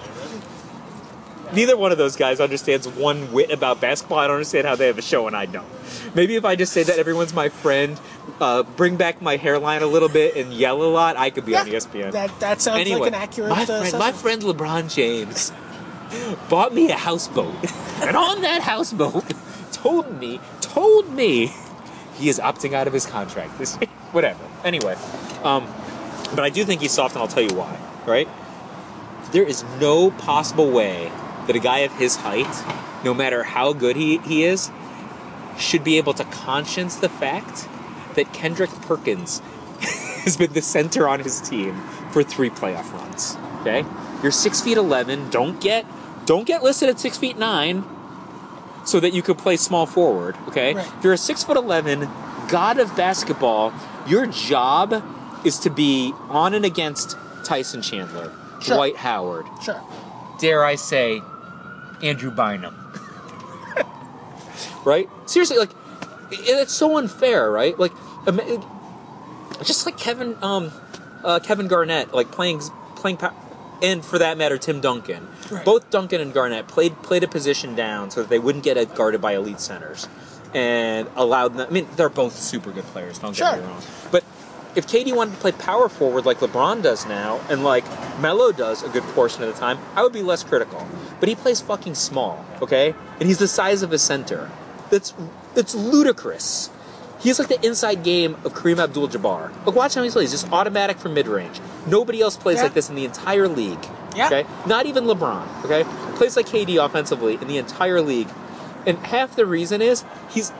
[SPEAKER 4] Neither one of those guys understands one whit about basketball. I don't understand how they have a show and I don't. Maybe if I just say that everyone's my friend, uh, bring back my hairline a little bit and yell a lot, I could be on E
[SPEAKER 3] Yeah,
[SPEAKER 4] ESPN.
[SPEAKER 3] That that sounds
[SPEAKER 4] anyway,
[SPEAKER 3] like an accurate
[SPEAKER 4] my,
[SPEAKER 3] uh,
[SPEAKER 4] friend, my
[SPEAKER 3] assessment.
[SPEAKER 4] friend LeBron James bought me a houseboat, and on that houseboat, told me, told me, he is opting out of his contract this year. Whatever. Anyway, um, but I do think he's soft, and I'll tell you why. Right? There is no possible way that a guy of his height, no matter how good he, he is, should be able to conscience the fact that Kendrick Perkins has been the center on his team for three playoff runs. Okay, you're six feet eleven. Don't get don't get listed at six feet nine, so that you could play small forward. Okay,
[SPEAKER 3] Right.
[SPEAKER 4] you're a six foot eleven god of basketball. Your job is to be on and against Tyson Chandler,
[SPEAKER 3] Sure.
[SPEAKER 4] Dwight Howard,
[SPEAKER 3] Sure.
[SPEAKER 4] dare I say, Andrew Bynum. right? Seriously, like, it- it's so unfair, right? Like, um, it- just like Kevin, um, uh, Kevin Garnett, like playing, playing, po- and for that matter, Tim Duncan.
[SPEAKER 3] Right.
[SPEAKER 4] Both Duncan and Garnett played played a position down so that they wouldn't get out- guarded by elite centers, and allowed them. I mean, they're both super good players. Don't get me
[SPEAKER 3] Sure.
[SPEAKER 4] wrong, but. If KD wanted to play power forward like LeBron does now, and like Melo does a good portion of the time, I would be less critical. But he plays fucking small, okay? And he's the size of a center. That's that's ludicrous. He's like the inside game of Kareem Abdul-Jabbar. Like watch how he plays. Just automatic from mid-range. Nobody else plays
[SPEAKER 3] Yeah.
[SPEAKER 4] like this in the entire league.
[SPEAKER 3] Yeah.
[SPEAKER 4] Okay. Not even LeBron. Okay. Plays like KD offensively in the entire league, and half the reason is he's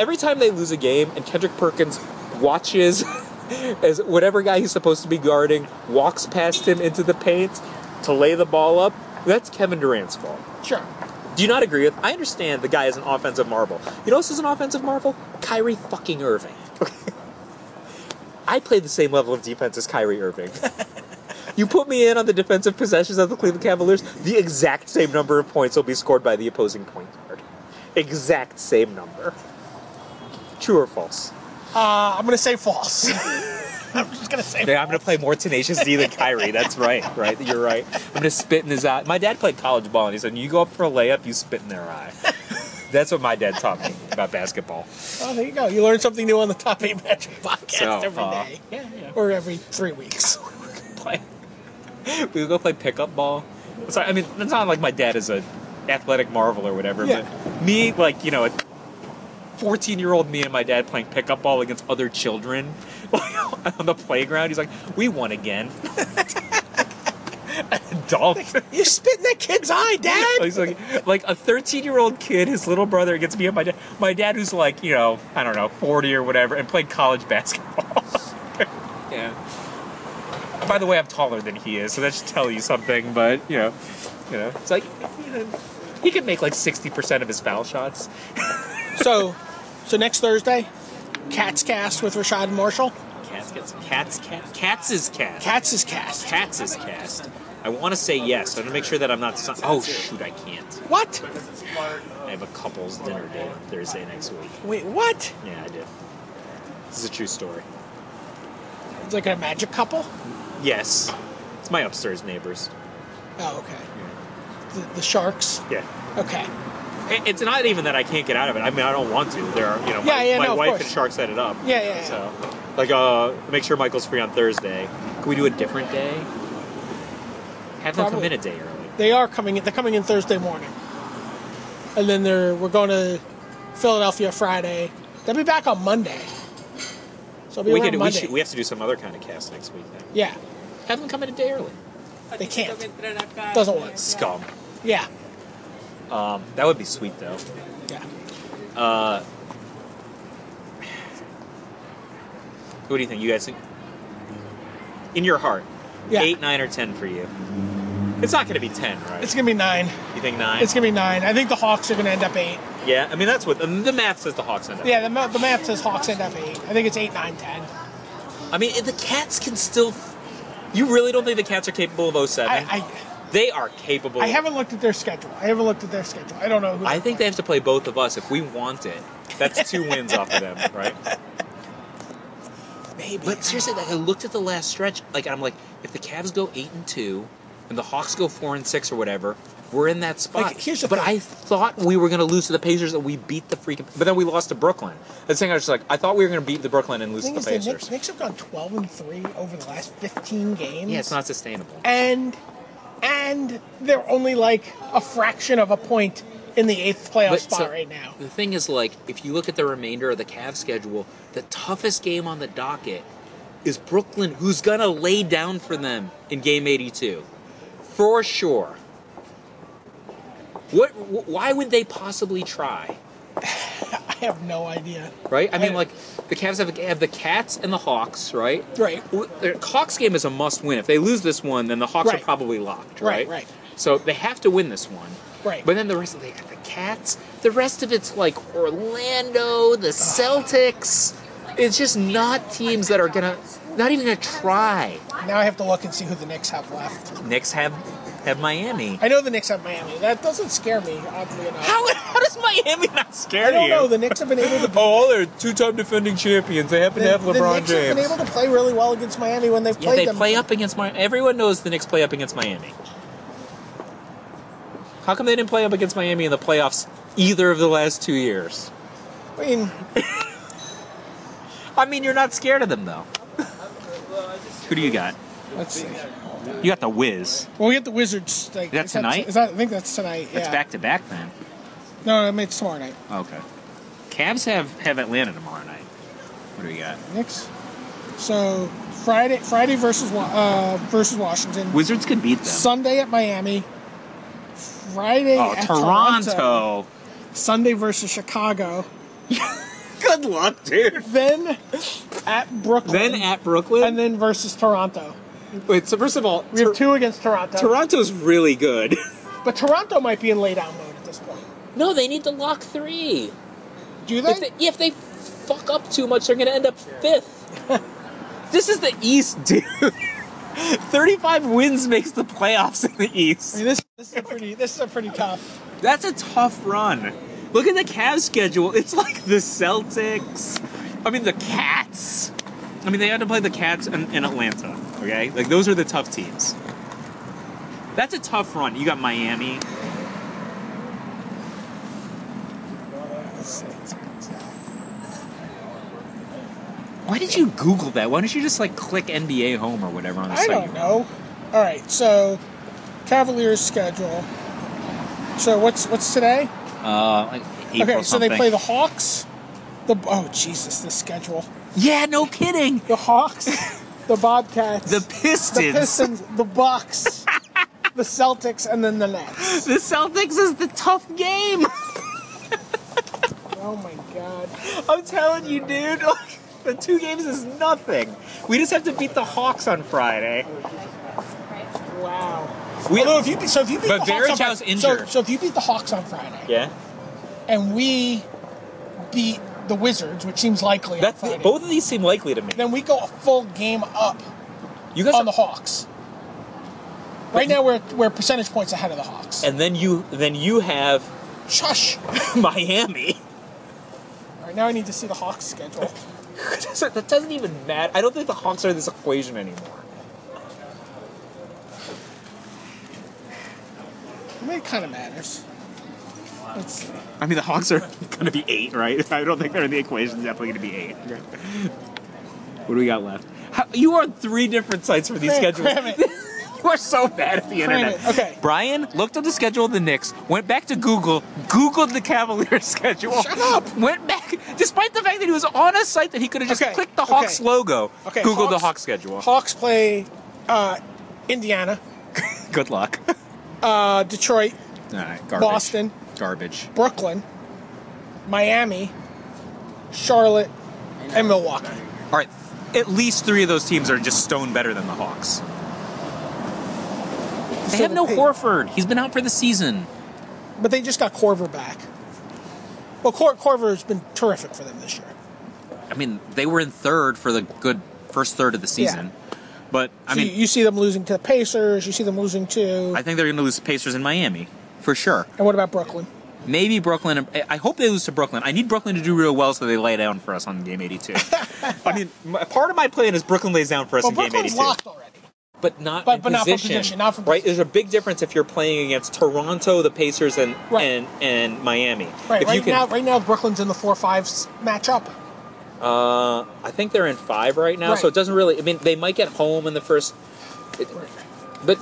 [SPEAKER 4] every time they lose a game and Kendrick Perkins watches as whatever guy he's supposed to be guarding walks past him into the paint to lay the ball up, that's Kevin Durant's fault.
[SPEAKER 3] Sure.
[SPEAKER 4] Do you not agree with? I understand the guy is an offensive marvel. You know who else is an offensive marvel? Kyrie fucking Irving. I played the same level of defense as Kyrie Irving. you put me in on the defensive possessions of the Cleveland Cavaliers, the exact same number of points will be scored by the opposing point guard. Exact same number. True or false?
[SPEAKER 3] Uh, I'm gonna say false. I'm just gonna say.
[SPEAKER 4] Yeah, I'm gonna play more tenacious D than Kyrie. That's right, right? You're right. I'm gonna spit in his eye. My dad played college ball, and he said, "You go up for a layup, you spit in their eye." That's what my dad taught me about basketball.
[SPEAKER 3] Oh, there you go. You learn something new on the Top Eight Magic
[SPEAKER 4] So,
[SPEAKER 3] podcast every day,
[SPEAKER 4] uh, yeah,
[SPEAKER 3] or every three weeks.
[SPEAKER 4] Play. We would go play pickup ball. So I mean, it's not like my dad is a athletic marvel or whatever,
[SPEAKER 3] Yeah.
[SPEAKER 4] but me, like you know, a 14 year old me and my dad playing pickup ball against other children like, on the playground. He's like, "We won again." Adult.
[SPEAKER 3] You're spitting that kid's eye, Dad.
[SPEAKER 4] He's like, like a 13 year old kid, his little brother against me and my dad. My dad, who's like, you know, I don't know, 40 or whatever, and played college basketball. yeah. By the way, I'm taller than he is, so that should tell you something. But you know, you know, it's like you know, he could make like 60% of his foul shots.
[SPEAKER 3] so, so next Thursday, Cats Cast with Rashad and Marshall.
[SPEAKER 4] Cats gets cats cats cats is cats.
[SPEAKER 3] Cats is cast.
[SPEAKER 4] Cats is cast. I want to say yes. I'm gonna make sure that I'm not. Son- oh shoot, I can't.
[SPEAKER 3] What?
[SPEAKER 4] I have a couple's dinner date Thursday next week.
[SPEAKER 3] Wait, what?
[SPEAKER 4] Yeah, I did. This is a true story.
[SPEAKER 3] It's like a magic couple.
[SPEAKER 4] Yes. It's my upstairs neighbors.
[SPEAKER 3] Oh, okay. The, the sharks.
[SPEAKER 4] Yeah.
[SPEAKER 3] Okay.
[SPEAKER 4] It- It's not even that I can't get out of it. I mean, I don't want to. There are, you know,
[SPEAKER 3] Yeah,
[SPEAKER 4] my,
[SPEAKER 3] yeah,
[SPEAKER 4] my
[SPEAKER 3] no, of
[SPEAKER 4] wife
[SPEAKER 3] course.
[SPEAKER 4] and Shark set it up.
[SPEAKER 3] Yeah, yeah, yeah.
[SPEAKER 4] So, like, uh, make sure Michael's free on Thursday. Can we do a different day? Have them come
[SPEAKER 3] Probably.
[SPEAKER 4] in a day early.
[SPEAKER 3] They are coming. in. They're coming in Thursday morning, and then they're we're going to Philadelphia Friday. They'll be back on Monday. So it'll be
[SPEAKER 4] We,
[SPEAKER 3] around
[SPEAKER 4] could, we,
[SPEAKER 3] Monday.
[SPEAKER 4] should, we have to do some other kind of cast next week. Then.
[SPEAKER 3] yeah,
[SPEAKER 4] Have them come in a day early.
[SPEAKER 3] they can't. Doesn't work.
[SPEAKER 4] Scum.
[SPEAKER 3] Yeah,
[SPEAKER 4] That would be sweet, though.
[SPEAKER 3] yeah.
[SPEAKER 4] What do you think? You guys think? In your heart,
[SPEAKER 3] Yeah.
[SPEAKER 4] eight, nine, or ten for you? It's not going to be ten, right?
[SPEAKER 3] It's gonna be nine.
[SPEAKER 4] you think nine?
[SPEAKER 3] It's gonna be nine. I think the Hawks are gonna end up eight.
[SPEAKER 4] Yeah, I mean that's what the math says the Hawks end up.
[SPEAKER 3] Yeah, the, ma- the map says Hawks end up eight. I think it's eight, nine, ten.
[SPEAKER 4] I mean the Cats can still. You really don't think the Cats are capable of 07?
[SPEAKER 3] I,
[SPEAKER 4] they are capable.
[SPEAKER 3] I I haven't looked at their schedule. I haven't looked at their schedule. I don't know. Who
[SPEAKER 4] I think they have to play both of us if we want it. That's two wins off of them, right?
[SPEAKER 3] maybe.
[SPEAKER 4] But seriously, like, I looked at the last stretch. Like I'm like, if the Cavs go eight and two, and the Hawks go four and six or whatever, we're in that spot.
[SPEAKER 3] Like, here's the
[SPEAKER 4] but
[SPEAKER 3] thing.
[SPEAKER 4] I thought we were going to lose to the Pacers, and we beat the freaking. But then we lost to Brooklyn. That's the thing. I was just like, I thought we were going to beat the Brooklyn and
[SPEAKER 3] the
[SPEAKER 4] lose to
[SPEAKER 3] thing
[SPEAKER 4] the
[SPEAKER 3] is, the Knicks,
[SPEAKER 4] Pacers.
[SPEAKER 3] Knicks have gone twelve and three over the last fifteen games.
[SPEAKER 4] Yeah, it's not sustainable.
[SPEAKER 3] And and they're only like a fraction of a point in the eighth playoff
[SPEAKER 4] But
[SPEAKER 3] spot
[SPEAKER 4] so-
[SPEAKER 3] right now.
[SPEAKER 4] The thing is, like, if you look at the remainder of the Cavs schedule, the toughest game on the docket is Brooklyn, who's going to lay down for them in game 82. For sure. What, wh- why would they possibly try?
[SPEAKER 3] I have no idea.
[SPEAKER 4] Right? I mean,
[SPEAKER 3] I-
[SPEAKER 4] like, the Cavs have, have the Cats and the Hawks, right?
[SPEAKER 3] Right.
[SPEAKER 4] W- The Hawks game is a must win. If they lose this one, then the Hawks
[SPEAKER 3] Right.
[SPEAKER 4] are probably locked,
[SPEAKER 3] Right,
[SPEAKER 4] right?
[SPEAKER 3] right.
[SPEAKER 4] So they have to win this one.
[SPEAKER 3] Right.
[SPEAKER 4] But then the rest of they got the Cats. The rest of it's like Orlando, the Celtics. It's just not teams that are gonna, not even gonna try.
[SPEAKER 3] Now I have to look and see who the Knicks have left.
[SPEAKER 4] Knicks have have Miami.
[SPEAKER 3] I know the Knicks have Miami. That doesn't scare me, oddly enough.
[SPEAKER 4] How, how does Miami not scare
[SPEAKER 3] I don't
[SPEAKER 4] you?
[SPEAKER 3] know. The Knicks have been able to.
[SPEAKER 9] Oh, they're two-time defending champions. They happen
[SPEAKER 3] The,
[SPEAKER 9] to have
[SPEAKER 3] the
[SPEAKER 9] LeBron
[SPEAKER 3] Knicks have been
[SPEAKER 9] James.
[SPEAKER 3] able to play really well against Miami when they've
[SPEAKER 4] Yeah,
[SPEAKER 3] played
[SPEAKER 4] they
[SPEAKER 3] them.
[SPEAKER 4] play up against Miami. Everyone knows the Knicks play up against Miami. How come they didn't play up against Miami in the playoffs either of the last two years?
[SPEAKER 3] I mean,
[SPEAKER 4] I mean, you're not scared of them though. Who do you got?
[SPEAKER 3] let's see.
[SPEAKER 4] You got the Wiz.
[SPEAKER 3] Well, we get the Wizards. Like,
[SPEAKER 4] That's
[SPEAKER 3] is that-
[SPEAKER 4] tonight?
[SPEAKER 3] is that- I think that's tonight.
[SPEAKER 4] That's
[SPEAKER 3] yeah.
[SPEAKER 4] back to back then.
[SPEAKER 3] No, no, I mean, it's tomorrow night.
[SPEAKER 4] Oh, Okay. Cavs have have Atlanta tomorrow night. What do we got?
[SPEAKER 3] Knicks. So Friday, Friday versus Wa- uh, versus Washington.
[SPEAKER 4] Wizards could beat them.
[SPEAKER 3] Sunday at Miami. Friday
[SPEAKER 4] oh,
[SPEAKER 3] at
[SPEAKER 4] Toronto.
[SPEAKER 3] Sunday versus Chicago.
[SPEAKER 4] Good luck, dude.
[SPEAKER 3] Then at Brooklyn.
[SPEAKER 4] Then at Brooklyn.
[SPEAKER 3] and then versus Toronto.
[SPEAKER 4] Wait, so first of all,
[SPEAKER 3] We have
[SPEAKER 4] Tor-
[SPEAKER 3] two against Toronto.
[SPEAKER 4] Toronto's really good.
[SPEAKER 3] but Toronto might be in lay down mode at this point.
[SPEAKER 4] No, they need to lock three.
[SPEAKER 3] Do they?
[SPEAKER 4] If they, if they fuck up too much, they're going to end up fifth. this is the East, dude. 35 wins makes the playoffs in the
[SPEAKER 3] I
[SPEAKER 4] East.
[SPEAKER 3] mean, this, this is a pretty this is a pretty tough.
[SPEAKER 4] That's a tough run. Look at the Cavs schedule. It's like the Celtics. I mean, the Cats. I mean, they had to play the Cats in, in Atlanta, okay? Like, those are the tough teams. That's a tough run. You got Miami. Why did you Google that? Why don't you just, like, click NBA home or whatever on the
[SPEAKER 3] I
[SPEAKER 4] site?
[SPEAKER 3] don't know. All right, so Cavaliers schedule. So what's what's today?
[SPEAKER 4] Uh, like April
[SPEAKER 3] okay, so they
[SPEAKER 4] something.
[SPEAKER 3] play the Hawks. The oh Jesus, this schedule.
[SPEAKER 4] Yeah, no kidding.
[SPEAKER 3] The Hawks, the Bobcats,
[SPEAKER 4] The
[SPEAKER 3] the
[SPEAKER 4] Pistons.
[SPEAKER 3] Pistons, the Bucks, the Celtics, and then the Nets.
[SPEAKER 4] The Celtics is the tough game.
[SPEAKER 3] Oh my God.
[SPEAKER 4] I'm telling you, dude. Like, the two games is nothing. We just have to beat the Hawks on Friday.
[SPEAKER 3] Wow.
[SPEAKER 4] We
[SPEAKER 3] Although if you beat- so if you beat
[SPEAKER 4] But
[SPEAKER 3] the Hawks on
[SPEAKER 4] Verichow's
[SPEAKER 3] Fri- so-
[SPEAKER 4] injured.
[SPEAKER 3] So, if you beat the Hawks on Friday
[SPEAKER 4] yeah.
[SPEAKER 3] and we beat the Wizards, which seems likely,
[SPEAKER 4] That's
[SPEAKER 3] on Friday,
[SPEAKER 4] both of these seem likely to me.
[SPEAKER 3] then we go a full game up
[SPEAKER 4] You guys
[SPEAKER 3] on the
[SPEAKER 4] are-
[SPEAKER 3] Hawks. Right now we're we're percentage points ahead of the Hawks.
[SPEAKER 4] and then you then you have
[SPEAKER 3] Shush.
[SPEAKER 4] Miami.
[SPEAKER 3] All right, now I need to see the Hawks schedule.
[SPEAKER 4] So that doesn't even matter. I don't think the Hawks are in this equation anymore.
[SPEAKER 3] I mean, it kind of matters. Let's see.
[SPEAKER 4] I mean, the Hawks are going to be eight, right? I don't think they're in the equation. Definitely going to be eight. What do we got left? How, you are on three different sites for these
[SPEAKER 3] Cram-
[SPEAKER 4] schedules.
[SPEAKER 3] cram it.
[SPEAKER 4] you are so bad at the
[SPEAKER 3] Cram
[SPEAKER 4] internet.
[SPEAKER 3] it, okay.
[SPEAKER 4] Brian looked up the schedule of the Knicks, went back to Google, Googled the Cavaliers schedule.
[SPEAKER 3] Shut up.
[SPEAKER 4] Went back, despite the fact that he was on a site that he could have just
[SPEAKER 3] Okay,
[SPEAKER 4] clicked the
[SPEAKER 3] okay.
[SPEAKER 4] Hawks logo,
[SPEAKER 3] Okay,
[SPEAKER 4] Googled the
[SPEAKER 3] Hawks-
[SPEAKER 4] Hawks schedule.
[SPEAKER 3] Hawks play uh, Indiana,
[SPEAKER 4] Good luck.
[SPEAKER 3] uh, Detroit,
[SPEAKER 4] All right, garbage.
[SPEAKER 3] Boston,
[SPEAKER 4] Garbage.
[SPEAKER 3] Brooklyn, Miami, Charlotte, and Milwaukee.
[SPEAKER 4] All right, at least three of those teams are just stone better than the Hawks. They
[SPEAKER 3] So
[SPEAKER 4] have no
[SPEAKER 3] the-
[SPEAKER 4] Horford. He's been out for the season.
[SPEAKER 3] But they just got Corver back. Well, Cor- Corver's been terrific for them this year.
[SPEAKER 4] I mean, they were in third for the good first third of the season. But, I
[SPEAKER 3] So
[SPEAKER 4] mean,
[SPEAKER 3] you, you see them losing to the Pacers. You see them losing to.
[SPEAKER 4] I think they're going to lose to Pacers in Miami, for sure.
[SPEAKER 3] and what about Brooklyn?
[SPEAKER 4] Maybe Brooklyn. I- I hope they lose to Brooklyn. I need Brooklyn to do real well so they lay down for us on game 82. I mean, my, part of my plan is Brooklyn lays down for us
[SPEAKER 3] Well,
[SPEAKER 4] in game
[SPEAKER 3] Brooklyn's
[SPEAKER 4] 82.
[SPEAKER 3] locked already.
[SPEAKER 4] but not
[SPEAKER 3] But-
[SPEAKER 4] in
[SPEAKER 3] but not from
[SPEAKER 4] position,
[SPEAKER 3] position, not from
[SPEAKER 4] right.
[SPEAKER 3] position.
[SPEAKER 4] There's a big difference if you're playing against Toronto, the Pacers, and
[SPEAKER 3] Right.
[SPEAKER 4] and, and Miami.
[SPEAKER 3] Right,
[SPEAKER 4] if
[SPEAKER 3] right
[SPEAKER 4] you can,
[SPEAKER 3] now, right now Brooklyn's in the four-five matchup.
[SPEAKER 4] uh, I think they're in five right now, so
[SPEAKER 3] Right.
[SPEAKER 4] it doesn't really. I mean, they might get home in the first, it- but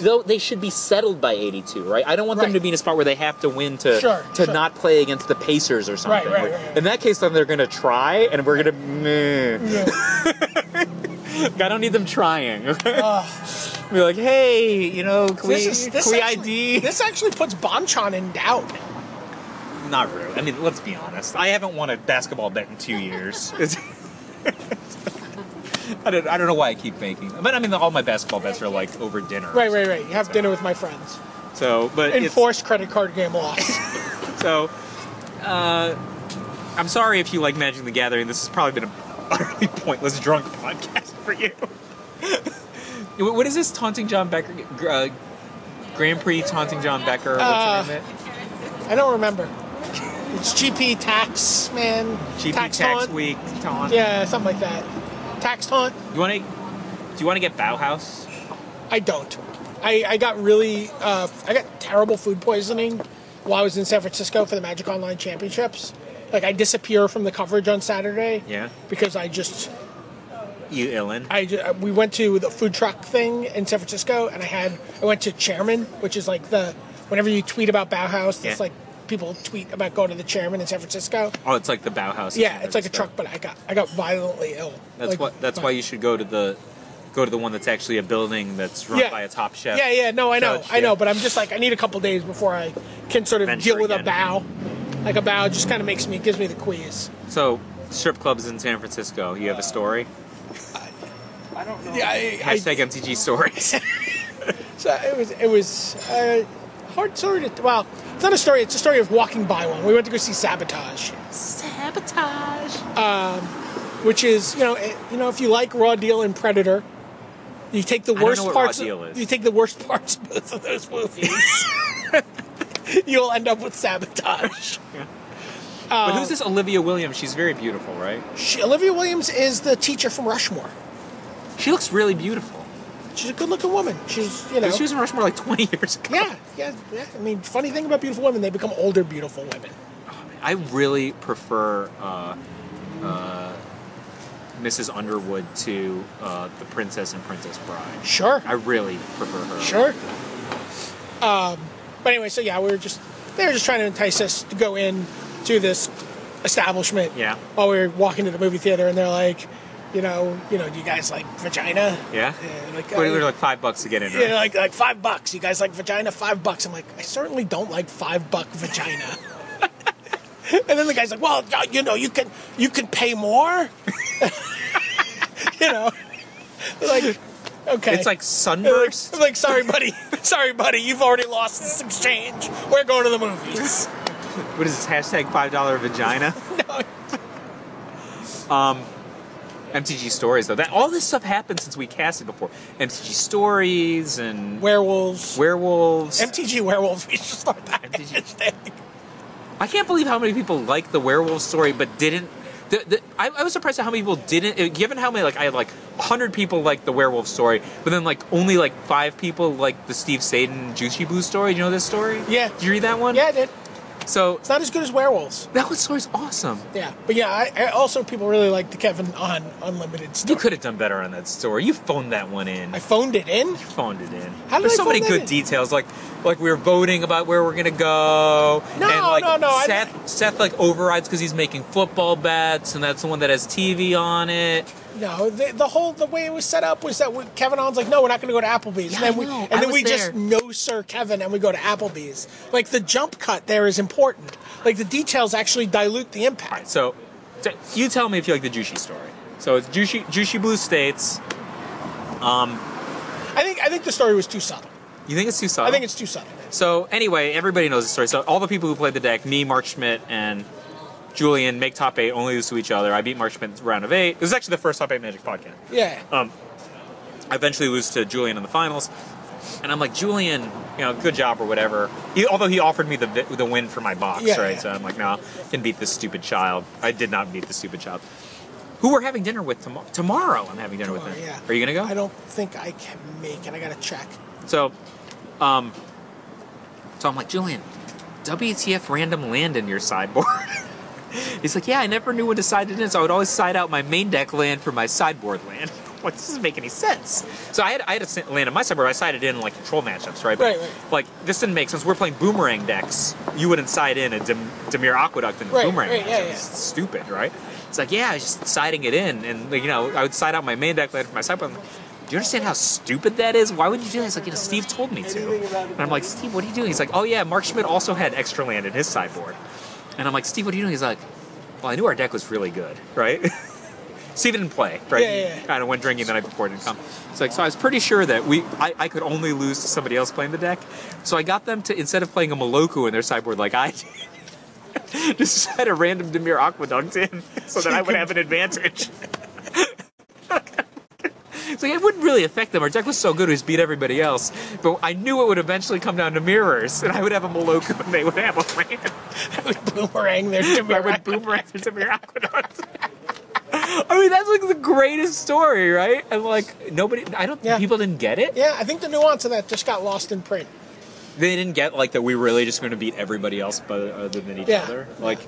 [SPEAKER 4] though they should be settled by 82, right? I don't want them
[SPEAKER 3] Right.
[SPEAKER 4] to be in a spot where they have to win to
[SPEAKER 3] Sure,
[SPEAKER 4] to
[SPEAKER 3] sure.
[SPEAKER 4] not play against the Pacers or something.
[SPEAKER 3] right, right, right.
[SPEAKER 4] In that case, then they're going to try, and we're going to. Like, I don't need them trying.
[SPEAKER 3] Uh.
[SPEAKER 4] Be like, hey, you know, can we, can we
[SPEAKER 3] actually,
[SPEAKER 4] ID?
[SPEAKER 3] This actually puts Bonchon in doubt.
[SPEAKER 4] Not really. I mean, let's be honest. I haven't won a basketball bet in two years. It's- I don't, I don't know why I keep making them. But I mean, all my basketball bets are like over dinner.
[SPEAKER 3] Right, right, right. You have dinner with my friends.
[SPEAKER 4] So, but it's-
[SPEAKER 3] Enforced credit card game loss.
[SPEAKER 4] So, uh, I'm sorry if you like Magic the Gathering. This has probably been a utterly pointless drunk podcast for you. Wh- what is this taunting John Becker? gr- Uh, Grand Prix taunting John Becker. What's
[SPEAKER 3] Uh,
[SPEAKER 4] the name of
[SPEAKER 3] I don't remember. It's GP tax, man.
[SPEAKER 4] it? GP
[SPEAKER 3] tax,
[SPEAKER 4] Tax,
[SPEAKER 3] taunt.
[SPEAKER 4] Week taunt.
[SPEAKER 3] Yeah, something like that. Tax taunt.
[SPEAKER 4] You want to? Do you want to get Bauhaus?
[SPEAKER 3] I don't. I, I got really, uh, I got terrible food poisoning while I was in San Francisco for the Magic Online Championships. Like, I disappear from the coverage on Saturday.
[SPEAKER 4] Yeah.
[SPEAKER 3] Because I just,
[SPEAKER 4] You Illin.
[SPEAKER 3] I ju- we went to the food truck thing in San Francisco, and I had, I went to Chairman, which is like the, whenever you tweet about Bauhaus,
[SPEAKER 4] Yeah.
[SPEAKER 3] it's like people tweet about going to the Chairman in San Francisco.
[SPEAKER 4] Oh, it's like the Bauhaus. of
[SPEAKER 3] Yeah,
[SPEAKER 4] San
[SPEAKER 3] it's like a
[SPEAKER 4] Francisco.
[SPEAKER 3] truck, but I got, I got violently ill.
[SPEAKER 4] That's
[SPEAKER 3] Like,
[SPEAKER 4] what. That's
[SPEAKER 3] but-
[SPEAKER 4] why you should go to the, go to the one that's actually a building that's run
[SPEAKER 3] Yeah.
[SPEAKER 4] by a top chef.
[SPEAKER 3] Yeah, yeah, no, I know,
[SPEAKER 4] Judge,
[SPEAKER 3] I know,
[SPEAKER 4] yeah.
[SPEAKER 3] but I'm just like I need a couple days before I can sort of
[SPEAKER 4] Venture
[SPEAKER 3] deal with a
[SPEAKER 4] again.
[SPEAKER 3] bow. Like a bow just kind of makes me gives me the queas.
[SPEAKER 4] So, strip clubs in San Francisco. You have a story?
[SPEAKER 3] Yeah, I, I,
[SPEAKER 4] Hashtag MTG stories.
[SPEAKER 3] so it was it was uh, hard story to well, it's not a story. It's a story of walking by one. We went to go see Sabotage,
[SPEAKER 2] Sabotage.
[SPEAKER 3] which is you know it, you know if you like Raw Deal and Predator, you take the
[SPEAKER 4] don't
[SPEAKER 3] worst
[SPEAKER 4] know what Raw
[SPEAKER 3] parts.
[SPEAKER 4] Deal is.
[SPEAKER 3] You take the worst parts of both of those movies. You'll end up with Sabotage.
[SPEAKER 4] but
[SPEAKER 3] Um,
[SPEAKER 4] who's this Olivia Williams? She's very beautiful, right?
[SPEAKER 3] She, Olivia Williams is the teacher from Rushmore.
[SPEAKER 4] She looks really beautiful.
[SPEAKER 3] She's a good-looking woman. She's you know
[SPEAKER 4] She was in Rushmore like 20 years ago.
[SPEAKER 3] Yeah, yeah, yeah. I mean, funny thing about beautiful women, they become older, beautiful women.
[SPEAKER 4] I really prefer uh, uh, Mrs. Underwood to uh, the Princess and Princess Bride.
[SPEAKER 3] Sure,
[SPEAKER 4] I really prefer her.
[SPEAKER 3] sure. Um, but anyway, so yeah, we were just they were just trying to entice us to go in to this establishment.
[SPEAKER 4] Yeah.
[SPEAKER 3] While we were walking to the movie theater, and they're like, you know, you know, do you guys like vagina?
[SPEAKER 4] Yeah?
[SPEAKER 3] Yeah, like,
[SPEAKER 4] What,
[SPEAKER 3] uh,
[SPEAKER 4] they're like five bucks to get in, right?
[SPEAKER 3] Yeah, like like five bucks. You guys like vagina? Five bucks. I'm like, I certainly don't like five buck vagina. and then the guy's like, well, uh, you know, you can you can pay more. you know, like okay,
[SPEAKER 4] It's
[SPEAKER 3] I'm
[SPEAKER 4] like
[SPEAKER 3] like,
[SPEAKER 4] sunburst.
[SPEAKER 3] I'm like, sorry, buddy, sorry, buddy, you've already lost this exchange. We're going to the movies.
[SPEAKER 4] what is this? Hashtag $5 vagina? Um,
[SPEAKER 3] no,
[SPEAKER 4] MTG stories though. That all this stuff happened since we casted before. MTG stories and
[SPEAKER 3] werewolves.
[SPEAKER 4] werewolves.
[SPEAKER 3] MTG werewolves. We should start that.
[SPEAKER 4] MTG.
[SPEAKER 3] hashtag.
[SPEAKER 4] I can't believe how many people liked the werewolf story but didn't. The, the, I, I was surprised at how many people didn't. uh, Given how many, like I had like hundred people liked the werewolf story, but then like only like five people liked the Steve Satan Juicy Blue story. Do you know this story?
[SPEAKER 3] Yeah.
[SPEAKER 4] Did you read that one?
[SPEAKER 3] Yeah, dude,
[SPEAKER 4] So
[SPEAKER 3] it's not as good as werewolves.
[SPEAKER 4] that one story's awesome.
[SPEAKER 3] Yeah, but yeah, I, I also people really liked the Kevin on Unlimited
[SPEAKER 4] You
[SPEAKER 3] stuff.
[SPEAKER 4] could have done better on that story. You phoned that one in.
[SPEAKER 3] I phoned it in.
[SPEAKER 4] phoned it in.
[SPEAKER 3] How did
[SPEAKER 4] There's
[SPEAKER 3] I
[SPEAKER 4] so many
[SPEAKER 3] phone that
[SPEAKER 4] good
[SPEAKER 3] in?
[SPEAKER 4] details, like like we were voting about where we're gonna go.
[SPEAKER 3] No,
[SPEAKER 4] and like
[SPEAKER 3] no, no, I
[SPEAKER 4] Seth Seth like overrides because he's making football bets, and that's the one that has TV on it.
[SPEAKER 3] No, the, the whole the way it was set up was that we, Kevin On's like, no, we're not going to go to Applebee's,
[SPEAKER 4] Yeah,
[SPEAKER 3] and then
[SPEAKER 4] I
[SPEAKER 3] we
[SPEAKER 4] know.
[SPEAKER 3] and
[SPEAKER 4] I
[SPEAKER 3] then
[SPEAKER 4] was
[SPEAKER 3] we
[SPEAKER 4] there.
[SPEAKER 3] just no sir Kevin and we go to Applebee's. Like the jump cut there is important. Like the details actually dilute the
[SPEAKER 4] All right,
[SPEAKER 3] impact.
[SPEAKER 4] so t- you tell me if you like the Juicy story. So it's Juicy Juicy Blue States.
[SPEAKER 3] I think I think the story was too subtle.
[SPEAKER 4] You think it's too subtle?
[SPEAKER 3] I think it's too subtle.
[SPEAKER 4] so. Anyway, everybody knows the story. So all the people who played the deck, me, Mark Schmidt, and Julian, make top eight. Only lose to each other. I beat Mark Schmidt round of eight. It was actually the first top eight Magic podcast.
[SPEAKER 3] Yeah,
[SPEAKER 4] I eventually lose to Julian in the finals, and I'm like, Julian, you know, good job or whatever. He, although he offered me the vi- the win for my box,
[SPEAKER 3] Yeah,
[SPEAKER 4] right?
[SPEAKER 3] yeah.
[SPEAKER 4] So I'm like, no, can beat this stupid child. I did not beat the stupid child. Who we're having dinner with tomorrow? Tomorrow, I'm having dinner with
[SPEAKER 3] Tomorrow,
[SPEAKER 4] him.
[SPEAKER 3] yeah.
[SPEAKER 4] Are you gonna go?
[SPEAKER 3] I don't think I can make it. I got to check.
[SPEAKER 4] So, um, so I'm like, Julian, WTF random land in your sideboard? He's like, yeah, I never knew what to side it in, so I would always side out my main deck land for my sideboard land. like, this doesn't make any sense. So I had, I had to sit- land on my side where I sided in like control matchups, right? But,
[SPEAKER 3] Right, right.
[SPEAKER 4] Like, this didn't make sense. We're playing boomerang decks. You wouldn't side in a Dem- Demir Aqueduct in
[SPEAKER 3] Right,
[SPEAKER 4] boomerang
[SPEAKER 3] right,
[SPEAKER 4] matchups.
[SPEAKER 3] yeah, yeah.
[SPEAKER 4] It's stupid, right? It's like, yeah, I was just siding it in. And, like, you know, I would side out my main deck, land for my sideboard. I'm like, do you understand how stupid that is? Why would you do that? He's like, you know, Steve told me to. And I'm like, Steve, what are you doing? He's like, oh yeah, Mark Schmidt also had extra land in his sideboard. And I'm like, Steve, what are you doing? He's like, well, I knew our deck was really good, right? Steve didn't play, right?
[SPEAKER 3] Yeah, yeah, yeah.
[SPEAKER 4] Kind of went drinking the night before and didn't come. It's like, so I was pretty sure that we, I, I could only lose to somebody else playing the deck. So I got them to instead of playing a Maloku in their sideboard like I did, just had a random Demir Aqueduct in, so that I would have an advantage. So it wouldn't really affect them. Our deck was so good, it was beat everybody else. But I knew it would eventually come down to mirrors, and I would have a Maloku, and they would have a land.
[SPEAKER 3] Boomerang there to be
[SPEAKER 4] I would boomerang to mirror aqueduct. I mean, that's like the greatest story, right? And like nobody, I don't,
[SPEAKER 3] Yeah.
[SPEAKER 4] people didn't get it.
[SPEAKER 3] Yeah, I think the nuance of that just got lost in print.
[SPEAKER 4] They didn't get like that. We were really just going to beat everybody else, but other than each
[SPEAKER 3] Yeah.
[SPEAKER 4] other. Like,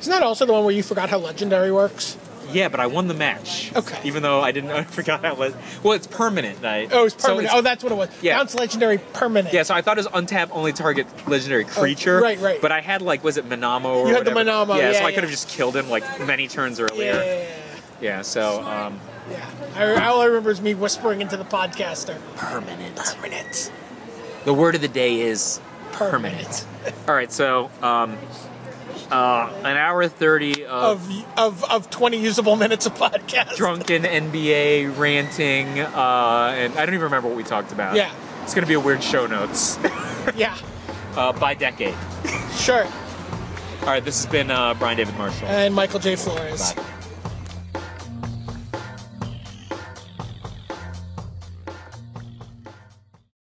[SPEAKER 3] Isn't that also the one where you forgot how legendary works?
[SPEAKER 4] yeah, but I won the match.
[SPEAKER 3] Okay.
[SPEAKER 4] Even though I didn't, I forgot how it was. Well, it's permanent. I,
[SPEAKER 3] Oh, it's
[SPEAKER 4] so
[SPEAKER 3] permanent. oh, that's what it was.
[SPEAKER 4] Yeah.
[SPEAKER 3] Bounce legendary permanent.
[SPEAKER 4] Yeah, so I thought it was untap only target legendary creature.
[SPEAKER 3] Oh, right, right.
[SPEAKER 4] But I had like was it Manamo or
[SPEAKER 3] You had the
[SPEAKER 4] whatever?
[SPEAKER 3] Manamo,
[SPEAKER 4] Yeah,
[SPEAKER 3] yeah,
[SPEAKER 4] so I
[SPEAKER 3] yeah.
[SPEAKER 4] could have just killed him like many turns earlier.
[SPEAKER 3] Yeah.
[SPEAKER 4] Yeah, so um,
[SPEAKER 3] yeah. I, all I remember is me whispering into the podcaster. Permanent. Permanent.
[SPEAKER 4] the word of the day is permanent. All right, so um, uh, an hour thirty of,
[SPEAKER 3] Of, of of twenty usable minutes of podcast.
[SPEAKER 4] drunken NBA ranting, uh, and I don't even remember what we talked about.
[SPEAKER 3] Yeah.
[SPEAKER 4] it's gonna be a weird show notes
[SPEAKER 3] Yeah.
[SPEAKER 4] uh, by decade.
[SPEAKER 3] Sure.
[SPEAKER 4] All right, this has been uh, Brian David Marshall.
[SPEAKER 3] And Michael J. Flores.
[SPEAKER 4] Bye.